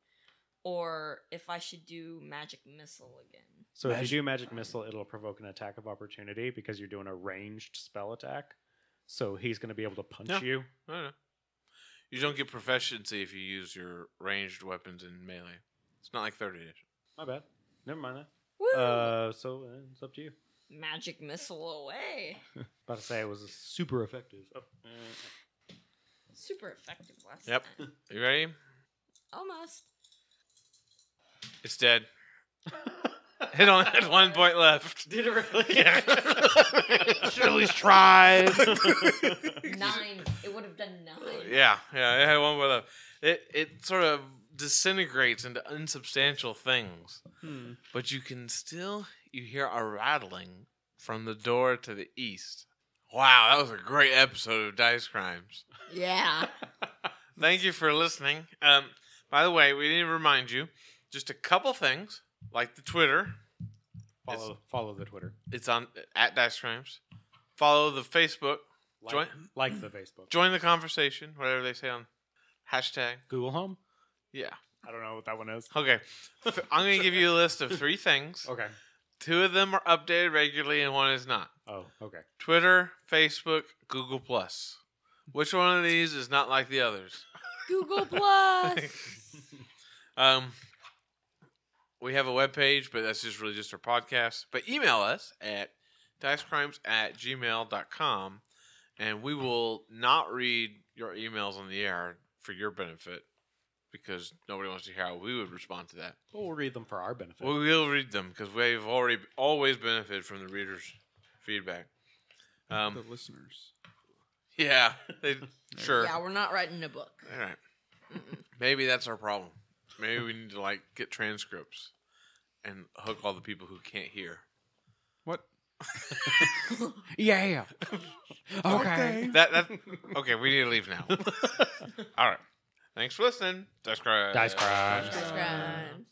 S6: Or if I should do magic missile again.
S2: So if you do magic missile, it'll provoke an attack of opportunity because you're doing a ranged spell attack. So he's going to be able to punch
S1: Yeah.
S2: you.
S1: I don't know. You don't get proficiency if you use your ranged weapons in melee. It's not like third edition.
S2: My bad. Never mind
S6: Woo!
S2: that. Uh, so uh, it's up to you.
S6: magic missile away.
S2: About to say it was super effective. Oh, uh,
S6: Super effective last
S1: Yep.
S6: time.
S1: You ready?
S6: Almost.
S1: It's dead. it only had one point left.
S8: Did it really?
S4: Shirley's tried.
S6: Nine. It would have done nine.
S1: Yeah, yeah, it had one more left. It it sort of disintegrates into unsubstantial things,
S5: Hmm.
S1: but you can still you hear a rattling from the door to the east. Wow, that was a great episode of Dice Crimes.
S6: Yeah.
S1: Thank you for listening. Um, by the way, we need to remind you just a couple things, like the Twitter.
S2: follow, follow the Twitter.
S1: It's on at Dice Crimes. Follow the Facebook.
S2: Like,
S1: Join-
S2: like the Facebook.
S1: Join the conversation, whatever they say on hashtag.
S2: Google Home?
S1: Yeah.
S2: I don't know what that one is.
S1: Okay. Th- I'm going to give you a list of three things.
S2: Okay.
S1: Two of them are updated regularly, and one is not.
S2: Oh, okay.
S1: Twitter, Facebook, Google Plus. Which one of these is not like the others?
S3: Google Plus.
S1: um, we have a webpage, but that's just really just our podcast. But email us at dicecrimes at gmail.com, and we will not read your emails on the air for your benefit because nobody wants to hear how we would respond to that.
S2: Well, we'll read them for our benefit.
S1: We will read them because we've already always benefited from the readers' feedback.
S5: the
S1: Um,
S5: listeners.
S1: yeah, they, sure.
S6: Yeah, we're not writing a book.
S1: All right. Maybe that's our problem. Maybe we need to like get transcripts and hook all the people who can't hear.
S5: What?
S2: yeah.
S5: Okay.
S1: That that okay. We need to leave now. all right. Thanks for listening. Dice Crimes.
S2: Dice crimes.
S6: Dice Crimes.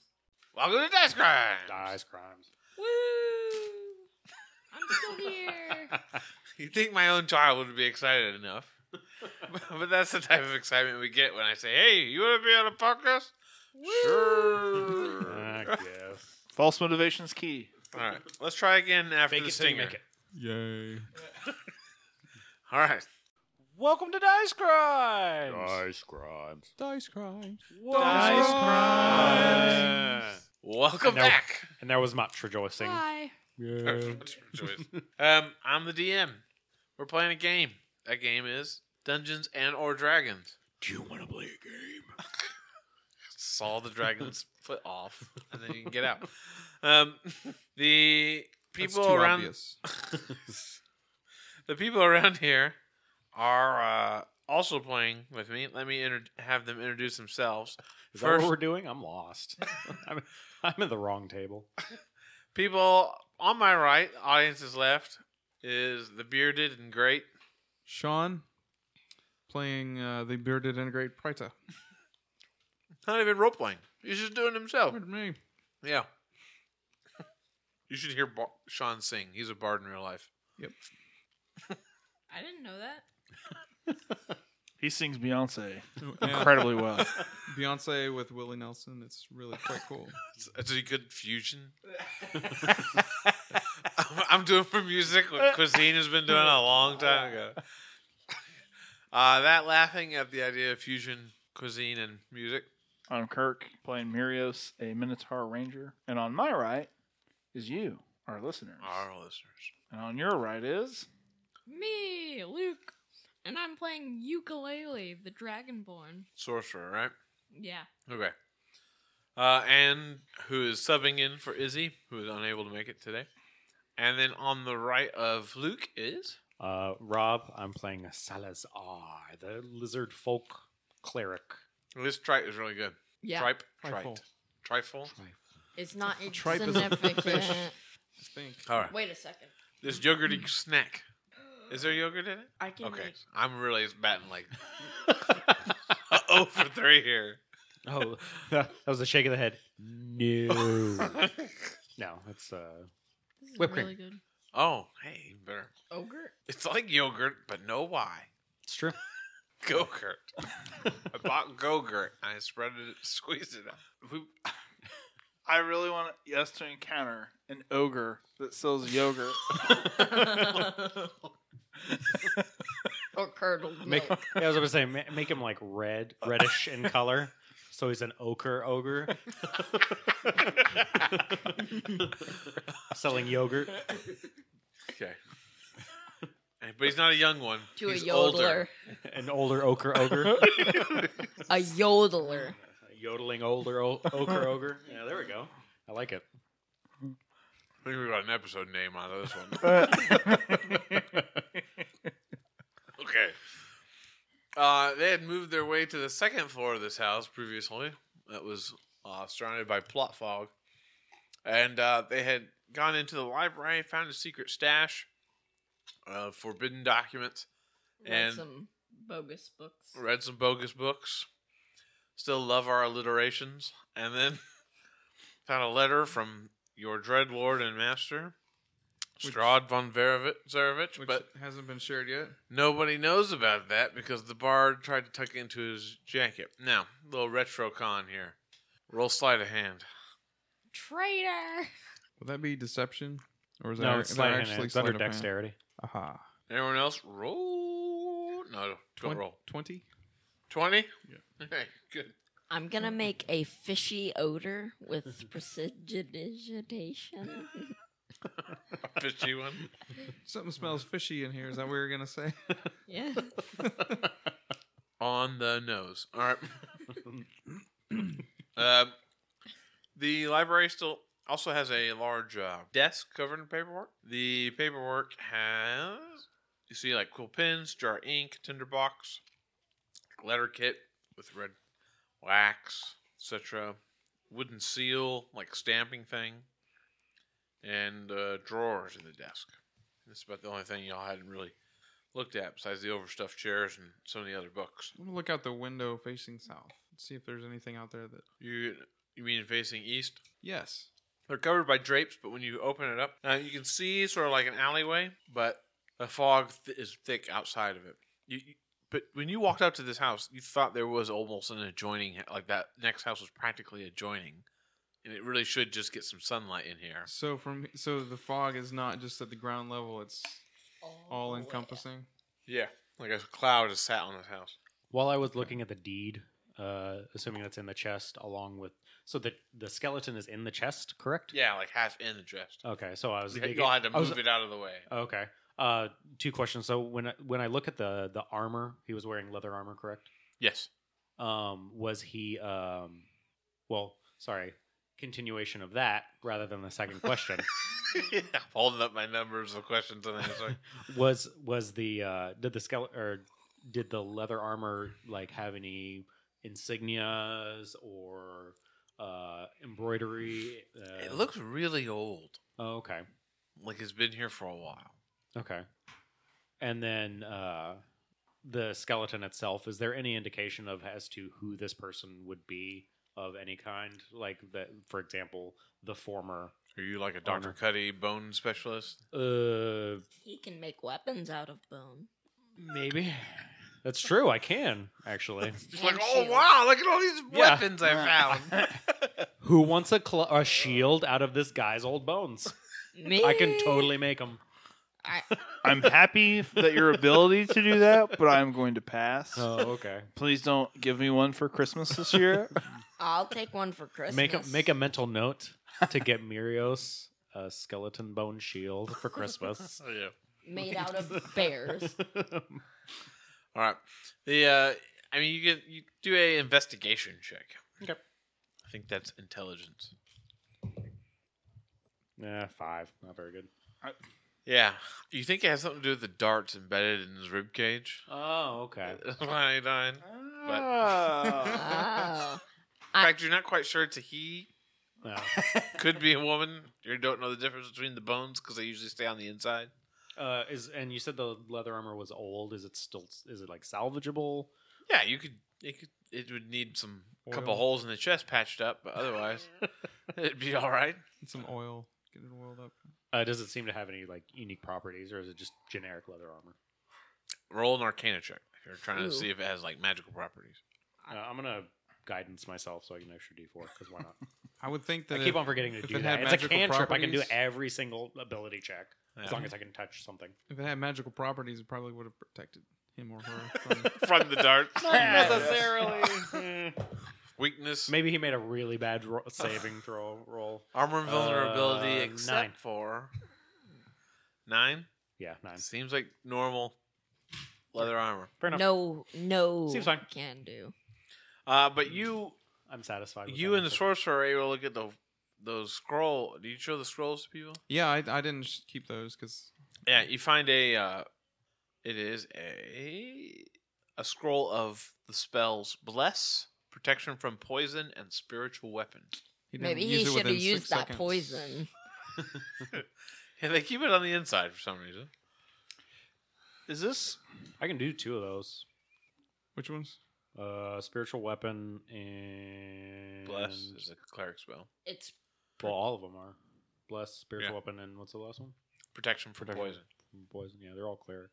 S1: Welcome to Dice Crimes.
S2: Dice crimes.
S3: Woo! I'm still here.
S1: You think my own child would be excited enough? but that's the type of excitement we get when I say, "Hey, you want to be on a podcast?"
S2: I
S1: Sure.
S2: guess.
S4: False motivation's key.
S1: All right. Let's try again after
S2: Fake
S1: the
S2: it till you
S1: singer.
S2: make it.
S5: Yay.
S1: All right.
S8: Welcome to Dice Crimes.
S2: crimes.
S5: Dice crime.
S4: Dice
S1: Welcome
S2: No.
S1: back.
S2: And there was much rejoicing.
S3: Hi.
S5: Yeah.
S1: um, I'm the DM. We're playing a game. That game is Dungeons and or Dragons.
S2: Do you want to play a game?
S1: Saw the dragon's foot off, and then you can get out. Um, the people around the people around here are uh, also playing with me. Let me inter- have them introduce themselves.
S2: Is that
S1: First,
S2: what we're doing? I'm lost. I'm, I'm at the wrong table.
S1: people on my right, audience's left, is the bearded and great
S5: Sean playing uh, the bearded and great Prita.
S1: Not even role playing. He's just doing himself.
S5: Pardon me.
S1: Yeah. You should hear Bar- Sean sing. He's a bard in real life.
S3: I didn't know that.
S4: He sings Beyonce
S5: And
S4: incredibly well.
S5: Beyonce with Willie Nelson. It's really quite cool.
S1: It's, it's a good fusion. I'm, I'm doing for music what cuisine has been doing a long time ago. Uh, that laughing at the idea of fusion cuisine and music.
S4: I'm Kirk playing Murios, a Minotaur Ranger, and on my right is you, our listeners,
S1: Our listeners.
S4: and on your right is
S3: Me, Luke, and I'm playing ukulele, the Dragonborn.
S1: Sorcerer, right?
S3: Yeah.
S1: Okay. Uh, and who is subbing in for Izzy, who is unable to make it today. And then on the right of Luke is.
S2: Uh, Rob, I'm playing Salazar, the lizard folk cleric.
S1: This tripe is really good.
S6: Yeah.
S1: Tripe.
S5: Trifle.
S1: Trite. Trifle.
S6: It's not
S5: Tripe is a fish.
S6: insignificant.
S5: I think.
S1: All right.
S6: Wait a second.
S1: This yogurty snack. Is there yogurt in it?
S6: I can
S1: Okay.
S6: make
S1: I'm really batting like oh for three here.
S2: Oh, that was a shake of the head. No. no, it's uh,
S3: This is
S2: Whipped cream.
S3: really good.
S1: Oh, hey, even better.
S6: ogre.
S1: It's like yogurt, but no why.
S2: it's true.
S1: Go Gurt. I bought Go Gurt. I spread it, squeezed it out.
S4: We, I really want us to encounter an ogre that sells yogurt.
S6: or curdled
S2: Make,
S6: milk.
S2: yeah, I was gonna say ma- make him like red, reddish in color, so he's an ochre ogre selling yogurt.
S1: Okay. Eh, But he's not a young one.
S6: To a
S1: He's
S6: yodeler.
S1: older.
S2: An older ochre ogre,
S6: A yodeler.
S2: A yodeling older o- ochre ogre. Yeah, there we go. I like it.
S1: I think we got an episode name out of this one. Okay. Uh, they had moved their way to the second floor of this house previously. That was uh, surrounded by plot fog. And uh, they had gone into the library, found a secret stash of forbidden documents,
S6: And
S1: And-
S6: some bogus books.
S1: read some bogus books, still love our alliterations, and then found a letter from your dread lord and master,
S5: Which-
S1: Strahd von Verovi- Zarevich,
S5: Which
S1: but
S5: hasn't been shared yet.
S1: Nobody knows about that because the bard tried to tuck it into his jacket. Now, little retro con here. Roll sleight of hand.
S3: Traitor.
S5: Will that be deception, or is
S2: No,
S5: that,
S2: it's,
S5: is
S2: not
S5: that
S2: hand,
S5: actually
S2: it's under
S5: sleight of hand?
S2: dexterity.
S5: Aha,
S1: Everyone else, roll. No, don't roll.
S5: twenty.
S1: 20? Yeah. good.
S6: I'm gonna make a fishy odor with precipitation.
S1: Fishy one.
S5: Something smells fishy in here. Is that what you're gonna say?
S6: yeah.
S1: On the nose. All right. Um the library still also has a large uh, desk covered in paperwork. The paperwork has, you see, like cool pens, jar ink, tinderbox, letter kit with red wax, etc. Wooden seal, like stamping thing, and uh, drawers in the desk. That's about the only thing y'all hadn't really looked at besides the overstuffed chairs and some of the other books.
S5: I'm gonna look out the window facing south. See if there's anything out there that.
S1: You you mean facing east?
S5: Yes.
S1: They're covered by drapes, but when you open it up, uh, you can see sort of like an alleyway, but the fog th- is thick outside of it. You, you, but when you walked up to this house, you thought there was almost an adjoining, like that next house was practically adjoining, and it really should just get some sunlight in here.
S5: So from so the fog is not just at the ground level. It's all encompassing.
S1: Yeah, like a cloud is sat on this house.
S2: While I was looking at the deed, uh, assuming that's in the chest, along with so the the skeleton is in the chest, correct?
S1: Yeah, like half in the chest.
S2: Okay, so I was digging-
S1: Y'all had to
S2: I was-
S1: move it out of the way.
S2: Okay. Uh, two questions. So when I, when I look at the the armor, he was wearing leather armor, correct?
S1: Yes.
S2: Um, was he um, well, sorry, continuation of that rather than the second question
S1: yeah, I'm holding up my numbers of questions and answers.
S2: was was the uh, did the skeleton or did the leather armor like have any insignias or uh, embroidery? Uh,
S1: it looks really old.
S2: oh, okay.
S1: Like it's been here for a while.
S2: Okay. And then uh, the skeleton itself, is there any indication of as to who this person would be of any kind? Like that, for example, the former.
S1: Are you like a
S2: Armor.
S1: Dr. Cuddy bone specialist?
S2: Uh,
S6: He can make weapons out of bone.
S2: maybe. That's true. I can actually.
S1: Just
S6: And
S1: like, oh
S6: shield.
S1: wow, look at all these
S2: Yeah.
S1: weapons I found.
S2: Who wants a, cl- a shield out of this guy's old bones?
S6: Me.
S2: I can totally make them.
S6: I,
S4: I'm happy that your ability to do that, but I'm going to pass.
S2: Oh, okay.
S4: Please don't give me one for Christmas this year.
S6: I'll take one for Christmas.
S2: Make a make a mental note to get Murios a skeleton bone shield for Christmas.
S1: oh, yeah.
S6: made out of bears.
S1: All right. The uh I mean you can you do a investigation check.
S2: Okay.
S1: I think that's intelligence.
S2: Nah, five. Not very good.
S1: Yeah. You think it has something to do with the darts embedded in his rib cage?
S2: Oh, okay.
S1: Iodine.
S6: oh.
S4: Ah.
S1: In
S6: I-
S1: fact, you're not quite sure it's a he.
S2: Yeah.
S1: Could be a woman. You don't know the difference between the bones because they usually stay on the inside.
S2: Uh, is and you said the leather armor was old. Is it still? Is it like salvageable?
S1: Yeah, you could. It could. It would need some couple
S5: Oil.
S1: holes in the chest patched up, but otherwise, it'd be all right.
S5: And some oil. Get it oiled up.
S2: Uh, does it seem to have any like unique properties, or is it just generic leather armor?
S1: Roll an Arcana check. If you're trying
S6: Ooh.
S1: to see if it has like magical properties.
S2: Uh, I'm gonna guidance myself so I can extra D4 because why not?
S5: I would think that
S2: I keep
S5: if-
S2: on forgetting to
S5: if
S2: do
S5: it had
S2: that. It's a
S5: magical
S2: cantrip. I can do
S5: properties-
S2: every single ability check
S1: Yeah.
S2: as long as I can touch something.
S5: if it had magical properties, it probably would have protected him or her. From,
S1: From the darts.
S2: necessarily.
S1: Weakness,
S2: Mm. Maybe he made a really bad ro- saving throw roll.
S1: armor and vulnerability,
S2: Uh,
S1: except
S2: nine.
S1: for nine.
S2: Yeah, nine.
S1: Seems like normal leather armor.
S2: Fair enough.
S6: No, no.
S2: Seems fine.
S6: Can do.
S1: Uh,
S2: Mm.
S1: but you,
S2: I'm satisfied. With
S1: you
S2: that
S1: and the
S2: answer.
S1: sorcerer are able to look at the those scroll. Do you show the scrolls to people?
S5: yeah, I, I didn't sh- keep those because
S1: Yeah, you find a. Uh, it is a a scroll of the spells bless, protection from poison, and spiritual weapon.
S5: he didn't
S6: Maybe
S5: use
S6: he
S5: it
S6: should have
S5: within
S6: used
S5: six
S6: that
S5: seconds.
S6: poison.
S1: Yeah, they keep it on the inside for some reason.
S4: Is this
S2: I can do two of those.
S5: Which ones?
S2: Uh, spiritual weapon and
S1: Bless is a cleric spell.
S6: It's
S2: Well, all of them are bless, spiritual
S1: Yeah.
S2: weapon, and what's the last one?
S1: Protection from
S2: Protection.
S1: poison.
S2: Poison. Yeah, they're all cleric.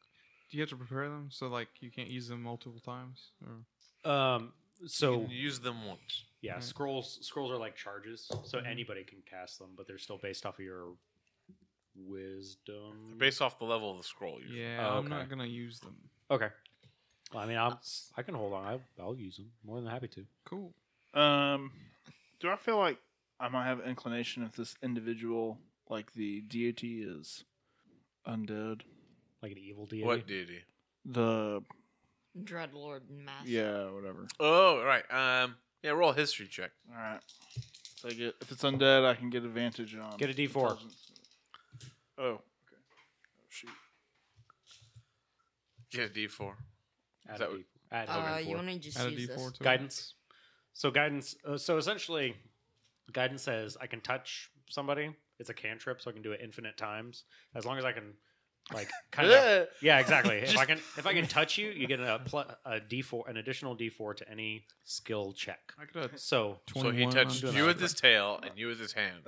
S5: Do you have to prepare them so like you can't use them multiple times? Or
S2: Um.
S1: you
S2: So
S1: can use them once.
S2: yeah,
S5: Right.
S2: scrolls scrolls are like charges, so
S1: Mm-hmm.
S2: anybody can cast them, but they're still based off of your wisdom.
S1: Based off the level of the scroll. Usually.
S5: yeah,
S2: Oh,
S5: I'm not
S2: okay.
S5: gonna use them.
S2: Okay. Well, I mean, I'll, I can hold on. I, I'll use them. More than happy to.
S5: Cool.
S4: um do I feel like I might have inclination if this individual like the deity is undead?
S2: Like an evil deity.
S1: What deity?
S4: The
S6: Dreadlord and Master.
S4: yeah, whatever.
S1: Oh, right. Um, yeah. Roll a history check.
S4: All right. So I get, if it's undead, I can get advantage on.
S2: Get a D4.
S4: intelligence. Oh. Okay. Oh, shoot.
S1: Get a D four.
S2: Add
S1: Is that
S2: a
S1: what-
S2: D- add
S6: Uh,
S2: a D4.
S6: you want to just
S5: Add a
S6: use this?
S5: D4 to it.
S2: guidance. So guidance. Uh, so essentially, guidance says I can touch somebody. It's a cantrip, so I can do it infinite times as long as I can, like kind of. Yeah, exactly. if I can, if I can touch you, you get a, pl- a D four, an additional D four to any skill check.
S5: I could have
S2: So
S1: So he
S5: 21
S1: touched
S5: on
S1: you
S5: that.
S1: with his tail and you with his hand.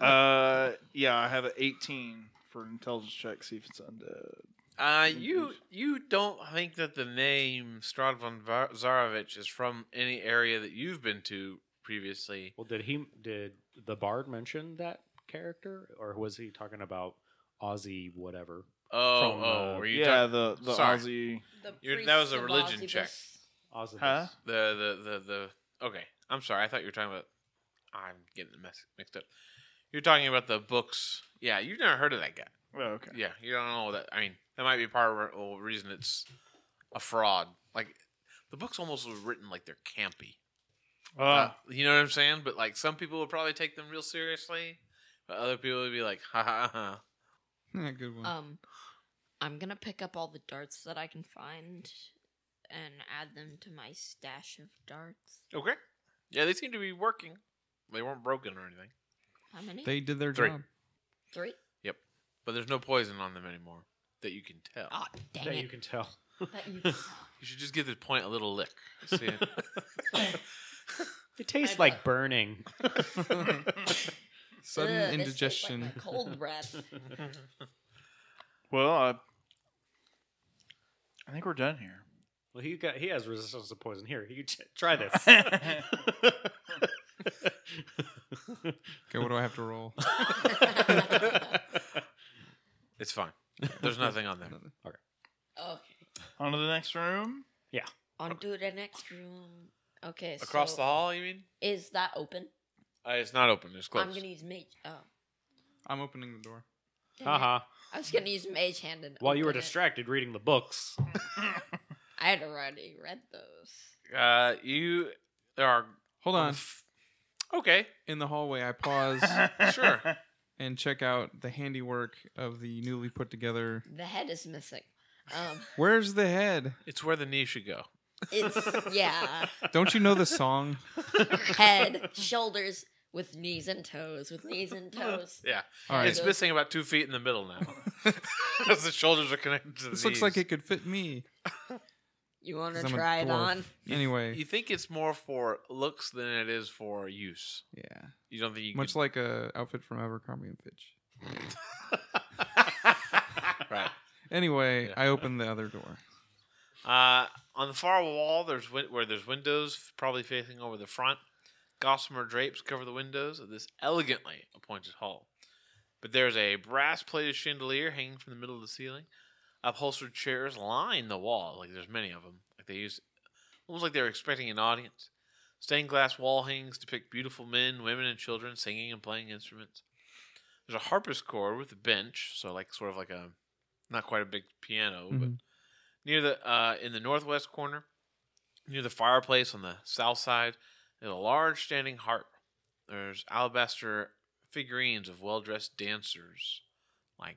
S4: Uh, yeah, I have an 18 for an intelligence check. See if it's undead.
S1: Uh, you you don't think that the name Stradvan Zarovich is from any area that you've been to previously?
S2: well, did he? Did the bard mention that character, or was he talking about Aussie whatever?
S1: Oh,
S2: From,
S1: oh,
S2: uh,
S1: were you
S4: Yeah,
S1: talk-
S4: the the
S1: Sorry.
S4: Aussie.
S6: The
S1: You- that was a
S6: priest of
S1: religion check.
S6: Ozygus.
S2: Ozibus.
S4: Huh?
S1: the the the the? Okay, I'm sorry. I thought you were talking about. I'm getting the mess mixed up. You're talking about the books. Yeah, you've never heard of that guy.
S4: Oh, okay.
S1: Yeah, you don't know that. I mean, that might be part of the reason it's a fraud. Like the book's almost written like they're campy. Uh, you know what I'm saying? But like some people would probably take them real seriously, but other people would be like, ha ha ha.
S5: Yeah, good one.
S6: Um, I'm gonna pick up all the darts that I can find and add them to my stash of darts.
S1: ha." Okay. Yeah, they seem to be working. They weren't broken or anything,
S6: How many?
S5: they did their
S1: three.
S5: job.
S6: Three.
S1: but there's no poison on them anymore that you can tell.
S6: Oh, dang
S2: That
S6: it!
S2: you can tell.
S6: That you-
S1: You should just give the point a little lick. See it.
S2: It tastes
S6: I'd
S2: like
S6: love-
S2: burning.
S4: Ah.
S5: Sudden
S6: Ugh, this tastes like
S5: indigestion.
S6: my cold breath.
S4: Well, I, I think we're done here.
S2: Well, he got he has resistance to poison. Here, you t- try this.
S5: okay, what do I have to roll?
S1: it's fine. There's nothing on there.
S6: Okay.
S4: On to the next room.
S6: On to the next room. Okay.
S1: Across
S6: so
S1: the hall, you mean?
S6: Is that open?
S1: Uh, it's not open. It's closed.
S6: I'm gonna use mage. Oh.
S5: I'm opening the door.
S6: dang it.
S2: Haha.
S6: I was gonna use mage hand and.
S2: Uh-huh. While you were
S6: open it.
S2: distracted reading the books.
S6: I had already read those.
S1: Uh, you there are.
S5: Hold on.
S1: Okay.
S5: In the hallway, I pause
S1: Sure.
S5: and check out the handiwork of the newly put together.
S6: The head is missing. Um,
S5: Where's the head?
S1: It's where the knee should go.
S6: it's yeah.
S5: Don't you know the song?
S6: head, shoulders, with knees and toes, with knees and toes.
S1: Yeah.
S5: All right.
S1: It's missing about two feet in the middle now. Because the shoulders are connected to the
S5: This looks like
S1: knees.
S5: it could fit me.
S6: You want
S5: 'cause
S6: to
S5: I'm a
S6: try it
S5: dwarf.
S6: on?
S5: Anyway,
S1: You think it's more for looks than it is for use.
S5: yeah.
S1: You don't think you
S5: Much
S1: could...
S5: like a outfit from Abercrombie and Fitch.
S1: right?
S5: Anyway,
S1: Yeah.
S5: I open the other door.
S1: Uh, on the far wall, there's win- where there's windows, probably facing over the front. Gossamer drapes cover the windows of this elegantly appointed hall. But there's a brass-plated chandelier hanging from the middle of the ceiling. Upholstered chairs line the wall, like there's many of them. Like they use, almost like they're expecting an audience. Stained glass wall hangings depict beautiful men, women, and children singing and playing instruments. There's a harpsichord with a bench, so like sort of like a, not quite a big piano, but
S5: Mhm.
S1: near the uh, in the northwest corner, near the fireplace on the south side, is a large standing harp. There's alabaster figurines of well-dressed dancers, like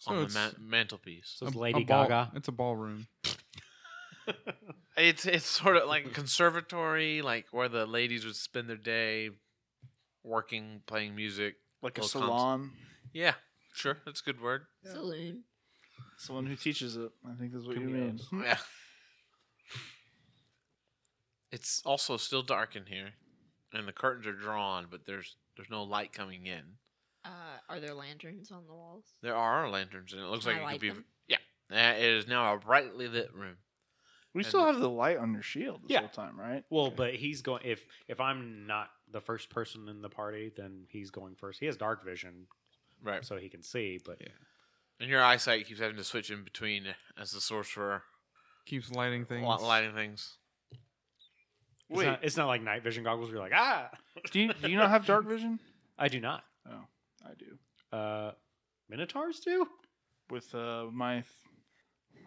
S5: So
S1: on the
S5: it's-
S1: ma- mantelpiece.
S2: So it's Lady
S5: ball-
S2: Gaga.
S5: It's a ballroom.
S1: It's it's sort of like a conservatory, like where the ladies would spend their day working, playing music.
S4: Like a
S1: Little
S4: salon.
S1: Yeah, sure, that's a good word.
S6: Saloon.
S4: Someone who teaches it. I think that's what you mean.
S2: Curios.
S5: Hmm.
S1: Yeah. It's also still dark in here, and the curtains are drawn, but there's there's no light coming in.
S6: Uh, are there lanterns on the walls?
S1: There are lanterns, and it looks
S6: Can
S1: like
S6: I
S1: it could be.
S6: light them?
S1: Yeah, Uh, it is now a brightly lit room.
S4: We
S1: And-
S4: still have the light on your shield this
S2: Yeah.
S4: whole time, right?
S2: Well,
S4: Okay.
S2: but he's going. If if I'm not the first person in the party, then he's going first. He has dark vision,
S1: Right,
S2: so he can see. But
S5: Yeah.
S1: and your eyesight keeps having to switch in between as the sorcerer
S5: Keeps lighting things.
S1: li- lighting things.
S2: it's,
S4: wait,
S2: Not, it's not like night vision goggles. Where you're like, ah,
S4: do you do you not have dark vision?
S2: I do not.
S4: Oh, I do.
S2: Uh, Minotaurs do.
S4: With uh, my th-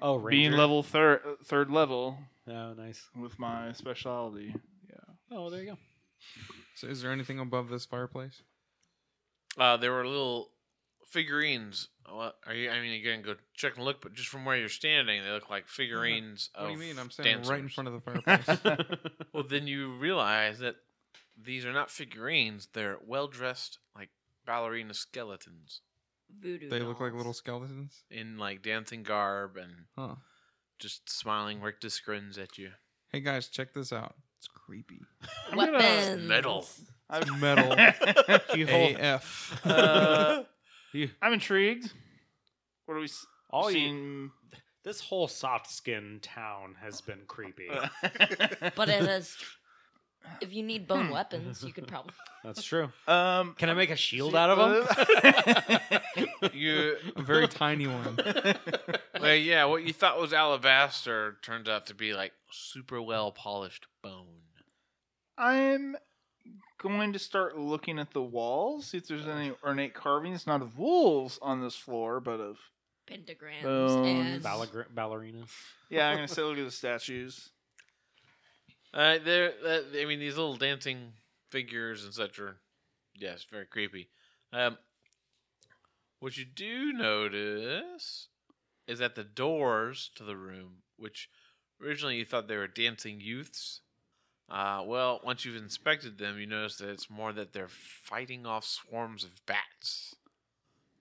S2: Oh,
S4: being
S2: Ranger?
S4: level third third level
S2: Oh, nice.
S4: with my specialty.
S2: Oh, there you go.
S5: So is there anything above this fireplace?
S1: Uh, there were little figurines. Well, are you? I mean, you gonna go check and look, but just from where you're standing, they look like figurines.
S5: What do you
S1: of
S5: mean? I'm standing right in
S1: Oh, dancers.
S5: front of the fireplace.
S1: Well, then you realize that these are not figurines; they're well-dressed, like ballerina skeletons
S6: Voodoo.
S5: they look like
S6: dolls.
S5: little skeletons.
S1: in like dancing garb and
S5: Huh.
S1: just smiling rictus grins at you.
S5: Hey guys, check this out. It's creepy.
S4: I'm gonna-
S6: weapons.
S1: Metal.
S4: I'm-
S5: Metal.
S2: You hold-
S5: AF.
S4: Uh,
S5: You-
S4: I'm intrigued. What are we s-
S2: All you,
S4: seeing?
S2: this whole soft skin town has been creepy.
S6: But it is. If you need bone
S4: Hmm.
S6: weapons, you could probably.
S2: That's true.
S4: um,
S2: Can I make a shield
S4: see-
S2: out of them?
S1: You,
S5: A very tiny one.
S1: well, yeah, what you thought was alabaster turns out to be like super well polished bone.
S4: I'm going to start looking at the walls, see if there's any ornate carvings, not of wolves on this floor, but of.
S6: pentagrams
S4: Bones.
S6: and
S2: Baller- ballerinas.
S4: Yeah, I'm going to say look at the statues.
S1: Uh, there. Uh, I mean, these little dancing figures and such are, yes, very creepy. Um, what you do notice is that the doors to the room, which originally you thought they were dancing youths, uh, well, once you've inspected them, you notice that it's more that they're fighting off swarms of bats,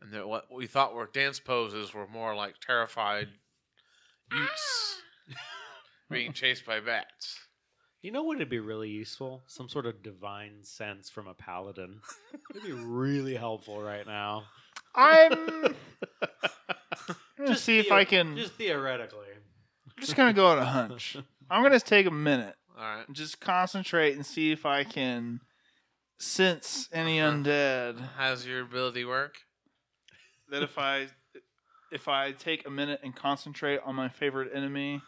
S1: and that what we thought were dance poses were more like terrified youths being chased by bats.
S2: You know what would be really useful? Some sort of divine sense from a paladin. It'd be really helpful right now.
S4: I'm going to
S2: Just
S4: see if
S2: theo-
S4: I can.
S2: Just theoretically.
S4: I'm just going to go on a hunch. I'm going to take a minute,
S1: All right.
S4: and just concentrate and see if I can sense any undead.
S1: How's your ability work?
S4: That if I. If I take a minute and concentrate on my favorite enemy,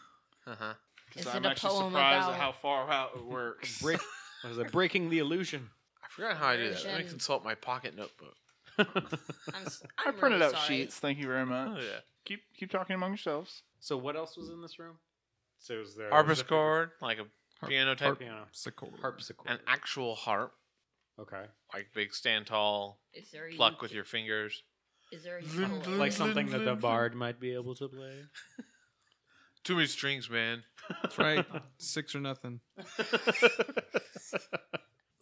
S1: Uh-huh.
S6: Is
S4: because I'm
S6: it a
S4: actually
S6: poem
S4: surprised
S6: about-
S4: at how far out it works.
S2: Break, what is it? Breaking the illusion.
S1: I forgot how I do that. Let me
S6: Version.
S1: consult my pocket notebook.
S6: I'm, s-
S4: I
S6: I'm
S4: printed
S6: really
S4: out
S6: sorry.
S4: sheets. Thank you very
S2: Oh,
S1: Oh,
S4: much. Keep keep talking among yourselves.
S2: So what else was in this room? So was there
S1: Harpsichord, like a piano type,
S2: harp, piano,
S5: Sickle.
S2: harpsichord.
S1: an actual harp,
S2: okay,
S1: like big, stand tall,
S6: Is there a
S1: pluck
S6: uke-
S1: with your fingers.
S6: Is there a
S1: Vroom,
S6: ukulele?
S1: vroom,
S2: like something that the bard might be able to play.
S1: Too many strings, man.
S5: That's right. Six or nothing.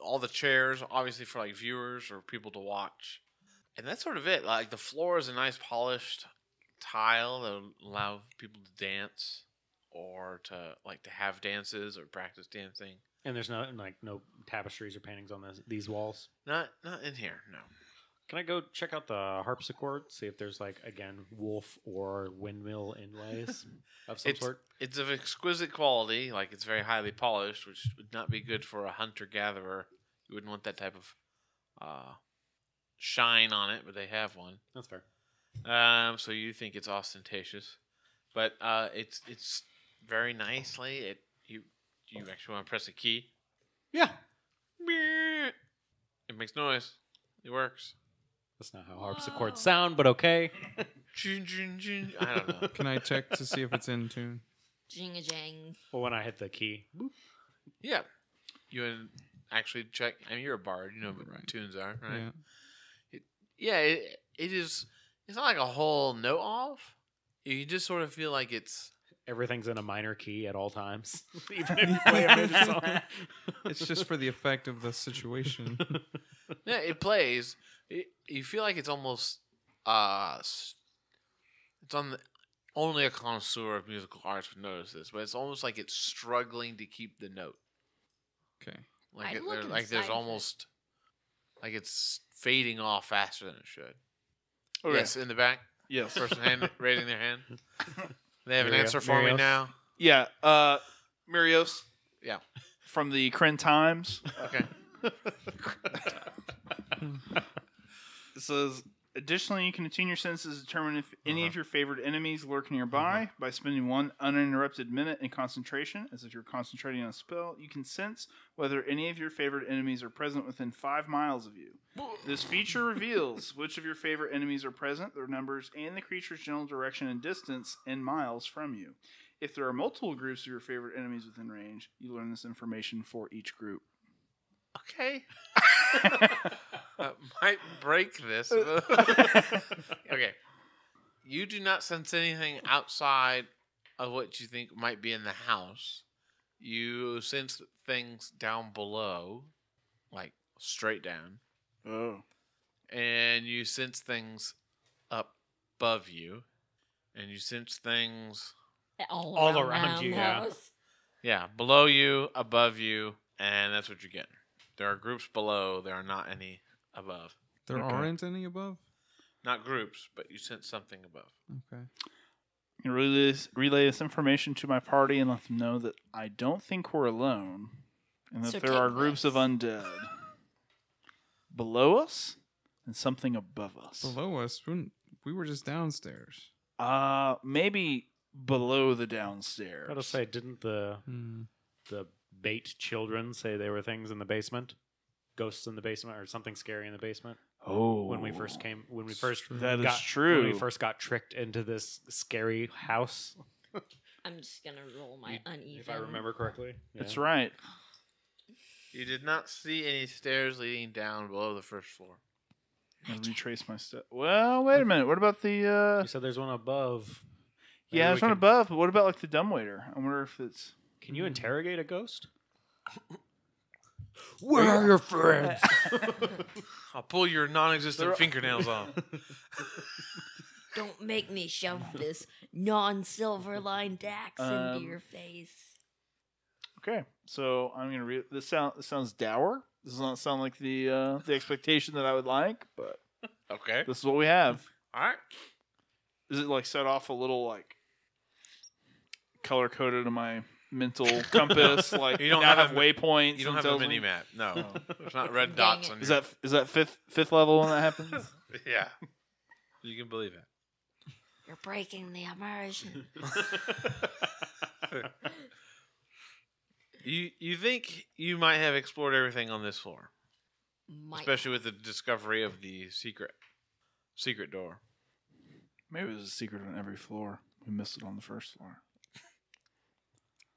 S1: All the chairs, obviously for like viewers or people to watch, and that's sort of it. Like the floor is a nice polished tile that will allow people to dance or to like to have dances or practice dancing.
S2: And there's no like no tapestries or paintings on this, these walls.
S1: Not not in here, no.
S2: Can I go check out the harpsichord? See if there's like again wolf or windmill inlays of some
S1: It's-
S2: sort.
S1: It's of exquisite quality, like it's very highly polished, which would not be good for a hunter gatherer. You wouldn't want that type of uh, shine on it, but they have one.
S2: That's fair.
S1: Um, so you think it's ostentatious, but uh, it's it's very nicely. It you you actually want to press a key?
S2: Yeah.
S1: It makes noise. It works.
S2: That's not how
S3: Whoa.
S2: harpsichords sound, but okay.
S1: Jun, jun, jun. I don't know.
S5: Can I check to see if it's in tune?
S6: Jing a jang.
S2: Well, when I hit the key, boop.
S1: Yeah, you would actually check. I mean, you're a bard. You know what
S5: Right.
S1: tunes are, right?
S5: Yeah.
S1: yeah, it, it is. It's not like a whole note off. You just sort of feel like it's.
S2: everything's in a minor key at all times, even if you play a major song.
S5: It's just for the effect of the situation.
S1: Yeah, it plays. It, you feel like it's almost. Uh, s- it's on the, only a connoisseur of musical arts would notice this, but it's almost like it's struggling to keep the note.
S5: Okay.
S1: Like
S6: I'd
S1: it,
S6: look
S1: there, like
S6: inside of
S1: there's
S6: it.
S1: almost like it's fading off faster than it should.
S4: Okay.
S1: Yes, in the back,
S4: Oh, Yes.
S1: person hand, raising their hand. They have an
S2: Muriel-
S1: answer for me
S2: Muriel's-
S1: now.
S4: Yeah. Uh, Murios.
S1: Yeah.
S4: From the Kren Times.
S1: Okay.
S4: It says, additionally, you can attune your senses to determine if any of your favorite enemies lurk nearby by spending one uninterrupted minute in concentration, as if you're concentrating on a spell. You can sense whether any of your favorite enemies are present within five miles of you. This feature reveals which of your favorite enemies are present, their numbers, and the creature's general direction and distance in miles from you. If there are multiple groups of your favorite enemies within range, you learn this information for each group.
S1: okay. That Uh, might break this. okay. You do not sense anything outside of what you think might be in the house. You sense things down below, like straight down,
S4: Oh.
S1: and you sense things up above you, and you sense things,
S6: All,
S2: All
S6: around,
S2: around you, yeah.
S1: yeah, below you, above you, and that's what you get. There are groups below, there are not any above.
S5: There
S4: Okay.
S5: aren't any above?
S1: Not groups, but you sense something above.
S5: Okay.
S4: can relay this, relay this information to my party and let them know that I don't think we're alone, and that
S6: So
S4: there
S6: take
S4: are groups of
S6: this.
S4: undead below us and something above us.
S5: Below us, we we were just downstairs.
S4: Uh maybe below the downstairs.
S2: Gotta say, didn't the
S5: Hmm.
S2: the bait children say there were things in the basement, ghosts in the basement, or something scary in the basement
S4: oh,
S2: when we first came when we first
S4: That is
S2: got,
S4: true.
S2: when we first got tricked into this scary house,
S6: I'm just gonna roll my
S1: You-
S6: uneven.
S2: if I remember correctly.
S4: That's right.
S1: You did not see any stairs leading down below the first floor.
S4: I retrace my step. Well, wait a minute. What about the? uh
S2: You said there's one above. Maybe
S4: Yeah,
S2: we
S4: there's one
S2: can-
S4: above. But what about like the dumbwaiter? I wonder if it's.
S2: Can you interrogate a ghost?
S8: Where are your friends?
S1: I'll pull your non-existent
S4: They're-
S1: fingernails off.
S6: Don't make me shove this non-silver lined axe
S4: Um,
S6: into your face.
S4: Okay, so I'm gonna read. This sound this sounds dour. This does not sound like the uh, the expectation that I would like, but
S1: Okay.
S4: this is what we have.
S1: All right.
S4: Is it like set off a little like color coded to my mental compass? Like
S1: You don't
S4: now
S1: have a-
S4: waypoints.
S1: You don't have
S4: and
S1: a
S4: tells me-
S1: mini map. No,
S4: Oh.
S1: there's not red
S6: Dang
S1: dots
S6: it.
S1: on
S4: Is
S1: your-
S4: that is that fifth fifth level when that happens?
S1: Yeah. You can believe it.
S6: You're breaking the immersion.
S1: You you think you might have explored everything on this floor,
S6: Might-
S1: especially with the discovery of the secret secret door.
S4: Maybe there's a secret on every floor. We missed it on the first floor.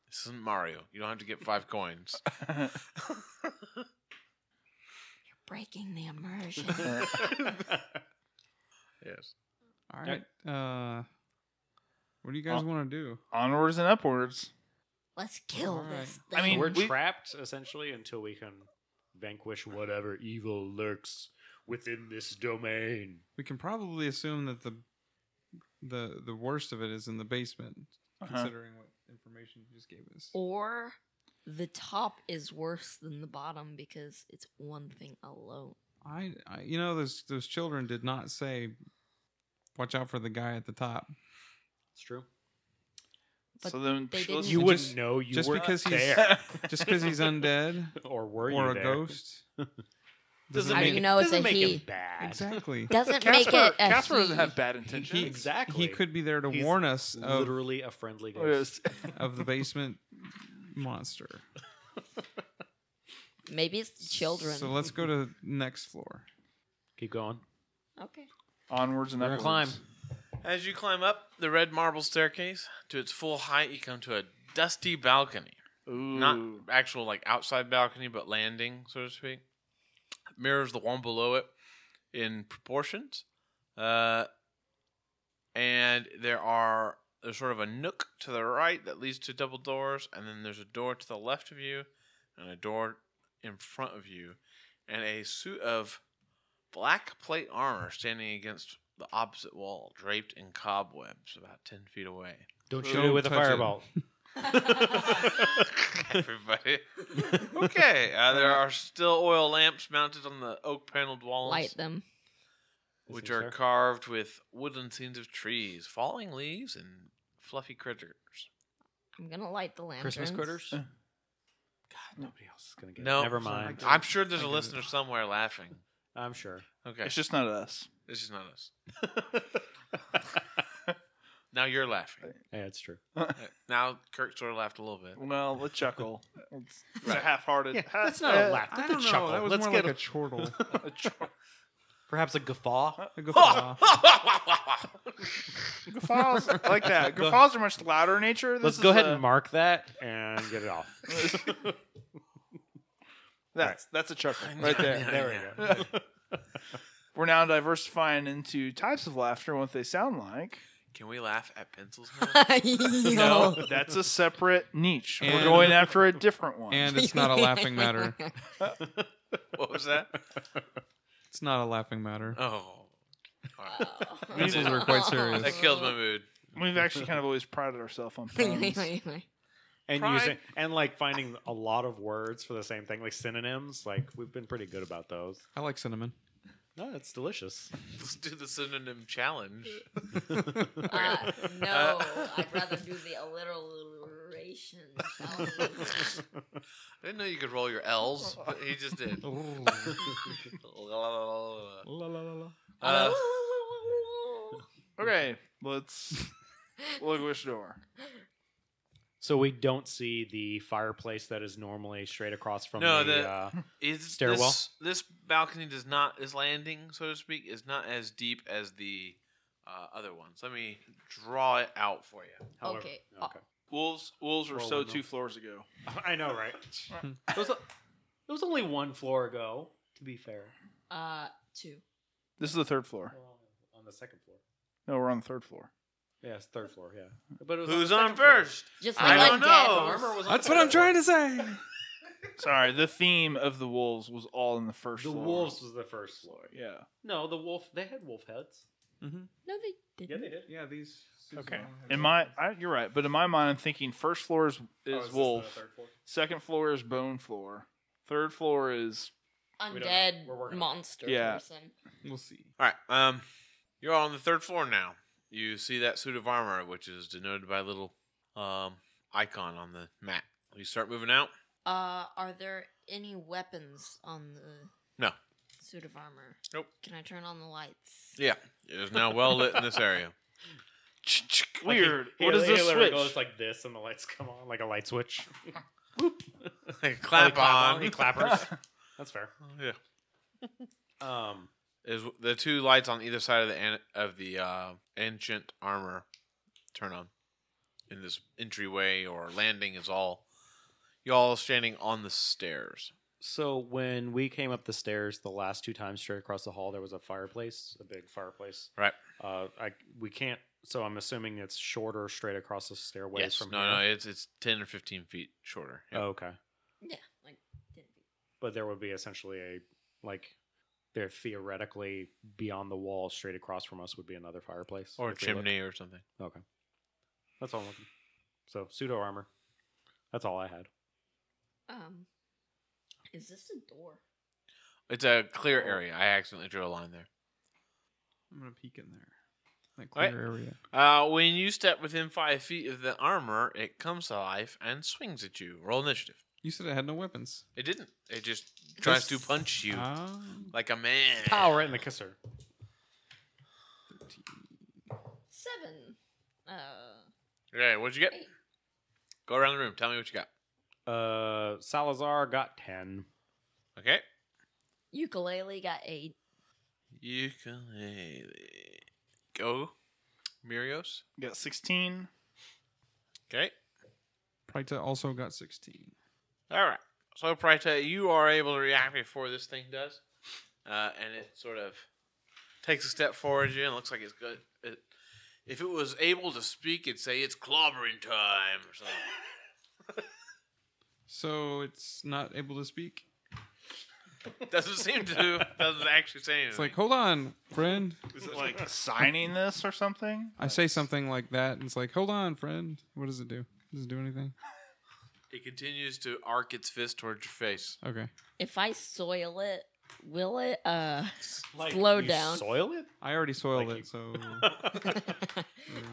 S1: This isn't Mario. You don't have to get five coins.
S6: breaking the immersion.
S1: Yes.
S5: All right. Uh, what do you guys
S4: Uh,
S5: want to do?
S4: Onwards and upwards.
S6: Let's kill
S5: Alright.
S6: this
S4: I
S6: thing.
S4: mean,
S2: we're
S4: we-
S2: trapped essentially until we can vanquish whatever evil lurks within this domain.
S5: We can probably assume that the the the worst of it is in the basement,
S4: Uh-huh.
S5: considering what information you just gave us.
S6: or the top is worse than the bottom because it's one thing alone.
S5: I, I you know those those children did not say, "Watch out for the guy at the top."
S2: It's true.
S6: But
S4: so then
S6: they
S4: she
S6: didn't-
S4: listened
S2: You
S4: to
S2: wouldn't
S5: just-
S2: know you
S5: just
S2: were
S5: because he's-
S2: there,
S5: Just because he's undead
S2: or were you
S5: or a
S2: there.
S5: ghost
S2: Doesn't
S6: How do
S2: make
S6: you
S2: it-
S6: know it's
S2: doesn't
S6: a
S2: make
S6: he?
S2: it bad.
S5: exactly.
S6: Doesn't make
S4: Casper,
S6: it a
S4: Casper doesn't
S6: he.
S4: have bad intentions.
S5: He-
S2: Exactly.
S5: He could be there to
S2: He's
S5: warn us of,
S2: literally a friendly
S4: Oh,
S2: ghost.
S4: yes.
S5: of the basement monster.
S6: Maybe it's the children.
S5: So let's go to next floor.
S2: Keep going.
S6: okay.
S4: Onwards and
S2: We're gonna
S4: upwards.
S2: climb.
S1: As you climb up the red marble staircase to its full height, you come to a dusty balcony.
S4: Ooh.
S1: Not actual like outside balcony, but landing, so to speak. Mirrors the one below it in proportions. Uh, and there are there's sort of a nook to the right that leads to double doors, and then there's a door to the left of you, and a door in front of you, and a suit of black plate armor standing against the opposite wall, draped in cobwebs, about ten feet away.
S2: Don't
S5: Don't
S2: shoot it with a
S5: touch it.
S2: fireball.
S1: Everybody. okay. Uh, there are still oil lamps mounted on the oak paneled walls,
S6: Light them.
S1: which
S2: Yes,
S1: are
S2: sir.
S1: carved with wooden scenes of trees, falling leaves, and fluffy critters.
S6: I'm gonna light the lanterns.
S2: Christmas critters.
S4: Uh.
S2: God, nobody else is gonna get
S1: No. Oh
S2: it.
S6: Oh
S2: Never mind.
S1: I'm sure there's
S5: I
S1: a
S5: get it.
S1: listener somewhere laughing.
S2: I'm sure.
S1: Okay.
S4: It's just not us.
S1: This is not us. Now you're laughing. Uh,
S2: Yeah, it's true.
S1: Now Kirk sort of laughed a little bit.
S4: Well, let's chuckle. It's, it's a
S1: Right.
S4: half-hearted.
S2: Yeah,
S4: half-
S2: that's not a
S4: uh,
S2: laugh.
S5: I
S2: That's
S5: don't
S2: a
S5: know.
S2: chuckle.
S5: That was
S2: Let's
S5: more
S2: get
S5: like a,
S2: a-
S5: chortle.
S4: a chor-
S2: perhaps a guffaw.
S5: A guffaw.
S4: Guffaws like that. Guffaws are much louder in nature. This
S2: Let's
S4: is
S2: go ahead
S4: a-
S2: and mark that and get it off.
S4: That's that's a chuckle right there.
S1: There
S2: we go.
S4: We're now diversifying into types of laughter and what they sound like.
S1: Can we laugh at pencils now?
S6: no.
S4: No, that's a separate niche. We're
S5: And-
S4: going after a different one.
S5: and it's not a laughing matter.
S1: What was that?
S5: It's not a laughing matter.
S1: Oh. All right.
S5: Pencils were quite
S6: Uh,
S5: serious.
S1: That kills my mood.
S4: We've actually kind of always prided ourselves on puns.
S2: and
S1: Pride-
S2: using and like finding a lot of words for the same thing, like synonyms. Like we've been pretty good about those.
S5: I like cinnamon.
S2: No, it's delicious.
S1: Let's do the synonym challenge.
S6: Uh, no,
S1: Uh,
S6: I'd rather do the alliteration. sound.
S1: I didn't know you could roll your L's, but he just did. Uh,
S4: Okay, let's look which door.
S2: So we don't see the fireplace that is normally straight across from
S1: No,
S2: the.
S1: the-
S2: uh,
S1: is
S2: Stairwell.
S1: This, this balcony does not is landing, so to speak, is not as deep as the uh, other ones. Let me draw it out for you.
S2: however,
S6: Okay.
S2: okay.
S4: Wolves, wolves were
S2: Roll
S4: so
S2: one,
S4: two
S2: though.
S4: floors ago.
S2: I know, right? it, was a- it was only one floor ago. To be fair,
S6: uh, two.
S4: This is the third floor.
S2: We're on- on the second floor.
S4: No, we're on the third floor.
S2: Yes, third floor. Yeah, but it was
S1: Who's
S2: the
S1: on
S2: second floor.
S1: first?
S6: Just
S1: I
S6: like
S1: don't
S6: a
S1: know.
S6: dead
S1: Armor
S6: horse.
S1: was on
S5: That's what I'm trying to say.
S4: Sorry, the theme of the wolves was all in the first.
S2: The
S4: floor.
S2: wolves was the first floor.
S4: Yeah.
S2: No, the wolf. They had wolf heads.
S6: No, they didn't.
S2: did.
S5: Yeah, these.
S4: Okay. In my, I, you're right, but in my mind, I'm thinking first floor
S2: Oh,
S4: is,
S1: Oh,
S4: is wolf, second floor is bone floor, third floor is
S2: We don't know. We're working on it.
S6: Undead monster
S4: Yeah.
S6: person.
S5: We'll see.
S1: All right. Um, you're on the third floor now. You see that suit of armor, which is denoted by a little um, icon on the map. You start moving out.
S6: Uh, are there any weapons on the
S1: No.
S6: suit of armor?
S1: Nope.
S6: Can I turn on the lights?
S1: Yeah, it is now well lit in this area.
S4: weird. what is this switch?
S2: goes like this, and the lights come on like a light switch.
S1: clap, on.
S2: He clappers. That's fair.
S1: Yeah.
S2: Um,
S1: is the two lights on either side of the an- of the uh, ancient armor turn on in this entryway or landing is all y'all standing on the stairs.
S2: so when we came up the stairs the last two times, straight across the hall, there was a fireplace, a big fireplace.
S1: Right.
S2: Uh, I we can't. So I'm assuming it's shorter, straight across the stairway
S1: yes,
S2: from
S1: no,
S2: here.
S1: no, it's it's ten or fifteen feet shorter. Yep.
S2: Oh, okay,
S6: Yeah. Like, didn't
S2: but there would be essentially a like. There theoretically beyond the wall, straight across from us, would be another fireplace
S1: or a
S2: if we look.
S1: chimney or something.
S2: Okay. That's all I'm looking. So pseudo armor. That's all I had.
S6: Um, is this a door?
S1: It's a clear
S2: Oh.
S1: area. I accidentally drew a line there.
S5: I'm gonna peek in there. That
S1: Alright.
S5: clear area.
S1: Uh, when you step within five feet of the armor, it comes to life and swings at you. Roll initiative.
S5: You said it had no weapons.
S1: It didn't. It just tries to punch you
S2: uh,
S5: Ah,
S1: like a man.
S2: Power in the kisser.
S6: Seven. Uh,
S1: Okay, what'd you get?
S6: Eight.
S1: Go around the room. Tell me what you got.
S2: Uh, Salazar got ten.
S1: Okay.
S6: ukulele got eight.
S1: Ukulele. Go. Murios.
S4: Got 16.
S1: Okay.
S5: Prita also got 16.
S1: All right. So, Prita, you are able to react before this thing does. Uh, and it sort of takes a step forward you and looks like it's good. It, if it was able to speak, it'd say it's clobbering time or something.
S5: So it's not able to speak.
S1: Doesn't seem to. Doesn't actually say anything.
S5: It's like, hold on, friend.
S4: Is it like signing this or something?
S5: I say something like that, and it's like, hold on, friend. What does it do? Does it do anything?
S1: it continues to arc its fist towards your face.
S5: Okay.
S6: If I soil it, will it uh
S2: Like,
S6: slow down?
S2: Soil it.
S5: I already soiled
S2: Like
S5: it, so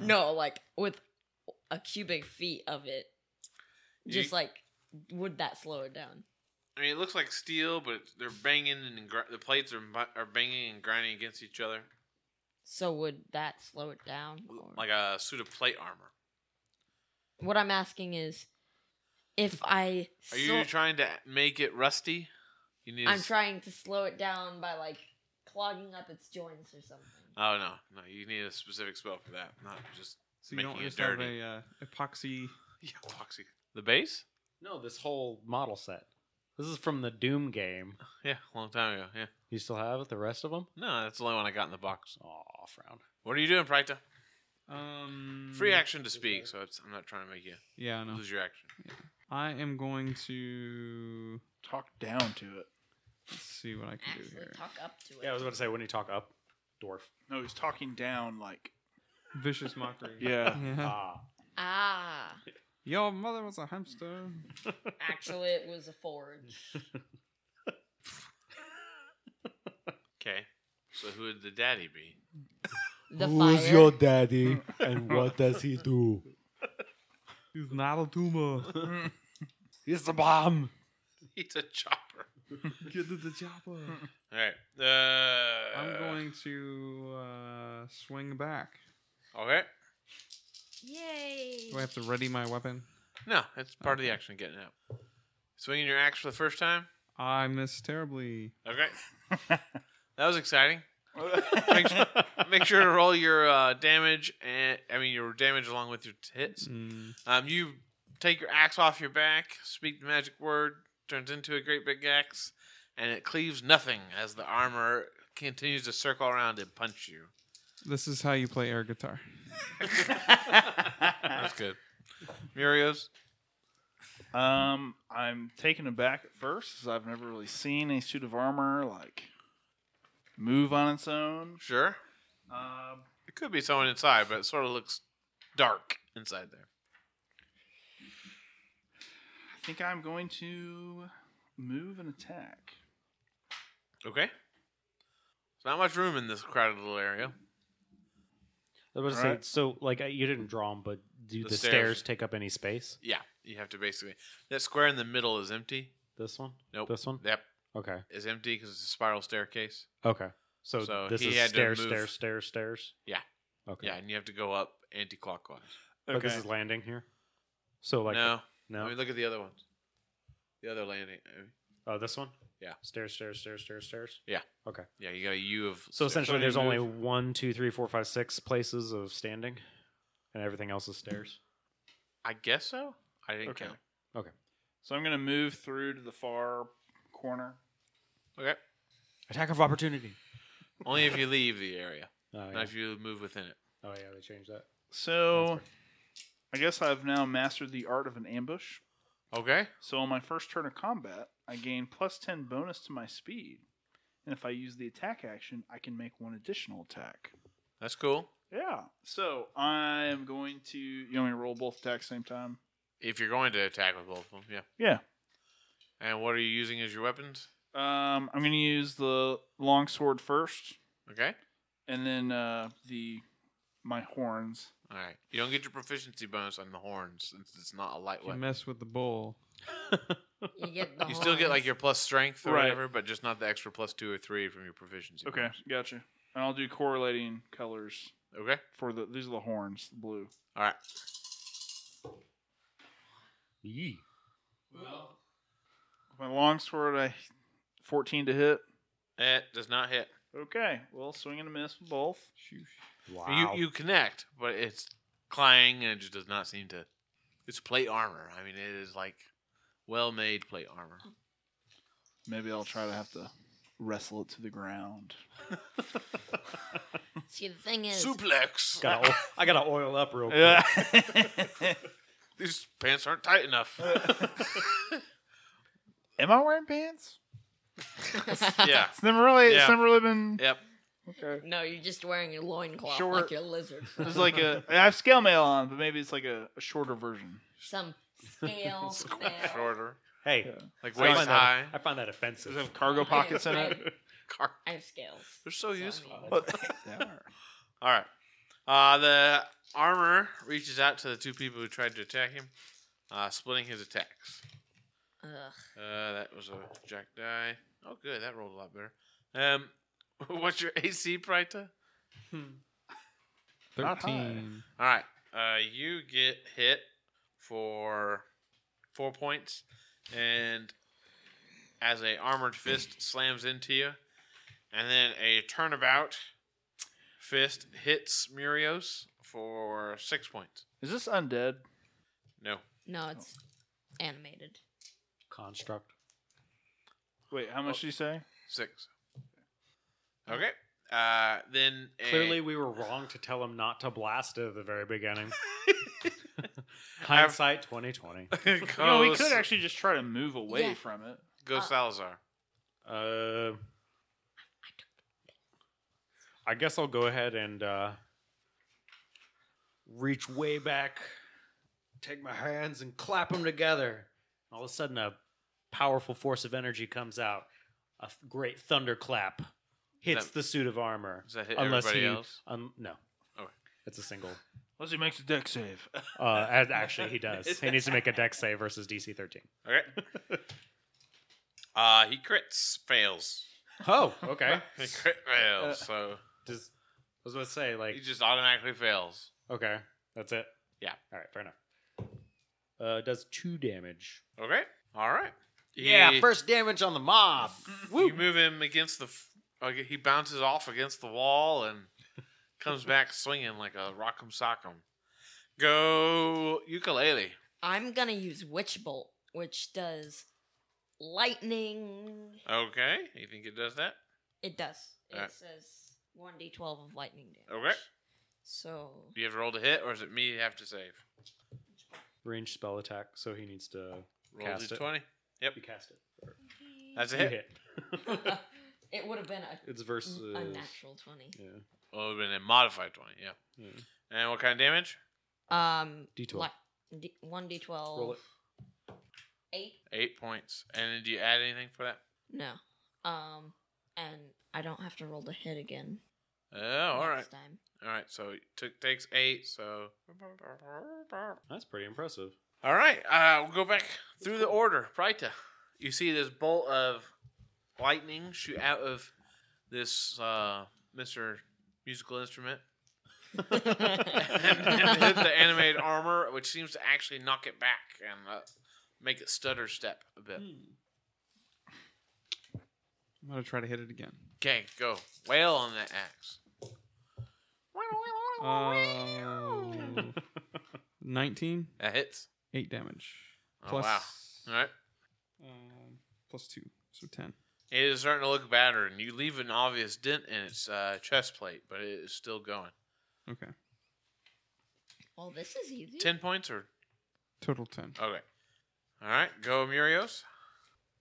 S6: no, like with a cubic feet of it. Just
S1: You-
S6: like would that slow it down?
S1: I mean, it looks like steel, but it's, they're banging and gr- the plates are bu- are banging and grinding against each other
S6: So would that slow it down? or-
S1: like a suit of plate armor.
S6: what I'm asking is if I
S1: Are
S6: so-
S1: you trying to make it rusty? You need. to
S6: I'm
S1: s-
S6: trying to slow it down by like clogging up its joints or something.
S1: Oh no, no! You need a specific spell for that, not just
S5: so you
S1: Making
S5: don't
S1: it
S5: just have
S1: dirty.
S5: a uh, epoxy.
S1: yeah, epoxy. The base?
S2: No, this whole model set. This is from the Doom game.
S1: Yeah, a long time ago. Yeah.
S2: You still have it? The rest of them?
S1: No, that's the only one I got in the box.
S2: Aw, frown.
S1: What are you doing, Practa?
S5: Um,
S1: Free action to speak, so it's, I'm not trying to make you
S5: Yeah, I know.
S1: lose your action.
S5: I am going to
S4: Talk down to it.
S5: let's see what I can do
S6: Actually
S5: here.
S6: talk up to it.
S2: Yeah, I was about to say when you talk up, dwarf.
S4: No, he's talking down like.
S5: Vicious mockery.
S4: Yeah.
S5: Yeah.
S2: Ah,
S6: Ah,
S5: Your mother was a hamster.
S6: actually, it was a forge.
S1: Okay. So who would the daddy be?
S6: The
S8: Who's
S6: fire.
S8: your daddy and what does he do?
S5: He's not a tumor.
S8: He's the bomb.
S1: He's a chopper.
S5: Get to the chopper.
S1: All right. Uh,
S5: I'm going to uh, swing back.
S1: Okay.
S6: Yay!
S5: Do I have to ready my weapon?
S1: No, that's part of the action getting out. Swinging your axe for the first time.
S5: I miss terribly.
S1: Okay. that was exciting. Make sure, make sure to roll your uh, damage and I mean your damage along with your hits.
S5: Mm,
S1: Um, you take your axe off your back, speak the magic word, turns into a great big axe, and it cleaves nothing as the armor continues to circle around and punch you.
S5: this is how you play air guitar.
S1: That's good. Murios.
S4: um, I'm taken aback at first because I've never really seen a suit of armor like move on its own.
S1: Sure.
S4: Um,
S1: It could be someone inside, but it sort of looks dark inside there.
S4: I think I'm going to move and attack.
S1: Okay. There's not much room in this crowded little area.
S2: I was about to say.
S4: Alright.
S2: So, like, uh, you didn't draw them, but do
S1: The
S2: the,
S1: stairs.
S2: stairs. take up any space?
S1: Yeah, you have to basically. That square in the middle is empty.
S2: This one?
S1: Nope.
S2: This one?
S1: Yep,
S2: Okay.
S1: is empty because it's a spiral staircase.
S2: Okay. So,
S1: So
S2: this
S1: he
S2: is
S1: had to
S2: stairs,
S1: move-
S2: stairs, stairs, stairs.
S1: Yeah.
S2: Okay.
S1: Yeah, and you have to go up anti-clockwise.
S2: But Oh, this is landing here. So like
S1: no,
S2: no.
S1: I mean look at the other ones. The other landing. uh, I mean,
S2: Oh, this one.
S1: Yeah.
S2: Stairs, stairs, stairs, stairs, stairs.
S1: Yeah, you got a U of.
S2: So
S1: stairs.
S2: essentially,
S5: Somebody
S2: there's only
S5: move.
S2: one, two, three, four, five, six places of standing, and everything else is stairs.
S1: I guess so. I didn't
S4: Okay.
S1: count.
S4: So I'm going to move through to the far corner.
S1: Okay.
S2: Attack of opportunity.
S1: Only if you leave the area,
S2: Oh yeah.
S1: not if you move within it.
S2: Oh yeah, they changed that.
S4: So I guess I've now mastered the art of an ambush.
S1: Okay.
S4: So on my first turn of combat, I gain plus 10 bonus to my speed. And if I use the attack action, I can make one additional attack.
S1: That's cool.
S4: Yeah. So I am going to. You want me to roll both attacks same time?
S1: If you're going to attack with both of them, yeah.
S4: Yeah.
S1: And what are you using as your weapons?
S4: Um, I'm going to use the long sword first,
S1: Okay.
S4: and then uh, the my horns.
S1: All right. You don't get your proficiency bonus on the horns since it's not a light
S5: You
S1: weapon.
S5: mess with the bull.
S6: You get the
S1: You still get like your plus strength or
S4: Right.
S1: whatever, but just not the extra plus two or three from your proficiency.
S4: Okay,
S1: bonus.
S4: gotcha. And I'll do correlating colors
S1: Okay.
S4: for the. These are the horns, the blue.
S1: All right.
S2: Yee.
S4: With my long sword, I 14 to hit.
S1: It does not hit.
S4: Okay, well, swing and a miss with both.
S2: Wow.
S1: You you connect, but it's clang and it just does not seem to. It's plate armor. I mean, it is like well made plate armor.
S4: Maybe I'll try to have to wrestle it to the ground.
S6: See, the thing is,
S1: Suplex.
S8: Gotta, o- I gotta oil up real quick.
S1: These pants aren't tight enough.
S4: Am I wearing pants?
S1: yeah.
S4: It's never really.
S1: Yeah.
S4: It's never really been.
S1: Yep.
S4: Okay.
S6: no, you're just wearing your loincloth
S4: Short-
S6: like your lizard.
S4: It's like a. I have scale mail on, but maybe it's like a, a shorter version.
S6: Some scale. scale.
S1: Shorter.
S2: hey,
S1: Like
S2: I,
S1: waist
S2: find that,
S1: high.
S2: I find that
S4: Does it
S2: offensive.
S4: have cargo pockets in
S6: I,
S4: it?
S1: Car-
S6: I have scales.
S1: They're so
S6: So, I
S1: useful.
S6: mean-
S1: All right. Uh, the armor reaches out to the two people who tried to attack him, uh, splitting his attacks.
S6: Ugh.
S1: Uh, that was a jack die. Oh, good. That rolled a lot better. Um, what's your AC, Prita?
S4: Not high.
S5: Thirteen.
S1: All right. Uh, you get hit for four points, and as a armored fist slams into you, and then a turnabout fist hits Murios for six points.
S4: Is this undead?
S1: No.
S6: No, it's animated.
S2: Construct.
S4: Wait, how much do you say?
S1: Six. Okay. Uh, then a-
S2: Clearly, we were wrong to tell him not to blast it at the very beginning. Hindsight 2020.
S1: goes,
S4: No, we could actually just try to move away
S6: Yeah.
S4: from it.
S1: goes Salazar.
S2: Uh, I guess I'll go ahead and uh, reach way back, take my hands and clap them together. All of a sudden, a powerful force of energy comes out. A th- great thunderclap hits
S1: That-
S2: the suit of armor.
S1: Does that hit
S2: Unless
S1: everybody
S2: he-
S1: else?
S2: Um, no.
S1: Okay.
S2: It's a single.
S4: Unless he makes a deck save.
S2: Uh, a- actually, he does. He needs to make a deck save versus DC 13.
S1: Okay. uh, he crits, fails.
S2: Oh, okay. Uh,
S1: He crit fails, so
S2: Does, I was going to say, like,
S1: he just automatically fails.
S2: Okay, that's it.
S1: Yeah.
S2: All right. Fair enough. Uh, it does two damage.
S1: Okay. All right. He-
S2: first damage on the mob.
S1: You move him against the. f- uh, He bounces off against the wall and comes back swinging like a rock'em sock'em. Go ukulele.
S6: I'm gonna use Witch Bolt, which does lightning.
S1: Okay. You think it does that?
S6: It does. It
S1: Alright.
S6: says one d twelve of lightning damage.
S1: Okay.
S6: So
S1: Do you have to roll to hit, or is it me you have to save?
S2: Range spell attack, so he needs to.
S1: Roll
S2: Cast
S1: to
S2: it.
S1: 20.
S2: You cast it.
S1: That's a
S2: You
S1: hit.
S2: hit.
S6: it would have been a
S2: it's versus.
S6: Mm, unnatural twenty.
S2: Yeah.
S1: Well, it would have been a modified 20, yeah.
S2: yeah.
S1: And what kind of damage?
S6: Um,
S2: D12.
S6: li- D- one d twelve.
S2: Roll it.
S6: Eight.
S1: Eight points. And then do you add anything for that?
S6: No. Um, and I don't have to roll to hit again.
S1: Oh, all right.
S6: next Time.
S1: All right, so it took, takes eight, so.
S2: That's pretty impressive.
S1: All right, uh, we'll go back through the order. Prita, you see this bolt of lightning shoot out of this uh, Mr. Musical Instrument and, and hit the animated armor, which seems to actually knock it back and uh, make it stutter step a bit.
S5: I'm gonna try to hit it again.
S1: Okay, go. Wail on that axe.
S5: Uh, Nineteen.
S1: That hits.
S5: Eight damage.
S1: Oh,
S5: Plus.
S1: wow. All right.
S5: um, plus two, so ten.
S1: It is starting to look battered, and you leave an obvious dent in its uh, chest plate, but it is still going.
S5: Okay,
S6: Well, this is easy.
S1: Ten points or
S5: total ten.
S1: okay. All right, go Murios.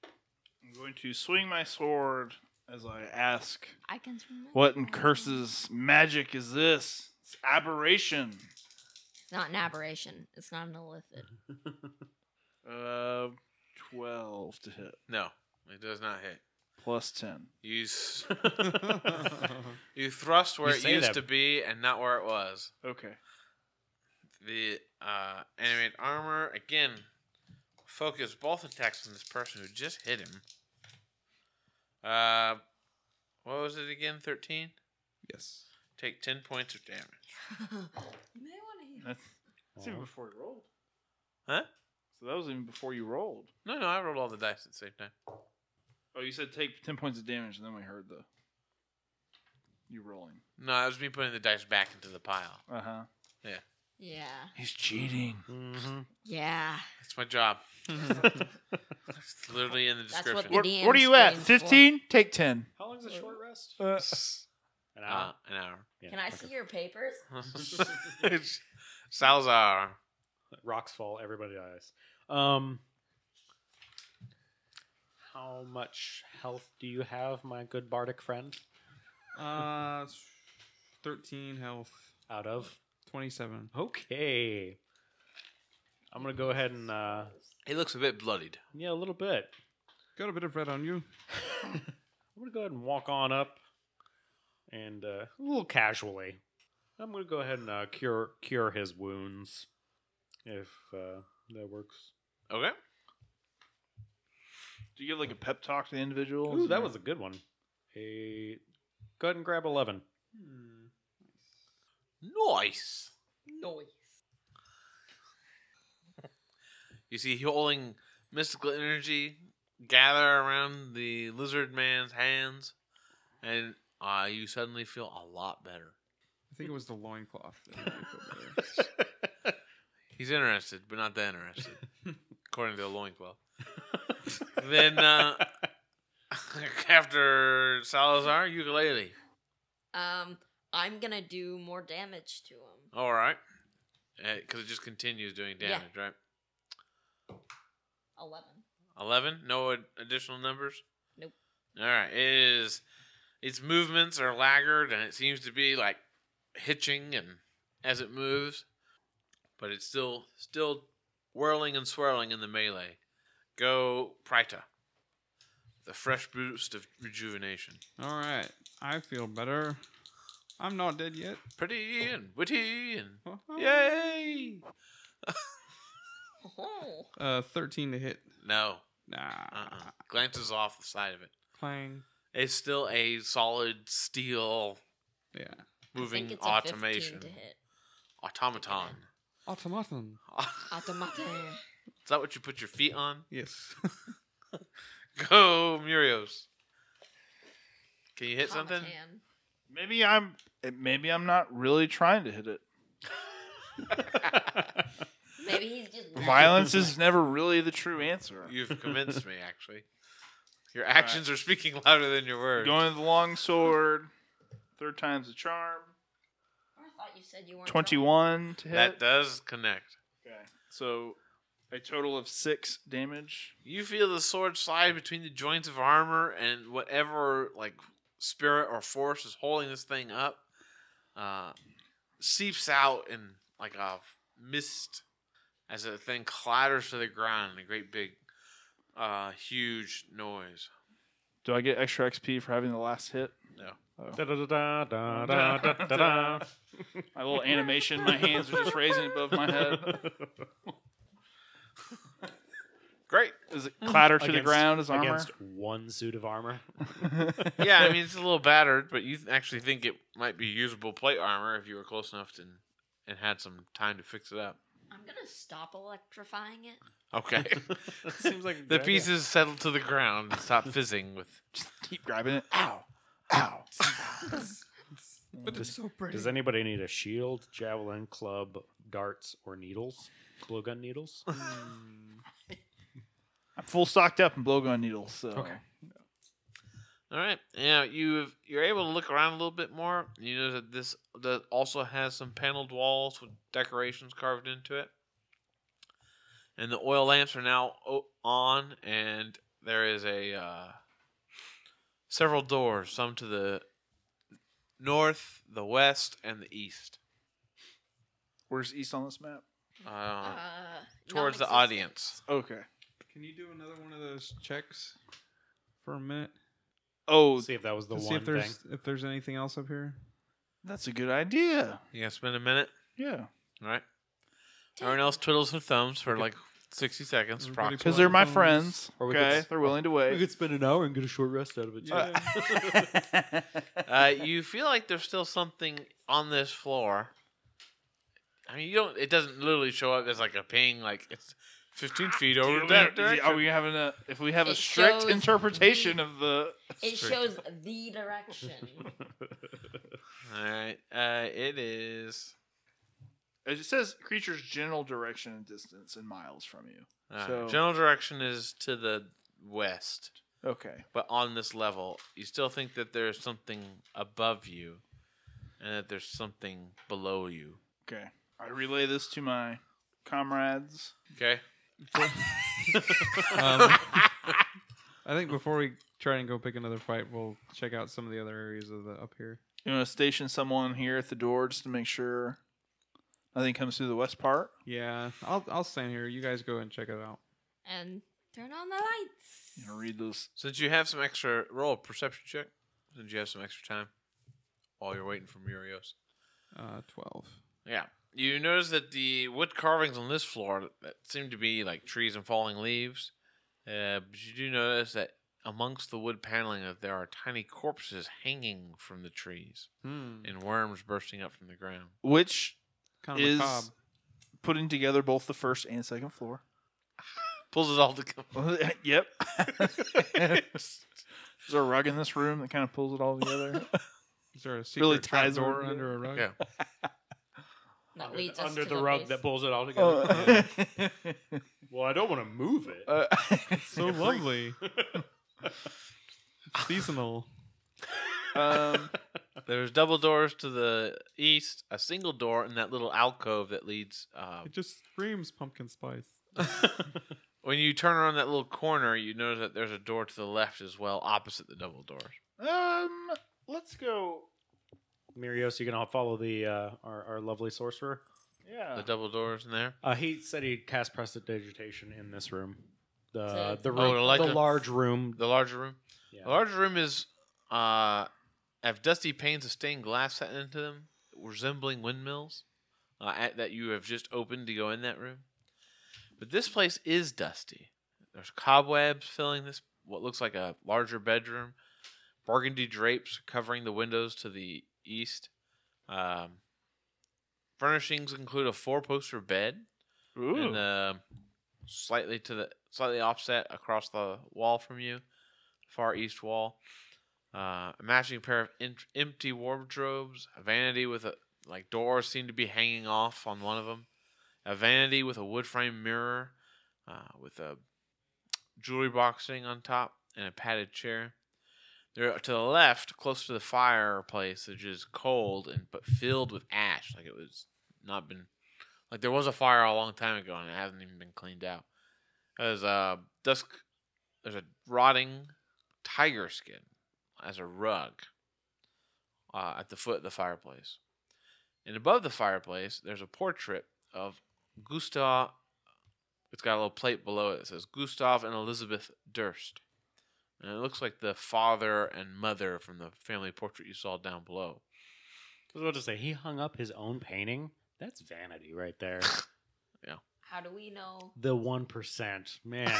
S4: I'm going to swing my sword as I ask,
S6: I can swim. it.
S4: "What in curses magic is this? It's aberration."
S6: It's not an aberration. It's not an illithid.
S1: Mm-hmm.
S4: Uh, twelve to hit.
S1: No, it does not hit.
S4: plus 10.
S1: You s- you thrust where
S2: You
S1: it
S2: say
S1: used
S2: that.
S1: to be and not where it was.
S4: Okay.
S1: The uh, animate armor again. Focus both attacks on this person who just hit him. Uh, what was it again? Thirteen.
S5: Yes.
S1: Take ten points of damage.
S6: You may want
S4: That's, that's even before you rolled.
S1: Huh?
S4: So that was even before you rolled.
S1: No, no, I rolled all the dice at the same time.
S4: Oh, you said take 10 points of damage, and then we heard the. You rolling.
S1: No, that was me putting the dice back into the pile.
S4: Uh huh.
S6: Yeah.
S4: He's cheating.
S6: Yeah.
S1: That's my job. it's literally in the
S6: That's what
S1: description.
S6: the
S4: What,
S6: DM
S4: what are you at?
S6: stands for.
S4: 15? Take 10.
S2: How long is a short rest? An
S1: uh,
S2: hour.
S1: an hour.
S2: Yeah,
S6: Can I
S2: okay.
S6: see your papers?
S1: It's- Salzar.
S2: Rocks fall. Everybody dies. Um, how much health do you have, my good bardic friend?
S5: Uh, thirteen health,
S2: Out of
S5: twenty-seven.
S2: okay. I'm gonna go ahead and uh,
S1: He looks a bit bloodied.
S2: yeah, a little bit.
S5: Got a bit of red on you.
S2: I'm gonna go ahead and walk on up, and uh, a little casually, I'm gonna go ahead and uh, cure cure his wounds, if uh, that works.
S1: Okay.
S4: Do you give like a pep talk to the individual?
S2: Ooh, that was a good one. A go ahead and grab eleven.
S5: Hmm.
S1: Nice.
S6: Noise.
S1: You see healing mystical energy gather around the lizard man's hands, and uh, you suddenly feel a lot better.
S5: I think it was the loincloth. that made me feel better.
S1: He's interested, but not that interested, according to the loincloth. then, uh, after Salazar, ukulele.
S6: Um, I'm gonna do more damage to him.
S1: All right. Because it just continues doing
S6: Yeah.
S1: damage, right?
S6: Eleven.
S1: 11 no ad- additional numbers
S6: Nope.
S1: all right it is its movements are laggard and it seems to be like hitching and as it moves but it's still still whirling and swirling in the melee go prita the fresh boost of rejuvenation
S5: All right, I feel better. I'm not dead yet. Uh-huh.
S1: pretty and witty and
S5: Yeah.
S1: yay
S6: Oh,
S5: Uh, thirteen to hit.
S1: no
S5: Nah.
S1: uh-uh. glances off the side of it
S5: Clang.
S1: it's still a solid steel
S5: Yeah.
S6: I think
S1: moving
S6: it's
S1: automation
S6: A 15 to hit.
S1: automaton
S5: Automaton.
S6: Automata.
S1: Is that what you put your feet on?
S5: Yes.
S1: Go, Murios. Can you hit something?
S6: Automatan.
S4: Maybe I'm. it- Maybe I'm not really trying to hit it.
S6: Maybe he's just
S4: Violence is never really the true answer.
S1: You've convinced me, actually. Your actions are speaking louder than your words.
S4: Going with the long sword. Third time's a charm.
S6: I thought you said you weren't.
S4: Twenty-one to hit.
S1: that does connect.
S4: okay. So, a total of six damage.
S1: You feel the sword slide between the joints of armor and whatever like spirit or force is holding this thing up uh, seeps out in like a mist as the thing clatters to the ground in a great big, uh, huge noise.
S4: Do I get extra XP for having the last hit?
S2: Da, da, da, da, da, da, da, da.
S4: My little animation. My hands are just raising above my head.
S1: Great.
S4: Is it clatter to the
S2: Against-
S4: ground as armor?
S2: Against one suit of armor.
S1: yeah, I mean it's a little battered, but you th- actually think it might be usable plate armor if you were close enough to and had some time to fix it up.
S6: I'm gonna stop electrifying it.
S1: Okay,
S5: Seems like
S1: the pieces settle to the ground and stop fizzing with.
S4: Just keep grabbing it. Ow. Ow.
S5: But it's so pretty.
S2: Does anybody need a shield, javelin, club, darts, or needles? Blowgun needles.
S4: I'm full stocked up in blowgun needles. So. Okay.
S1: All right, yeah, you you're able to look around a little bit more. You know that this that also has some paneled walls with decorations carved into it, and the oil lamps are now o- on, and there is a uh, several doors, some to the north, the west, and the east,
S4: Where's east on this map?
S1: uh,
S6: Uh,
S1: towards the
S6: non-existent.
S1: audience.
S4: Okay.
S5: Can you do another one of those checks for a minute?
S4: Oh,
S2: see if that was the
S5: to see
S2: one
S5: if there's
S2: thing.
S5: if there's anything else up here.
S4: that's a good idea.
S1: You gonna spend a minute?
S4: Yeah,
S1: All right. Everyone else twiddles their thumbs for like 60 seconds
S5: Everybody
S1: approximately.
S4: because they're my
S5: Well,
S4: friends.
S8: or we
S4: Okay,
S8: could-
S4: they're willing to
S8: We
S4: wait.
S8: could spend an hour and get a short rest out of it.
S4: Uh,
S1: Uh, you feel like there's still something on this floor. I mean, you don't. It doesn't literally show up as like a ping. Like it's 15 feet
S4: Do
S1: over
S4: we-
S1: that
S4: Are
S1: direction.
S4: we having a? If we have a
S6: It
S4: strict
S6: shows
S4: interpretation
S6: the-
S4: of the,
S6: It shows the direction.
S1: All right. Uh, it is.
S4: as it says, creature's general direction and distance in miles from you.
S1: Uh,
S4: So-
S1: General direction is to the west,
S4: Okay.
S1: but on this level, you still think that there's something above you, and that there's something below you.
S4: Okay. I relay this to my comrades.
S1: Okay.
S5: Um, I think before we try and go pick another fight, we'll check out some of the other areas of the up here.
S4: You want to station someone here at the door just to make sure nothing comes through the west part.
S5: Yeah, I'll I'll stand here. You guys go and check it out.
S3: And turn on the lights.
S4: You know, read those.
S1: Since you have some extra roll a perception check, since you have some extra time while you're waiting for Murios.
S5: Uh, Twelve.
S1: Yeah. You notice that the wood carvings on this floor that seem to be like trees and falling leaves. Uh, but you do notice that amongst the wood paneling that there are tiny corpses hanging from the trees
S5: Hmm.
S1: and worms bursting up from the ground.
S4: Which
S5: Kind of
S4: is
S5: macabre.
S4: putting together both the first and second floor.
S1: Pulls it all together.
S4: yep. There's a rug in this room that kind of pulls it all together.
S5: Is there a secret
S4: really
S5: trap
S4: ties
S5: door
S4: over-
S5: under a rug?
S1: Yeah.
S6: That leads us
S8: under
S6: to
S8: the rug
S6: place-
S8: that pulls it all together.
S4: Uh,
S8: well, I don't want to move it.
S4: uh,
S5: So lovely. It's Seasonal.
S4: um,
S1: There's double doors to the east, a single door in that little alcove that leads uh,
S5: It just screams pumpkin spice.
S1: When you turn around that little corner, you notice that there's a door to the left as well, opposite the double doors.
S4: um, let's go.
S2: Mirios, you gonna follow the uh, our, our lovely sorcerer?
S4: Yeah.
S5: Ah.
S1: The double doors in there.
S2: Uh, he said he cast prestidigitation in this room, the
S6: So-
S2: the
S1: Oh,
S2: room,
S1: like
S2: the
S1: a-
S2: large room.
S1: The larger room.
S2: Yeah.
S1: The larger room is uh have dusty panes of stained glass set into them, resembling windmills uh, at, that you have just opened to go in that room. But this place is dusty. There's cobwebs filling this what looks like a larger bedroom. Burgundy drapes covering the windows to the east. Um, furnishings include a four-poster bed
S4: Ooh.
S1: and uh, slightly to the slightly offset across the wall from you, far east wall. Uh, a matching pair of em- empty wardrobes, a vanity with a like doors seem to be hanging off on one of them, a vanity with a wood frame mirror, uh, with a jewelry box sitting on top and a padded chair. There to the left, close to the fireplace, which is cold and but filled with ash, like it was not been like there was a fire a long time ago and it hasn't even been cleaned out. There's a dusk. There's a rotting tiger skin as a rug uh, at the foot of the fireplace, and above the fireplace there's a portrait of Gustav. It's got a little plate below it that says Gustav and Elizabeth Durst, and it looks like the father and mother from the family portrait you saw down below.
S2: I was about to say he hung up his own painting. That's vanity right there.
S6: How do we know?
S2: the one percent man.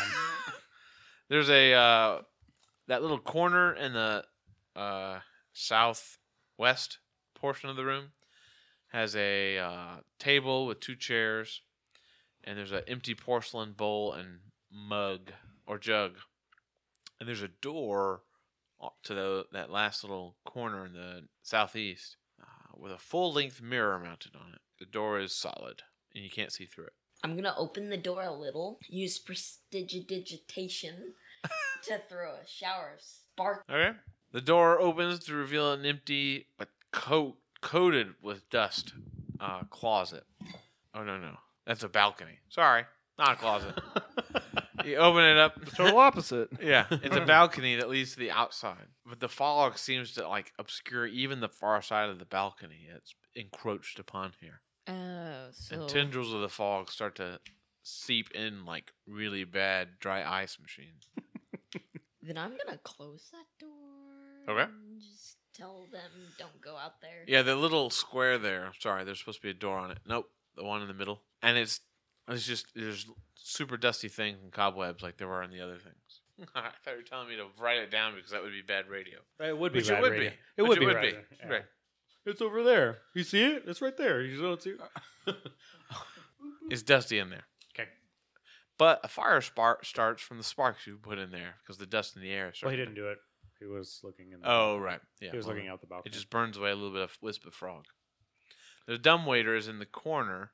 S1: There's a uh, that little corner in the uh, southwest portion of the room has a uh, table with two chairs, and there's an empty porcelain bowl and mug or jug, and there's a door o- to the, that last little corner in the southeast uh, with a full-length mirror mounted on it. The door is solid, and you can't see through it.
S6: I'm gonna open the door a little, use prestidigitation to throw a shower of spark.
S1: Okay. The door opens to reveal an empty but coat coated with dust uh, closet. Oh no no, that's a balcony. Sorry, not a closet. you open it up.
S4: Total opposite.
S1: yeah, it's a balcony that leads to the outside, but the fog seems to like obscure even the far side of the balcony. It's encroached upon here,
S6: Oh, so
S1: and tendrils of the fog start to seep in like really bad dry ice machines.
S6: then I'm gonna close that door.
S1: Okay.
S6: and Just tell them don't go out there.
S1: Yeah, the little square there. Sorry, there's supposed to be a door on it. Nope, the one in the middle. And it's it's just there's super dusty things and cobwebs like there were in the other things. I thought you were telling me to write it down because that would be bad radio.
S8: It would
S1: Which it would be.
S8: It
S1: Which
S8: would
S1: it
S8: be.
S1: would
S8: rad
S1: be.
S8: radio. Yeah.
S1: Right.
S8: It's over there. You see it? It's right there. You just don't see
S5: Uh,
S8: it.
S1: It's dusty in there.
S2: 'Kay.
S1: But a fire spark starts from the sparks you put in there because the dust in the air.
S2: Well, he
S1: started-
S2: didn't do it. He was looking in. The
S1: Oh right, yeah.
S2: he was
S1: well,
S2: looking out the balcony.
S1: It just burns away a little bit of wisp of frog. The dumbwaiter is in the corner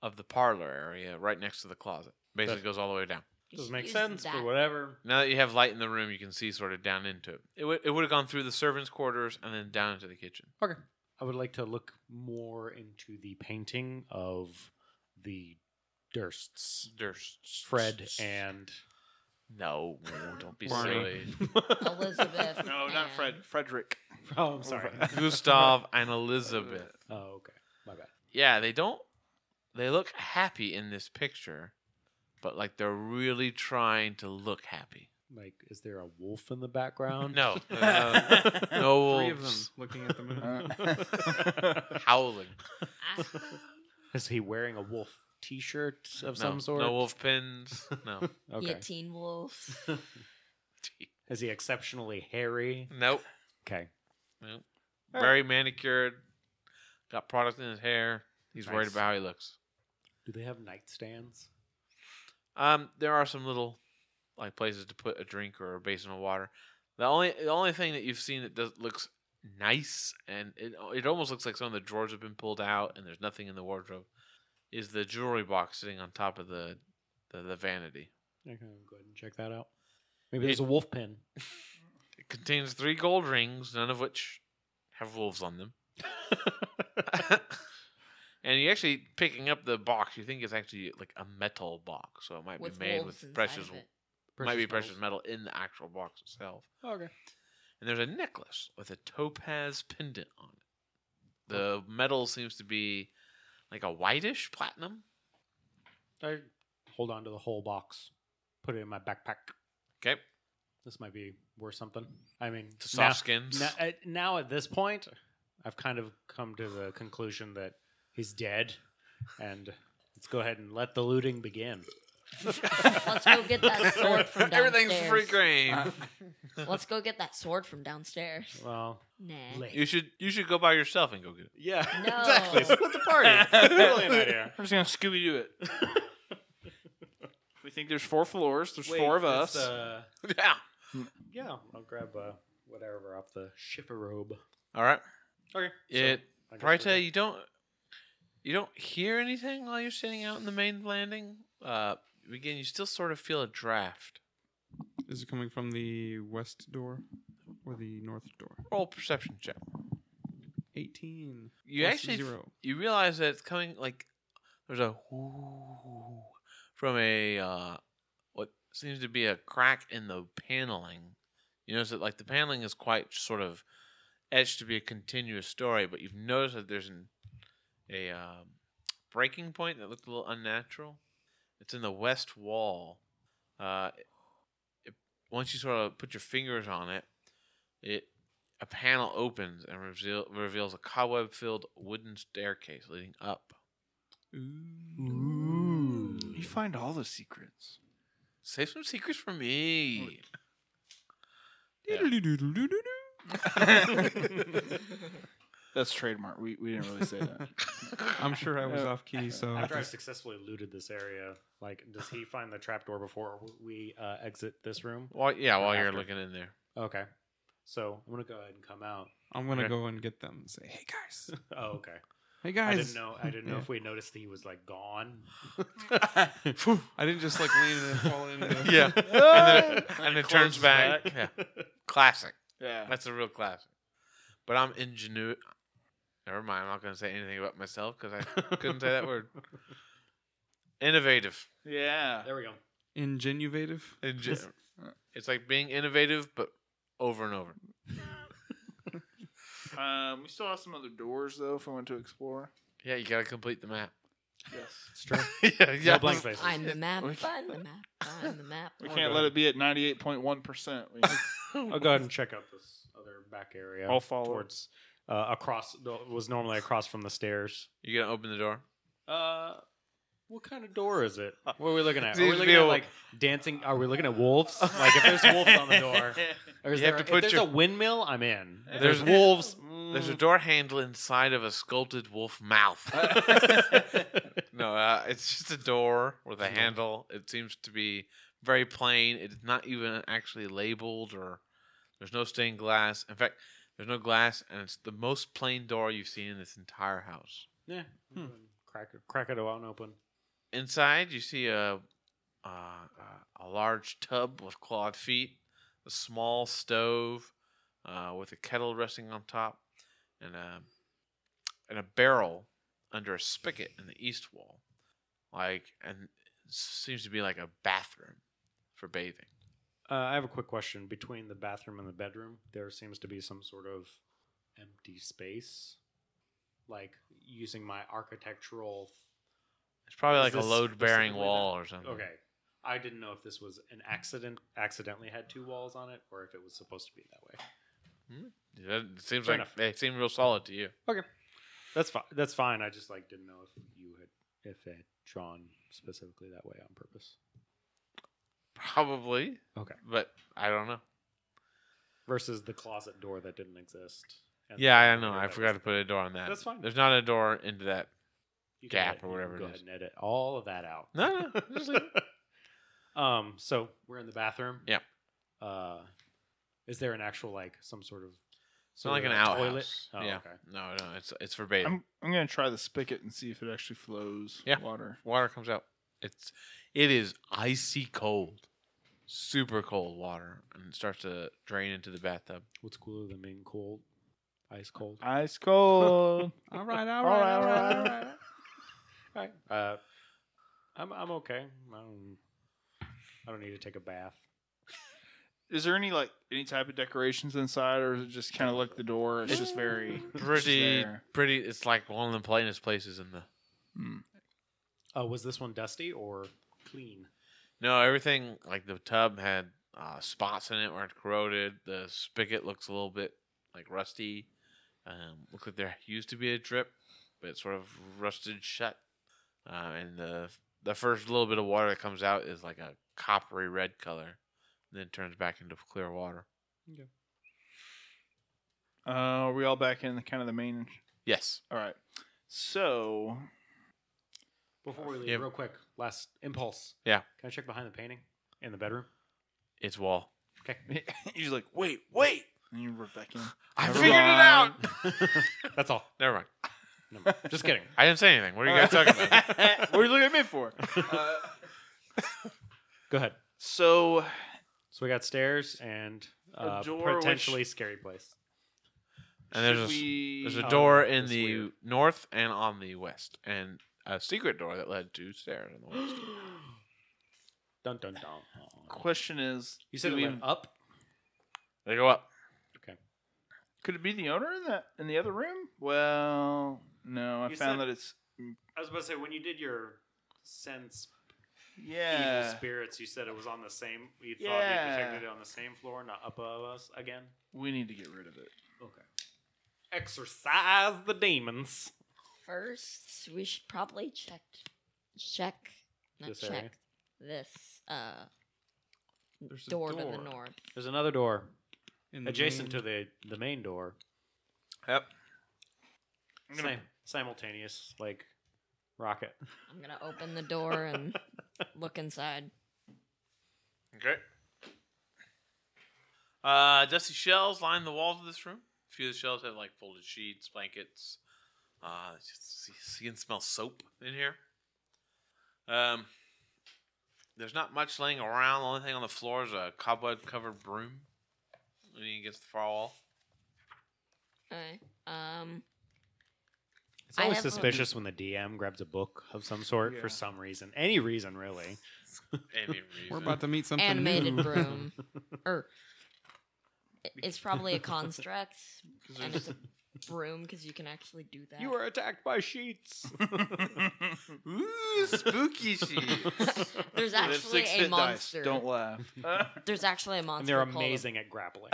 S1: of the parlor area, right next to the closet. Basically, goes all the way down.
S6: You
S8: Doesn't
S6: should
S8: make
S6: use
S8: sense,
S6: that.
S8: but whatever.
S1: Now that you have light in the room, you can see sort of down into it. It, w- it would have gone through the servants' quarters and then down into the kitchen.
S2: Okay. I would like to look more into the painting of the Dursts,
S1: Durst.
S2: Fred and
S1: No, don't be silly.
S5: Barney.
S6: Elizabeth.
S4: No, not Fred. Frederick.
S2: oh, I'm sorry.
S1: Gustav and Elizabeth.
S2: oh, okay. My bad.
S1: Yeah, they don't. They look happy in this picture, but like they're really trying to look happy.
S2: Like, is there a wolf in the background?
S1: No, no, no
S5: Three of them
S1: wolves
S5: looking at the moon.
S1: Uh. howling.
S2: Is he wearing a wolf T-shirt of
S1: no,
S2: some sort?
S1: No wolf pins. No.
S6: Yeah,
S2: Okay.
S6: Teen Wolf.
S2: Is he exceptionally hairy?
S1: nope.
S2: Okay.
S1: Nope. Very manicured. Got product in his hair. He's worried
S2: Nice.
S1: about how he looks.
S2: Do they have nightstands?
S1: Um, there are some little like places to put a drink or a basin of water. The only the only thing that you've seen that does looks nice and it it almost looks like some of the drawers have been pulled out and there's nothing in the wardrobe is the jewelry box sitting on top of the the, the vanity.
S2: Okay, I'll go ahead and check that out. Maybe there's a wolf pin.
S1: It contains three gold rings, none of which have wolves on them. and you actually picking up the box, you think it's actually like a metal box, so it might
S6: with
S1: be made
S6: wolves
S1: with
S6: inside
S1: precious,
S6: of it.
S1: might be precious metal in the actual box itself.
S2: Okay.
S1: And there's a necklace with a topaz pendant on it. The metal seems to be like a whitish platinum.
S2: I hold on to the whole box, put it in my backpack.
S1: Okay,
S2: This might be worth something. I mean,
S1: it's a
S2: now,
S1: soft skins.
S2: now, at, now at this point, I've kind of come to the conclusion that he's dead, and let's go ahead and let the looting begin.
S6: Let's go get that sword from
S1: Everything's free
S6: downstairs.
S1: game.
S6: Let's go get that sword from downstairs.
S2: Well,
S6: Nah.
S2: late.
S1: you should you should go by yourself and go get it.
S8: Yeah,
S6: Eh? No.
S8: exactly. Split the party. Brilliant idea.
S4: I'm just gonna Scooby Doo it. we think there's four floors. There's four of us.
S1: yeah.
S2: uh, yeah, I'll grab uh, whatever off the shipper robe.
S1: All right.
S8: Okay,
S1: It
S2: I guess we're
S1: Brita,
S2: good.
S1: you don't you don't hear anything while you're sitting out in the main landing. Uh, again, you still sort of feel a draft.
S5: Is it coming from the west door or the north door?
S1: Roll perception check.
S5: 18.
S1: You
S5: plus
S1: actually f-
S5: zero.
S1: you realize that it's coming like there's a whoo from a uh, what seems to be a crack in the paneling. You notice that like the paneling is quite sort of etched to be a continuous story, but you've noticed that there's an a um, breaking point that looked a little unnatural. It's in the west wall. Uh, it, once you sort of put your fingers on it, it a panel opens and reveal, reveals a cobweb filled wooden staircase leading up.
S4: You find all the secrets.
S1: Save some secrets for me. Yeah.
S4: That's trademark. We, we didn't really say that.
S5: I'm sure I was
S4: Yeah.
S5: off key, so.
S2: After I've successfully looted this area, like, does he find the trapdoor before we uh, exit this room?
S1: While, yeah,
S2: Or
S1: while you're
S2: after.
S1: looking in there.
S2: Okay. So I'm gonna go ahead and come out.
S5: I'm going to
S1: Okay.
S5: go and get them and say, hey guys.
S2: Oh, okay.
S5: Hey
S2: I
S5: guys.
S2: didn't know. I didn't know
S5: Yeah.
S2: if we noticed that he was like gone.
S5: Phew. I didn't just like lean in and fall in.
S1: Yeah. and then,
S4: Ah!
S1: and it turns back. Yeah. Classic.
S4: yeah.
S1: That's a real classic. But I'm ingenu. Never mind. I'm not going to say anything about myself because I couldn't say that word. Innovative.
S4: Yeah.
S2: There we go.
S5: Ingenuvative.
S1: Inge- it's like being innovative, but over and over.
S4: Um, we still have some other doors though if we want to explore.
S1: Yeah, you got to complete the map.
S4: Yes.
S2: It's true.
S1: yeah, yeah.
S2: No blank faces.
S6: Find the map.
S4: We-
S6: Find the map. Find the map.
S4: We can't let it be at ninety eight point one percent.
S2: I'll go ahead and check out this other other back area.
S4: I'll follow.
S2: towards uh, across. The, was normally across from the stairs.
S1: You gonna open the door?
S2: Uh, what kind of door is it? What are we looking at? Are we
S1: Uh, Seems to
S2: looking
S1: be
S2: at
S1: a-
S2: like dancing? Are we looking at wolves? Like if there's wolves on the door, or is
S1: You have
S2: there-
S1: to
S2: if
S1: put
S2: there's
S1: your-
S2: a windmill, I'm in. If
S1: There's-
S2: there's, wolves.
S1: There's a
S2: mm,
S1: door handle inside of a sculpted wolf mouth.
S2: Mm.
S1: no, uh, it's just a door with a handle. It seems to be very plain. It's not even actually labeled, or there's no stained glass. In fact, there's no glass, and it's the most plain door you've seen in this entire house.
S2: yeah. Hmm. Crack it, crack it out and open.
S1: Inside, you see a uh, uh, a large tub with clawed feet, a small stove uh, with a kettle resting on top, and a and a barrel under a spigot in the east wall, like and it seems to be like a bathroom for bathing.
S2: Uh, I have a quick question. Between the bathroom and the bedroom, there seems to be some sort of empty space. Like using my architectural.
S1: It's probably
S2: Is
S1: like a
S2: this
S1: load bearing
S2: specifically
S1: wall
S2: that-
S1: or something.
S2: Okay, I didn't know if this was an accident, accidentally had two walls on it, or if it was supposed to be that way.
S1: Yeah, it seems like
S2: Fair enough.
S1: they seem real solid to you.
S2: That's fine. That's fine. I just like didn't know if you had if it had drawn specifically that way on purpose.
S1: Probably.
S2: Okay.
S1: But I don't know.
S2: Versus the closet door that didn't exist. and
S1: Yeah, I
S2: the
S1: know.
S2: door
S1: I
S2: that
S1: forgot to
S2: was-
S1: put a door on that.
S2: That's fine.
S1: There's not a door into that.
S2: You can
S1: gap
S2: edit-
S1: or
S2: you can
S1: whatever it
S2: Go
S1: is.
S2: ahead and edit all of that out.
S1: No, no, just leave
S2: um. So we're in the bathroom.
S1: Yeah.
S2: Uh, is there an actual like some sort of?
S1: It's not like an
S2: toilet?
S1: outhouse.
S2: Oh,
S1: yeah.
S2: okay.
S1: No, no, it's it's forbidden.
S4: I'm I'm gonna try the spigot and see if it actually flows
S1: Yeah.
S4: water.
S1: Water comes out. It's it is icy cold, super cold water, and it starts to drain into the bathtub.
S2: What's cooler than being cold,
S1: Uh,
S2: ice cold?
S4: Ice cold.
S5: All right, all right,
S4: All right,
S5: all right.
S4: all
S5: All
S4: right.
S5: right.
S2: All right. Uh, I'm I'm okay. I don't. I don't need to take a bath.
S4: Is there any like any type of decorations inside, or is it just kind of like the door? It's just very it's just
S1: Pretty,
S4: there?
S1: pretty. It's like one of the plainest places in the.
S4: Hmm.
S2: Uh, was this one dusty or clean?
S1: No, everything like the tub had uh, spots in it where it corroded. The spigot looks a little bit like rusty. Um, looks like there used to be a drip, but it's sort of rusted shut. Uh, and the the first little bit of water that comes out is like a coppery red color, and then turns back into clear water.
S4: Uh, are we all back in the kind of the main?
S1: Yes.
S4: All right. So
S2: Before we leave,
S1: Yeah.
S2: real quick, last impulse.
S1: Yeah.
S2: Can I check behind the painting in the bedroom?
S1: It's wall.
S2: Okay.
S4: you're just like, wait, wait, and you rip back in.
S1: I
S4: Never
S1: figured it out.
S2: That's all.
S1: Never mind.
S2: No, more. just kidding.
S1: I didn't say anything. What are you guys talking about?
S2: Eh,
S4: what are you looking at me for? Uh,
S2: Go ahead.
S4: so
S2: So we got stairs and uh,
S4: door which-
S2: potentially scary place.
S1: And there's
S4: should
S1: a s-
S4: we...
S1: There's a
S2: Oh,
S1: door in
S2: that's
S1: the
S2: weird.
S1: north and on the west, and a secret door that led to stairs in the west.
S2: Dun dun dun.
S4: question is,
S2: You said
S4: do
S2: it
S4: we
S2: went up.
S1: They go up.
S4: Could it be the owner in that in the other room? Well, no. I
S2: You
S4: found
S2: said-
S4: that it's
S2: I was about to say when you did your sense
S4: yeah.
S2: evil spirits, you said it was on the same. You thought
S4: Yeah.
S2: you detected it on the same floor, not above us again.
S4: We need to get rid of it.
S2: Okay. Exorcise the demons.
S6: First, we should probably check, check, not
S2: This
S6: check
S2: area?
S6: this uh
S5: There's a
S6: door, to the
S5: door.
S6: north.
S2: There's another door
S4: Mm-hmm.
S2: adjacent to the the main door.
S1: Yep.
S4: I'm gonna-
S2: Same, simultaneous, like rocket.
S6: I'm gonna open the door and look inside.
S1: Okay. Uh, dusty shells line the walls of this room. A few of the shells have like folded sheets, blankets. Uh, just, see- you can smell soap in here. Um, there's not much laying around. The only thing on the floor is a cobweb-covered broom leaning against the far wall.
S6: Okay. Um.
S2: It's
S6: I
S2: always
S6: have a-
S2: suspicious when the DM grabs a book of some sort
S4: Yeah.
S2: for some reason, any reason really.
S1: Any reason.
S5: We're about to meet something
S6: animated
S5: new.
S6: broom or It's probably a construct,
S1: 'Cause
S6: and
S1: there's-
S6: it's a broom because you can actually do that.
S2: You are attacked by sheets.
S1: Ooh, spooky sheet.
S6: There's
S1: Well, there's
S6: actually
S1: six
S6: a
S1: hit dice.
S6: monster.
S4: Don't laugh.
S6: There's actually a monster.
S2: and they're
S6: called a-
S2: amazing at grappling.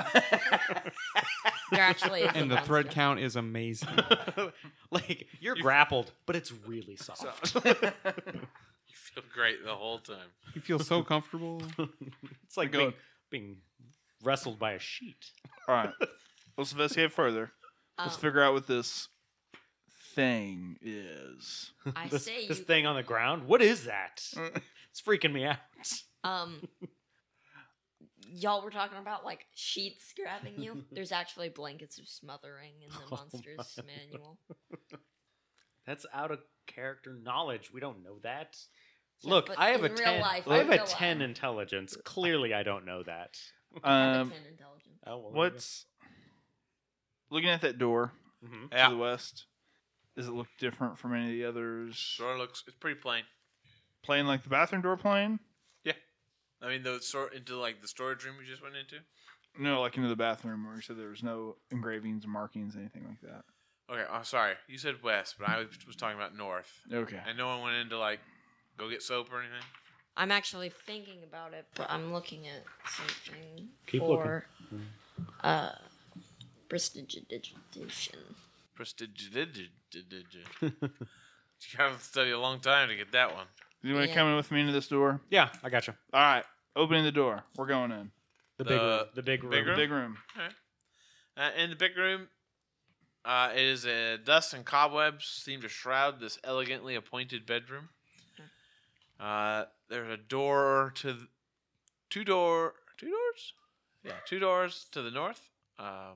S6: There actually is
S5: And
S6: a
S5: the thread
S6: monster.
S5: count is amazing.
S2: like you're grappled, but it's really soft.
S1: You feel great the whole time.
S5: You feel so comfortable.
S2: it's like
S4: Go.
S2: being, being wrestled by a sheet.
S4: All right. Let's investigate further. Let's
S6: Um,
S4: figure out what this thing is.
S6: I
S2: this,
S6: say
S2: this
S6: you-
S2: thing on the ground. What is that? it's freaking me out.
S6: Um, y'all were talking about like sheets grabbing you. There's actually blankets of smothering in the
S2: Oh
S6: monsters
S2: my.
S6: manual.
S2: That's out of character knowledge. We don't know that.
S6: Yeah,
S2: Look,
S6: but
S2: I have a
S6: in real
S2: ten.
S6: life,
S2: I have
S6: in
S2: a
S6: real life,
S2: ten intelligence. Clearly, I don't know that.
S6: I have a
S4: Um,
S6: 10 intelligence.
S2: Oh, well,
S4: what's looking at that door
S2: hmm
S4: to the west? Does it look different from any of the others?
S1: Sort of looks. It's pretty plain.
S4: Plain like the bathroom door plane?
S1: I mean, the sort into like the storage room we just went into.
S4: No, like into the bathroom where you said there was no engravings, markings, anything like that.
S1: Okay, I'm sorry. You said west, but I was, was talking about north.
S4: Okay.
S1: And no one went in to like go get soap or anything.
S6: I'm actually thinking about it, but I'm looking at something
S2: Keep
S6: for uh, prestidigitation.
S1: Prestidigid. You gotta study a long time to get that one.
S4: Is anyone
S6: Yeah.
S4: coming with me into this door?
S2: Yeah, I gotcha.
S4: All right. Opening the door. We're going in.
S2: The,
S1: The-
S2: big room. The big room.
S1: big room?
S4: Big room.
S1: Uh, in the big room, uh, it is uh, dust and cobwebs seem to shroud this elegantly appointed bedroom. Uh, there's a door to th- two door two doors, yeah, two doors to the north. Uh,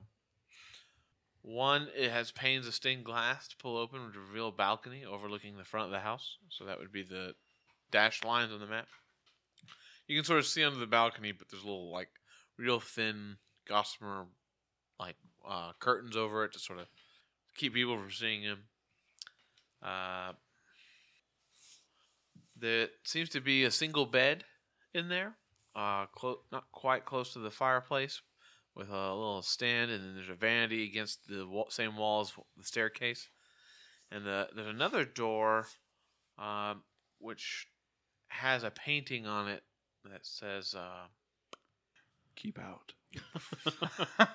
S1: one it has panes of stained glass to pull open, which reveal a balcony overlooking the front of the house. So that would be the dashed lines on the map. You can sort of see under the balcony, but there's little like real thin gossamer like uh, curtains over it to sort of keep people from seeing him. Uh, there seems to be a single bed in there, uh, clo- not quite close to the fireplace, with a little stand, and then there's a vanity against the wa- same wall as the staircase, and the, there's another door, um, which has a painting on it that says. Uh,
S4: Keep out.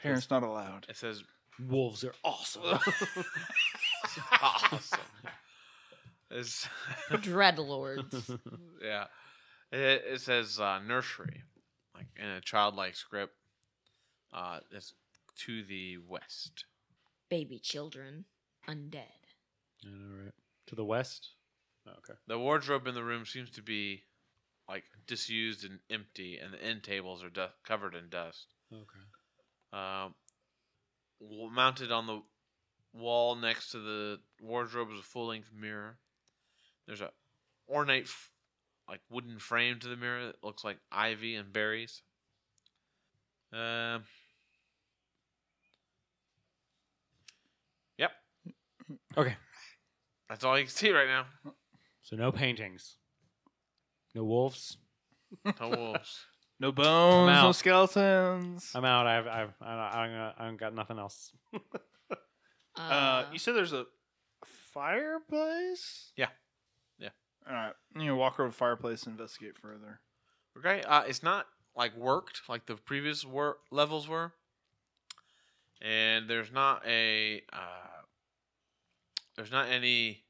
S4: Parents not allowed.
S1: it says
S2: Wolves are awesome.
S1: awesome. It's,
S6: Dreadlords.
S1: yeah. It, it says uh, nursery, like in a childlike script. Uh, it's to the west.
S6: baby children. Undead.
S2: All right. To the west. Oh, okay.
S1: The wardrobe in the room seems to be like disused and empty, and the end tables are du- covered in dust.
S2: Okay.
S1: Um, w- mounted on the wall next to the wardrobe is a full-length mirror. There's a ornate, f- like wooden frame to the mirror that looks like ivy and berries. Um. Yep,
S2: Okay.
S1: that's all you can see right now.
S2: So no paintings. No wolves.
S1: No wolves.
S4: No
S2: I'm
S4: bones,
S2: out.
S4: no skeletons.
S2: I'm out. I've, I've, I don't- I don't, I don't got nothing else.
S6: Uh,
S4: Uh, you said there's a fireplace?
S1: Yeah. Yeah.
S4: All right. You know, walk over to the fireplace and investigate further.
S1: Okay, uh, it's not like worked like the previous wor- levels were, and there's not a uh, there's not any.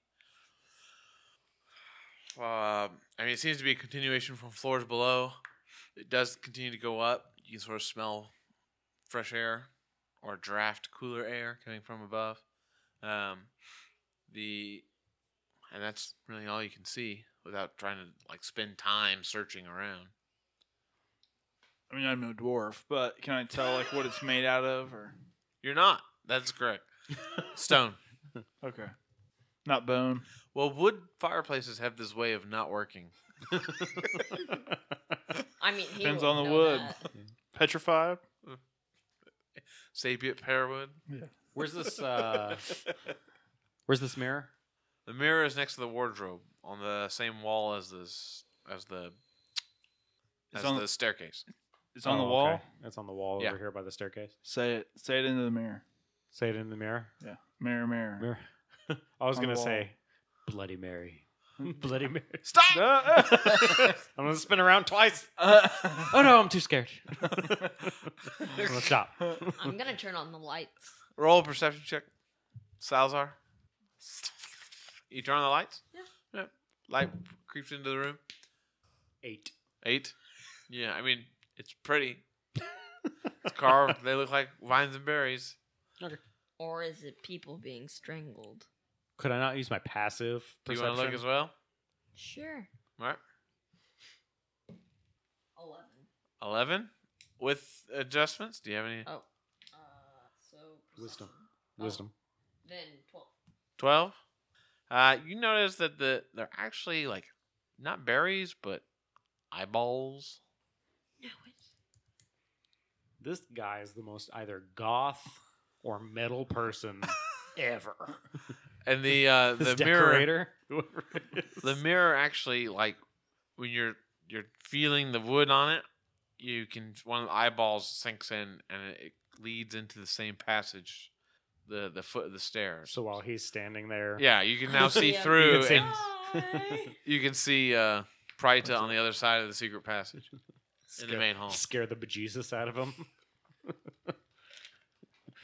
S1: Uh, I mean, it seems to be a continuation from floors below. It does continue to go up. You can sort of smell fresh air or draft cooler air coming from above. Um, the and that's really all you can see without trying to like spend time searching around.
S4: I mean, I'm no dwarf, but can I tell like what it's made out of? Or
S1: You're not. That's correct. Stone.
S4: okay, not bone.
S1: Well, wood fireplaces have this way of not working.
S6: I mean, he
S4: Depends
S6: would
S4: on the
S6: know
S4: wood.
S6: that.
S4: Petrified.
S1: Sapient pearwood.
S2: Where's this? Uh, where's this mirror?
S1: The mirror is next to the wardrobe on the same wall as this as the
S4: It's
S1: as
S4: on-
S1: the staircase.
S4: It's on
S2: Oh,
S4: the
S2: okay.
S4: wall.
S2: It's on the wall
S1: Yeah.
S2: over here by the staircase.
S4: Say it. Say it into the mirror.
S2: Say it in the mirror.
S4: Yeah. Mirror, mirror.
S2: Mirror. I was
S4: On the
S2: gonna
S4: wall.
S2: say Bloody Mary. Bloody Mary.
S1: Stop!
S4: Ah,
S2: I'm gonna spin around twice.
S4: ah.
S5: Oh no, I'm too scared.
S2: I'm gonna stop.
S6: I'm gonna turn on the lights.
S1: Roll a perception check. Salzar. You turn on the lights?
S6: Yeah.
S1: Yep. Light creeps into the room.
S2: Eight.
S1: Eight. Yeah, I mean, it's pretty. It's carved. they look like vines and berries.
S6: Or is it people being strangled?
S2: Could I not use my passive
S1: Do you
S2: perception?
S1: want to look as well?
S6: Sure.
S1: All right.
S6: Eleven.
S1: 11 with adjustments. Do you have any?
S6: Oh. Uh, so
S2: Wisdom.
S6: perception. Oh,
S2: Wisdom.
S6: Then twelve.
S1: 12. Uh, you notice that the they're actually like not berries, but eyeballs.
S6: No, it's
S2: This guy is the most either goth or metal person ever.
S1: And the uh, the
S2: This
S1: mirror
S2: decorator, whoever it is.
S1: the mirror actually like when you're you're feeling the wood on it, you can one of the eyeballs sinks in and it leads into the same passage, the the foot of the stairs.
S2: So while he's standing there,
S1: yeah, you can now see
S6: Yeah. You can
S1: through.
S2: see-
S1: and you can see uh, Prita on the other side of the secret passage in the
S2: scare,
S1: main hall.
S2: scare the bejesus out of him.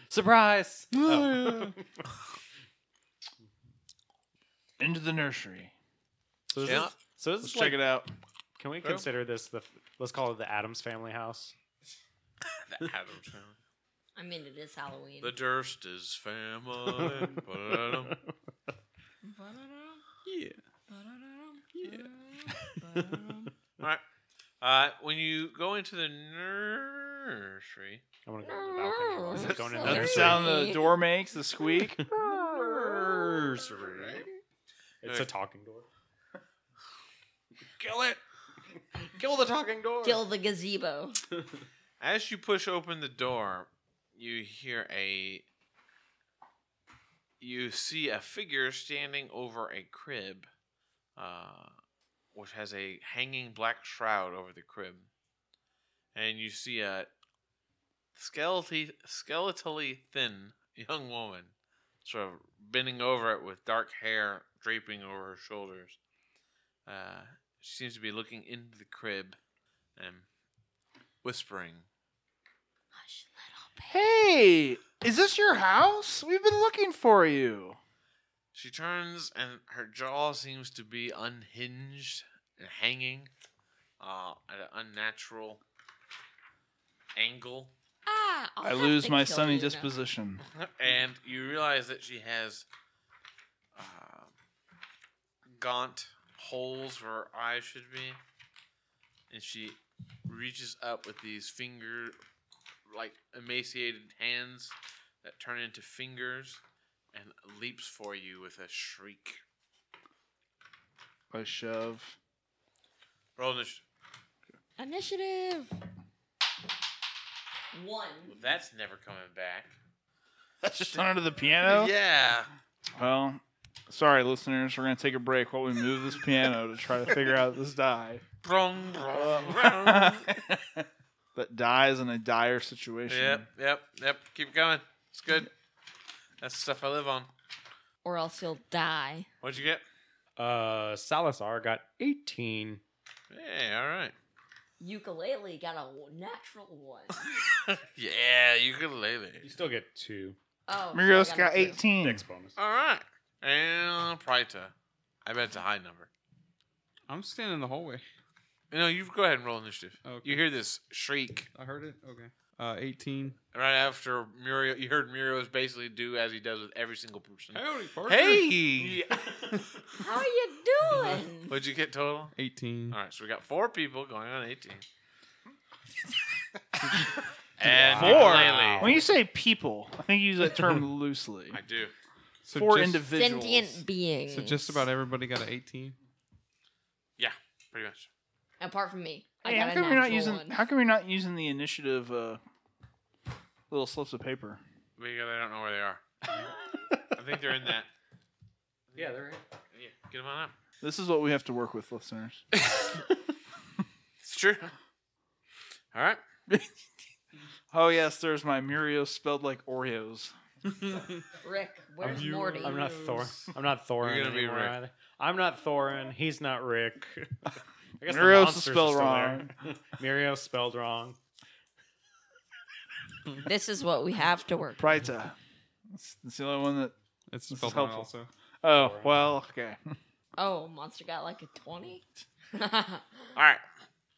S2: Surprise! Oh.
S4: into the nursery.
S2: so this
S1: Yeah.
S2: is, so this
S4: Let's
S2: is like-
S4: check it out.
S2: Can we consider this the? Let's call it the Adams family house.
S1: The Addams family.
S6: I mean, it is Halloween.
S1: The Durst is family. Ba-da-dum. yeah. All right. Uh, when you go into the nursery,
S2: I want to go to the balcony. while he's
S6: Oh, That's
S2: going in
S6: so
S2: the
S4: That's the
S6: Nursery.
S4: sound the door makes. The squeak.
S2: nursery. It's a talking door.
S1: kill it.
S2: Kill the talking door.
S6: Kill the gazebo.
S1: As you push open the door, you hear a. You see a figure standing over a crib, uh, which has a hanging black shroud over the crib, and you see a skeletally, skeletally thin young woman, sort of bending over it with dark hair draping over her shoulders. Uh, she seems to be looking into the crib, and whispering.
S6: Hush,
S4: Hey, is this your house? We've been looking for you.
S1: She turns and her jaw seems to be unhinged and hanging uh, at an unnatural angle.
S6: Ah, I'll
S4: i
S6: have
S4: lose
S6: to
S4: my
S6: kill
S4: sunny
S6: you now.
S4: disposition.
S1: And you realize that she has uh, gaunt holes where her eyes should be. And she reaches up with these finger, like emaciated hands that turn into fingers and leaps for you with a shriek.
S4: I shove.
S1: Roll initiative.
S3: Initiative.
S6: One.
S1: Well, that's never coming back.
S4: That's just under the piano.
S1: Yeah.
S4: Well, sorry, listeners. We're gonna take a break while we move this piano to try to figure out this die.
S1: Brung, brung, brung.
S4: that die is in a dire situation.
S1: yep, yep, yep. Keep going. It's good. That's the stuff I live on.
S6: Or else you'll die.
S1: What'd you get?
S2: Uh, Salazar got eighteen.
S1: Yeah, all right.
S6: Ukulele got a w- natural one.
S1: Yeah, you could lay there.
S2: You still get two
S6: Oh, so I
S4: Murios
S6: a
S4: got
S6: two.
S4: 18.
S2: dex bonus.
S6: Oh.
S1: All right. And Prita. I bet it's a high number.
S5: I'm standing in the hallway. Oh,
S1: No, you go ahead and roll initiative.
S5: Okay.
S1: You hear this shriek
S5: I heard it. Okay. Uh, 18.
S1: right after Muriel. You heard Muriel's basically do as he does with every single person.
S5: Howdy,
S1: Hey!
S6: How you doing?
S1: What'd you get total?
S5: 18.
S1: All right, so we got four people going on 18. and ukulele.
S4: When you say people, I think you use that term loosely.
S1: I do.
S5: So
S4: Four
S5: just,
S4: individuals.
S6: Sentient being.
S5: So just about everybody got an 18.
S1: Pretty much.
S6: Apart from me. I
S4: Hey,
S6: got
S4: how
S6: a
S4: come you're not
S6: natural
S4: using?
S6: one.
S4: How come you're not using the initiative? Uh, little slips of paper.
S1: Because I don't know where they are. I think they're in that.
S2: Yeah, they're
S1: Yeah, get them on up.
S4: This is what we have to work with, listeners.
S1: It's true. All right.
S4: Oh yes, there's my Muriel spelled like Oreos.
S6: Rick, where's
S5: you-
S6: Morty?
S2: I'm not Thor. I'm not Thorin
S1: You're gonna be
S2: anymore
S1: Rick.
S2: either. I'm not Thorin. He's not Rick. I guess the
S4: Muriel's
S2: monsters are
S4: spelled
S2: still there.
S4: wrong.
S2: Muriel spelled wrong.
S6: This is what we have to work.
S4: Brita. That's, that's uh, the only one that.
S5: It's
S4: This is
S5: spelled wrong
S4: helpful.
S5: also.
S4: Oh well, okay.
S6: Oh, monster got like a twenty.
S1: All right.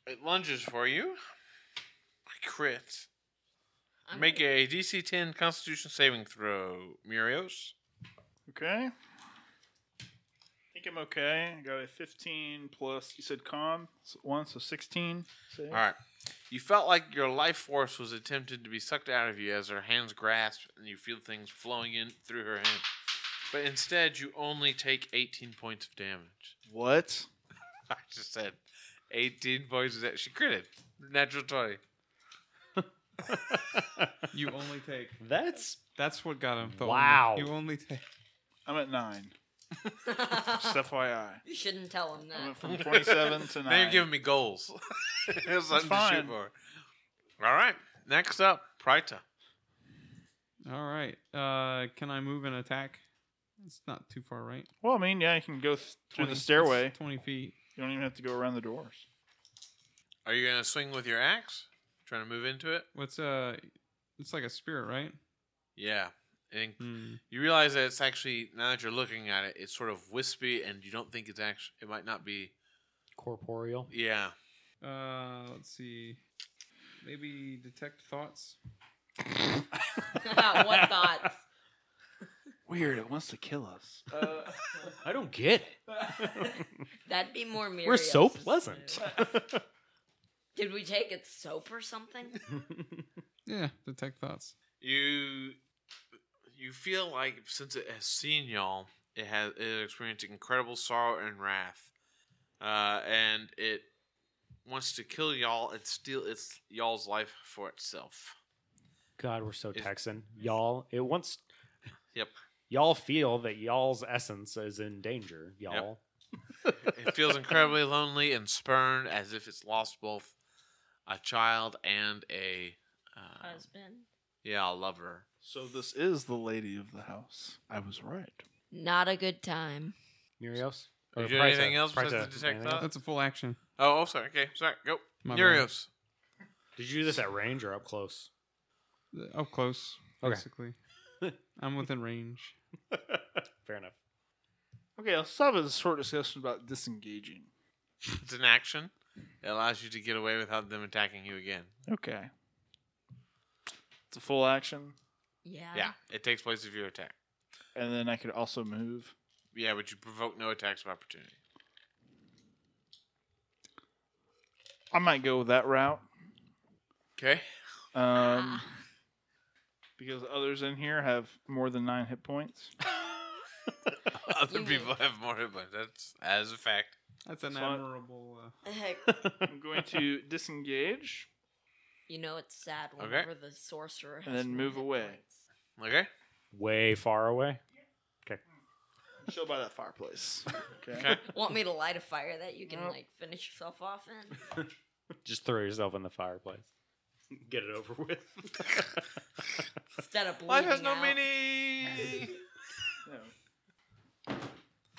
S1: It lunges for you. I crit. Make a DC 10 Constitution saving throw, Murios.
S4: Okay. I think I'm okay. I got a 15 plus. You said calm so one, so 16. Save.
S1: All right. You felt like your life force was attempted to be sucked out of you as her hands grasp and you feel things flowing in through her hand. But instead, you only take 18 points of damage.
S4: What?
S1: I just said 18 points of damage. She critted. Natural 20.
S5: You only take.
S2: That's
S5: That's what got him. the
S2: Wow.
S5: only- you only take.
S4: I'm at nine. Just FYI.
S6: you shouldn't tell him
S4: I
S6: that.
S4: went from 27 to 9.
S1: Now you're giving me goals. That's something to shoot
S4: fine.
S1: for. All right. Next up, Prita.
S5: All right. Uh, can I move and attack? It's not too far, right?
S4: well, I mean, yeah, you can go th-
S5: 20
S4: through the
S5: it's
S4: stairway.
S5: Twenty feet.
S4: You don't even have to go around the doors.
S1: Are you going to swing with your axe? Trying to move into it?
S5: What's uh? It's like a spirit, right?
S1: Yeah. And
S5: Hmm.
S1: you realize that it's actually, now that you're looking at it, it's sort of wispy and you don't think it's actually, it might not be.
S2: corporeal.
S1: Yeah.
S5: Uh, let's see. Maybe detect thoughts.
S6: what thoughts?
S4: Weird. It wants to kill us.
S2: I don't get it.
S6: That'd be more Muriel.
S2: We're so pleasant.
S6: Did we take its soap or something?
S5: Yeah, detect thoughts.
S1: You you feel like since it has seen y'all, it has it experienced incredible sorrow and wrath, uh, and it wants to kill y'all and steal its y'all's life for itself.
S2: God, we're so
S1: Is-
S2: Texan, y'all. It wants.
S1: Yep.
S2: Y'all feel that y'all's essence is in danger, y'all.
S1: It feels incredibly lonely and spurned, as if it's lost both a child and a uh,
S6: Husband.
S1: yeah a lover.
S4: So this is the lady of the house. I was right.
S6: Not a good time.
S2: Murios.
S1: Are you
S2: Or
S1: doing
S2: Pryta.
S1: anything else besides
S2: Pryta,
S1: the detect
S4: Uh,
S2: anything else?
S1: thought?
S5: That's a full action.
S1: Oh, oh, sorry. Okay, sorry. Go,
S5: My bad.
S1: Nurios.
S2: Did you do this at range or up close?
S5: Uh, Up close,
S2: Okay.
S5: basically. I'm within range.
S2: Fair enough.
S4: Okay, let's have a short discussion about disengaging.
S1: It's an action. It allows you to get away without them attacking you again.
S4: Okay. It's a full action,
S6: Yeah.
S1: Yeah, it takes place if you attack.
S4: and then I could also move.
S1: Yeah, but you provoke no attacks of opportunity.
S4: I might go that route.
S1: Okay.
S4: Um, because others in here have more than nine hit points.
S1: Other
S6: You
S1: people have more hit points. That's as a fact.
S5: That's an
S4: So I-
S5: admirable. Uh,
S6: Heck,
S4: I'm going to disengage.
S6: you know it's sad
S1: Okay.
S6: whenever the sorcerer has
S4: And then
S6: more
S4: move
S6: hit
S4: away.
S6: points.
S1: Okay.
S2: Way far away.
S4: Chill by that fireplace. Okay.
S1: Okay.
S6: Want me to light a fire that you can
S4: Nope.
S6: like finish yourself off in?
S2: Just throw yourself in the fireplace. Get it over with.
S6: Instead of
S1: Life
S6: bleeding
S1: has no
S6: out,
S1: meaning.
S4: No.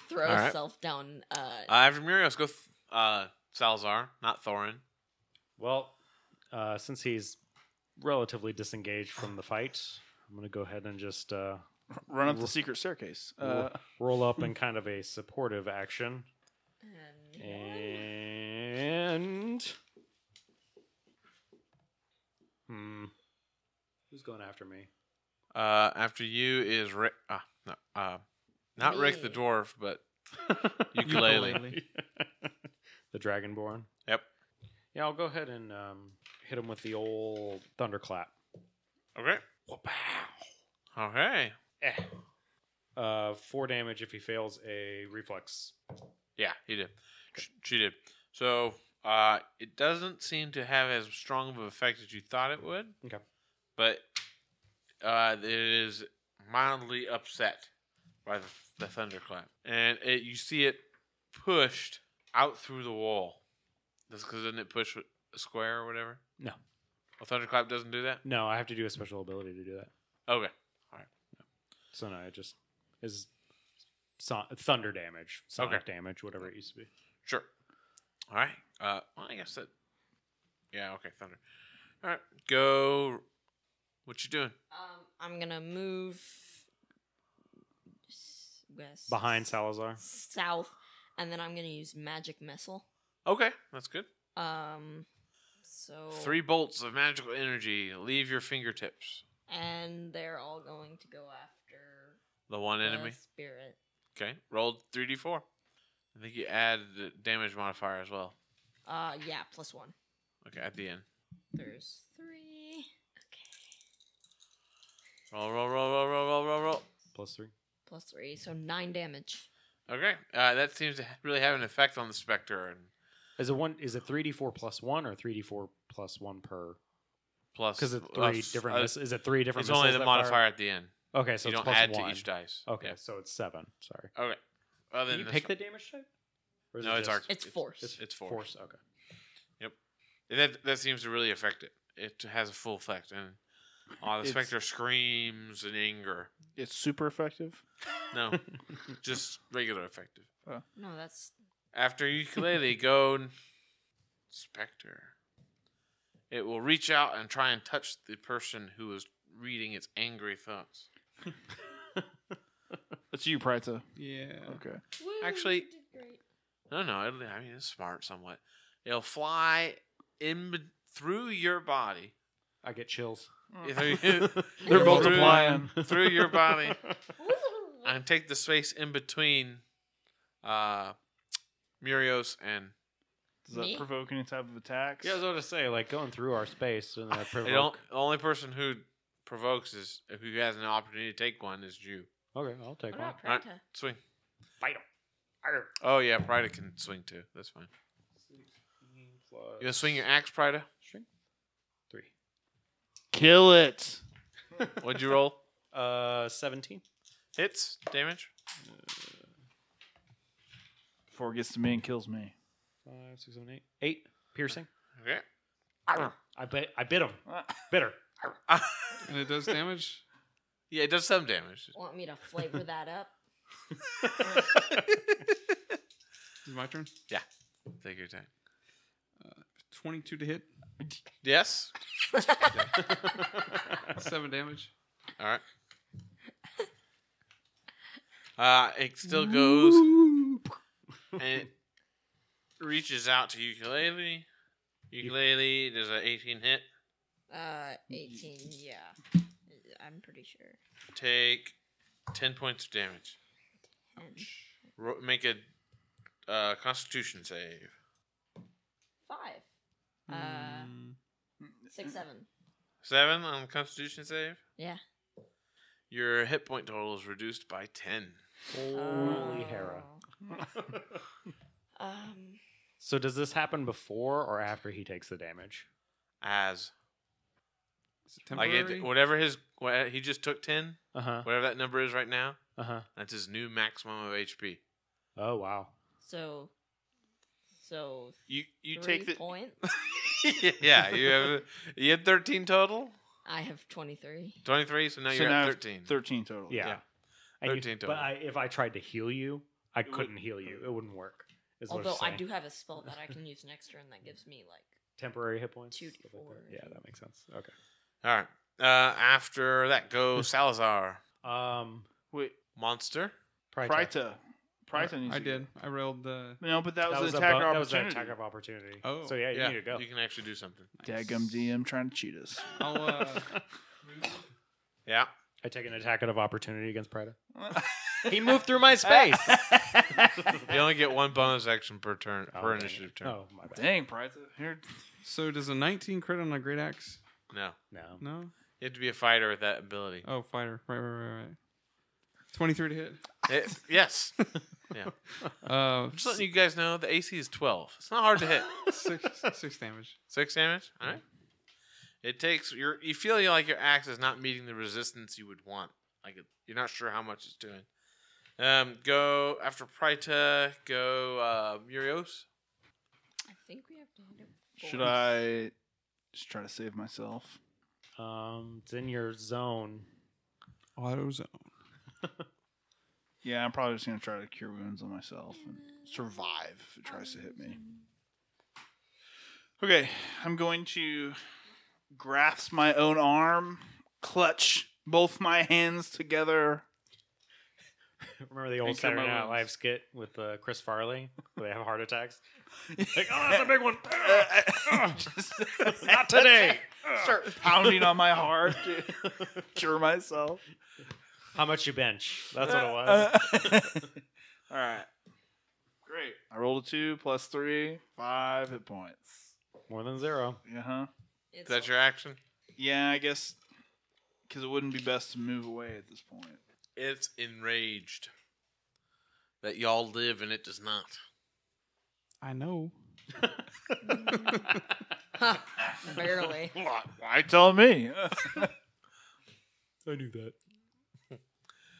S6: throw
S1: All right.
S6: yourself down. Uh,
S1: uh, after Murios, go th- uh, Salazar, not Thorin.
S2: Well, uh, since he's relatively disengaged from the fight, I'm going to go ahead and just uh,
S4: Run up the secret staircase. Uh,
S2: roll up in kind of a supportive action.
S6: and-
S2: And. Hmm. Who's going after me?
S1: Uh, after you is Rick. Uh, no, uh, not Rick the
S6: Me.
S1: dwarf, but ukulele.
S5: Ukulele.
S2: the Dragonborn?
S1: Yep.
S2: Yeah, I'll go ahead and um, hit him with the old thunderclap.
S1: Okay. Okay.
S2: Eh. Uh, four damage if he fails a reflex.
S1: Yeah, he did. Sh She did. So uh, it doesn't seem to have as strong of an effect as you thought it would.
S2: Okay.
S1: But uh, it is mildly upset by the, the thunderclap, and it, you see it pushed out through the wall. That's because doesn't it push a square or whatever?
S2: No.
S1: A thunderclap doesn't do that.
S2: No, I have to do a special ability to do that.
S1: Okay.
S2: So no, it just is son- thunder damage, sonic damage, whatever it used to be.
S1: Sure. All right. Uh, well, I guess that. Yeah. Okay. Thunder. All right. Go. What you doing?
S6: Um, I'm gonna move s- west,
S2: Behind Salazar.
S6: south, and then I'm gonna use magic missile.
S1: Okay, that's good.
S6: Um, so
S1: Three bolts of magical energy leave your fingertips.
S6: and they're all going to go after
S1: The one
S6: the
S1: enemy.
S6: spirit.
S1: Okay. Rolled three d four. I think you add the damage modifier as well.
S6: Uh, yeah, plus one.
S1: Okay, at the end.
S6: There's three.
S1: Roll, roll, roll, roll, roll, roll, roll, roll.
S2: Plus three.
S6: Plus three, so nine damage.
S1: Okay, uh, that seems to ha- really have an effect on the specter and
S2: Is it one? Is it three d four plus one or three d four plus one per?
S1: plus
S2: Because it's three
S1: well,
S2: different.
S1: uh,
S2: miss- is it three
S1: it's
S2: different?
S1: only
S2: missiles
S1: the
S2: that fire?
S1: modifier at the end.
S2: Okay, so
S1: you
S2: it's
S1: don't
S2: plus
S1: add
S2: one.
S1: to each dice.
S2: Okay,
S1: Yeah.
S2: so it's seven. Sorry.
S1: Okay. Other
S2: Can you
S1: than
S2: pick
S1: this,
S2: the damage type? Or is
S1: no,
S2: it
S1: it's
S2: just
S1: our
S6: It's force.
S1: It's, it's force.
S2: force. Okay.
S1: And that that seems to really affect it. It has a full effect, and uh, the
S4: It's-
S1: specter screams in anger.
S4: It's super effective.
S1: No, just regular effective.
S6: No, that's
S1: After ukulele, go n- specter. It will reach out and try and touch the person who is reading its angry thoughts.
S4: It's you, Prita.
S5: Yeah.
S4: Okay.
S3: Woo,
S1: Actually-
S3: you did great.
S1: No, no, it'll, I mean it's smart somewhat. It'll fly in be- through your body.
S2: I get chills.
S1: Through-
S5: They're
S4: multiplying.
S1: through your body and take the space in between uh Murios and
S4: Does that
S6: Me?
S4: provoke any type of attacks?
S2: Yeah, I was about to say, like going through our space and that
S1: They don't, the only person who provokes is who has an opportunity to take one is you.
S2: Okay, I'll take
S6: what
S2: one.
S6: about
S1: Alright.
S6: Pranta?
S1: Swing.
S2: Bite 'em. Arr.
S1: Oh yeah, Prida can swing too. That's fine. You gonna swing your axe, Prida?
S2: Three.
S4: Kill it.
S1: What'd you roll?
S2: Uh, seventeen.
S1: Hits, damage.
S4: Before it gets to me and kills me.
S2: Five, six, seven, eight. Eight piercing.
S1: Okay.
S2: I bit. I bit him. Bitter.
S5: And it does damage.
S1: Yeah, it does some damage.
S6: Want me to flavor that up?
S5: Is it my turn?
S1: Take your time.
S5: 22 to hit.
S1: Yes.
S5: Seven damage.
S1: All right. Uh, it still goes and it reaches out to ukulele. Ukulele does an 18 hit.
S6: Uh, eighteen. Yeah, I'm pretty sure.
S1: Take 10 points of damage.
S6: And
S1: Ro- make a uh, Constitution save.
S6: five. Uh,
S5: Mm,
S4: Hmm.
S6: six, seven.
S1: Seven on the Constitution save.
S6: Yeah.
S1: Your hit point total is reduced by 10.
S2: Holy Hera.
S6: Oh. Um,
S2: So does this happen before or after he takes the damage?
S1: As
S5: is it
S1: like
S5: temporary?
S1: it, whatever his what, he just took 10,
S2: Uh huh.
S1: whatever that number is right now,
S2: Uh huh.
S1: that's his new maximum of HP.
S2: Oh wow.
S6: so, so
S4: You you
S6: three
S4: take the
S6: points.
S1: yeah, you have you had 13 total.
S6: I have twenty-three.
S1: 23, so now
S4: So
S1: you're
S4: now
S1: at
S4: I have
S1: 13.
S4: thirteen total.
S2: Yeah.
S1: Yeah.
S2: And you-
S1: 13 total.
S2: but I, if I tried to heal you, I
S4: would-
S2: couldn't heal you. It wouldn't work. Is what I'm
S6: Although I
S2: saying.
S6: do have a spell that I can use next turn that gives me like
S2: temporary hit points.
S6: Two
S2: stuff like that.
S6: 2d4.
S2: Yeah, that makes sense. Okay.
S1: All right. Uh, after that goes Salazar.
S2: Um,
S4: Wait,
S1: Monster.
S2: Prita.
S4: Prita. Prita needs
S5: I
S4: to
S5: did. I rolled the.
S4: No, but that,
S2: That
S4: was,
S2: was,
S4: an
S2: a
S4: attack
S2: bo- that was an
S4: opportunity.
S2: attack of opportunity.
S5: Oh,
S2: so yeah, you need to go.
S1: You can actually do something.
S4: Dadgum DM trying to cheat us.
S5: I'll, uh,
S1: Yeah.
S2: I take an attack out of opportunity against Prida. he moved through my space.
S1: You only get one bonus action per turn per initiative turn.
S2: Oh my bad.
S4: Dang, Prita. Here,
S5: so does a 19 crit on a great axe?
S1: No.
S2: No.
S5: No.
S1: You have to be a fighter with that ability.
S5: Oh, fighter. Right, right, right, right. 23 to hit.
S1: It- yes. I'm
S5: Uh,
S1: just letting you guys know the AC is 12. It's not hard to hit.
S5: six, six damage.
S1: Six damage. All right. It takes your. You feel like your axe is not meeting the resistance you would want. Like it, you're not sure how much it's doing. Um, go after Prita. Go uh, Murios.
S6: I think we have to hit it.
S4: should I Just try to save myself.
S2: Um, it's in your zone.
S5: AutoZone.
S4: Yeah, I'm probably just gonna try to cure wounds on myself and survive if it tries to hit me. Okay, I'm going to grasp my own arm, clutch both my hands together.
S2: Remember the old
S4: Think of my
S2: Saturday Night
S4: wounds.
S2: Live skit with uh, Chris Farley where they have heart attacks?
S4: Like,
S2: oh, that's a big one.
S4: Not
S2: today.
S4: Start pounding on my heart to cure myself.
S2: How much you bench? That's
S1: Uh,
S2: what it was.
S4: All right. Great. Uh, I rolled a two plus three, five hit points.
S2: More than zero.
S4: Uh huh.
S1: Is that your action?
S4: Yeah, I guess because it wouldn't be best to move away at this point.
S1: It's enraged that y'all live and it does not.
S5: I know.
S6: Barely.
S4: Why Uh, tell me?
S8: I knew that.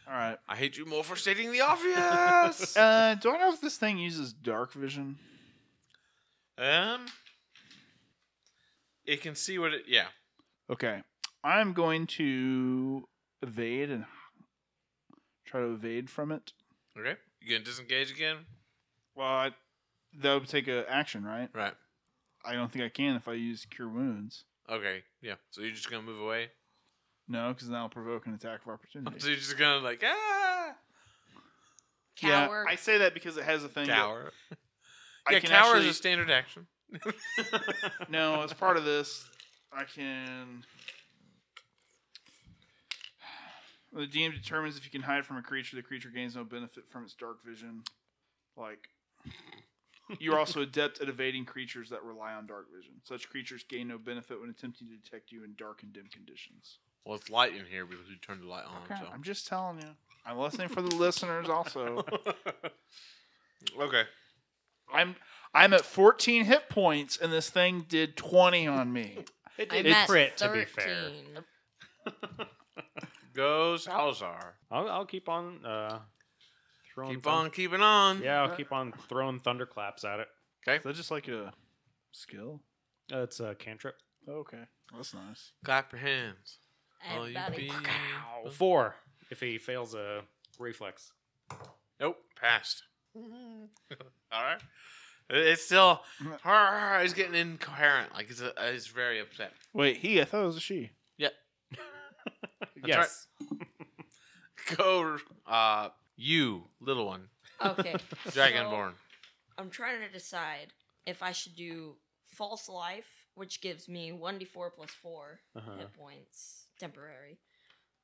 S4: All right.
S1: I hate you more for stating the obvious.
S4: Uh, do I know if this thing uses dark vision?
S1: um, it can see what it. Yeah,
S4: Okay. I'm going to evade and try to evade from it.
S1: Okay. You gonna disengage again?
S4: Well, I, that would take an action, right?
S1: Right.
S4: I don't think I can if I use cure wounds.
S1: Okay. Yeah. So you're just gonna move away.
S4: No, because that'll provoke an attack of opportunity.
S1: So you're just gonna like ah
S6: Cower.
S4: Yeah, I say that because it has a thing. that
S1: cower.
S4: I
S1: yeah,
S4: can
S1: cower
S4: actually-
S1: is a standard action.
S4: no, as part of this, I can. The DM determines if you can hide from a creature. The creature gains no benefit from its dark vision. Like, you're also adept at evading creatures that rely on dark vision. Such creatures gain no benefit when attempting to detect you in dark and dim conditions.
S1: Well, it's light in here because you turned the light on.
S4: Okay, I'm just telling you. I'm listening for the listeners. Also,
S1: So. Okay.
S4: I'm I'm at 14 hit points, and this thing did 20 on me.
S2: It
S6: I'm
S2: did
S6: at
S2: crit,
S6: 13.
S2: to be fair.
S1: Goes Salazar.
S2: I'll, I'll keep on uh, throwing.
S1: Keep
S2: thun-
S1: on keeping on.
S2: Yeah, I'll keep on throwing thunderclaps at it.
S1: Okay.
S4: Is that just like a skill?
S2: Uh, it's a cantrip.
S4: Okay, that's nice.
S1: Clap your hands.
S6: And
S1: All Oh, you
S6: buddy.
S1: people.
S2: Four. If he fails a reflex.
S1: Nope. Passed. All right. It's still. It's getting incoherent. Like it's. A, it's very upset.
S4: Wait, he? I thought it was a she.
S2: yes.
S1: Go. Uh. You little one.
S6: Okay.
S1: Dragonborn.
S6: So, I'm trying to decide if I should do false life, which gives me 1d4 plus 4
S2: Uh-huh.
S6: hit points temporary,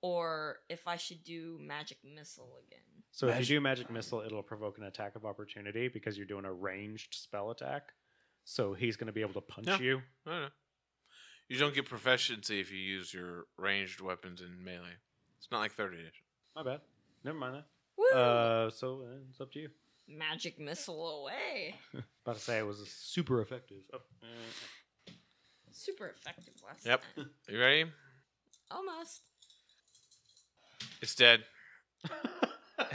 S6: or if I should do magic missile again.
S2: So if you do magic missile, it'll provoke an attack of opportunity because you're doing a ranged spell attack. So he's going to be able to punch
S1: Yeah.
S2: you.
S1: I don't know. You don't get proficiency if you use your ranged weapons in melee. It's not like 30 edition.
S2: My bad. Never mind
S6: Woo!
S2: that. Uh, so uh, it's up to you.
S6: magic missile away.
S2: About to say it was super effective. Oh, uh,
S6: Super effective last
S1: Yep.
S6: time.
S1: You ready?
S6: Almost.
S1: It's dead.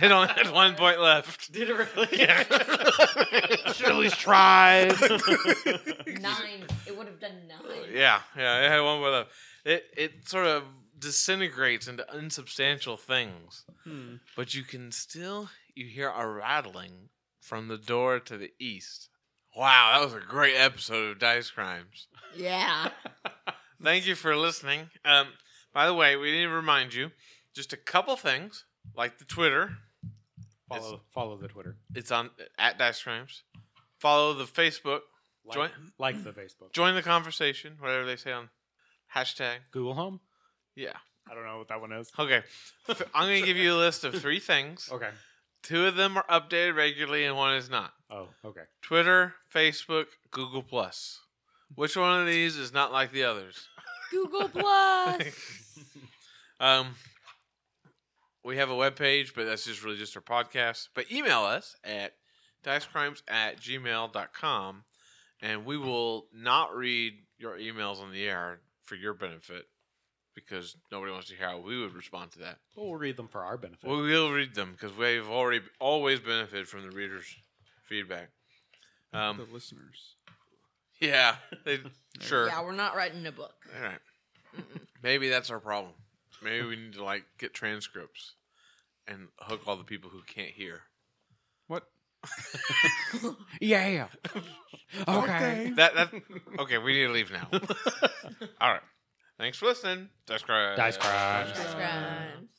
S1: It only had one point left.
S2: Did it really?
S4: Shirley's tried.
S6: Nine. It would have done nine.
S1: Yeah, yeah, it had one point left. It it sort of disintegrates into unsubstantial things,
S2: Hmm.
S1: but you can still you hear a rattling from the door to the east. Wow, that was a great episode of Dice Crimes.
S6: Yeah.
S1: Thank you for listening. Um, by the way, we need to remind you just a couple things, like the Twitter.
S2: follow, follow the Twitter.
S1: It's on at Dice Crimes. Follow the Facebook.
S2: Like,
S1: Join-
S2: like the Facebook.
S1: Join the conversation, whatever they say on hashtag.
S2: Google Home.
S1: Yeah.
S2: I don't know what that one is.
S1: Okay. F- I'm going to give you a list of three things.
S2: Okay.
S1: Two of them are updated regularly, and one is not.
S2: Oh, okay.
S1: Twitter, Facebook, Google Plus. Which one of these is not like the others?
S3: Google Plus.
S1: um, we have a webpage, but that's just really just our podcast. But email us at dicecrimes at gmail.com and we will not read your emails on the air for your benefit because nobody wants to hear how we would respond to that.
S2: Well, we'll read them for our benefit.
S1: We will read them because we've already always benefited from the readers' feedback. Um,
S5: the listeners.
S1: Yeah. They, sure.
S6: Yeah, we're not writing a book.
S1: All right.
S6: Mm-mm.
S1: Maybe that's our problem. Maybe we need to like get transcripts and hook all the people who can't hear.
S5: What?
S2: Yeah.
S5: Okay.
S1: That that okay. We need to leave now. all right. Thanks for listening. Dice Cry.
S2: Dice Crimes.
S6: Subscribe.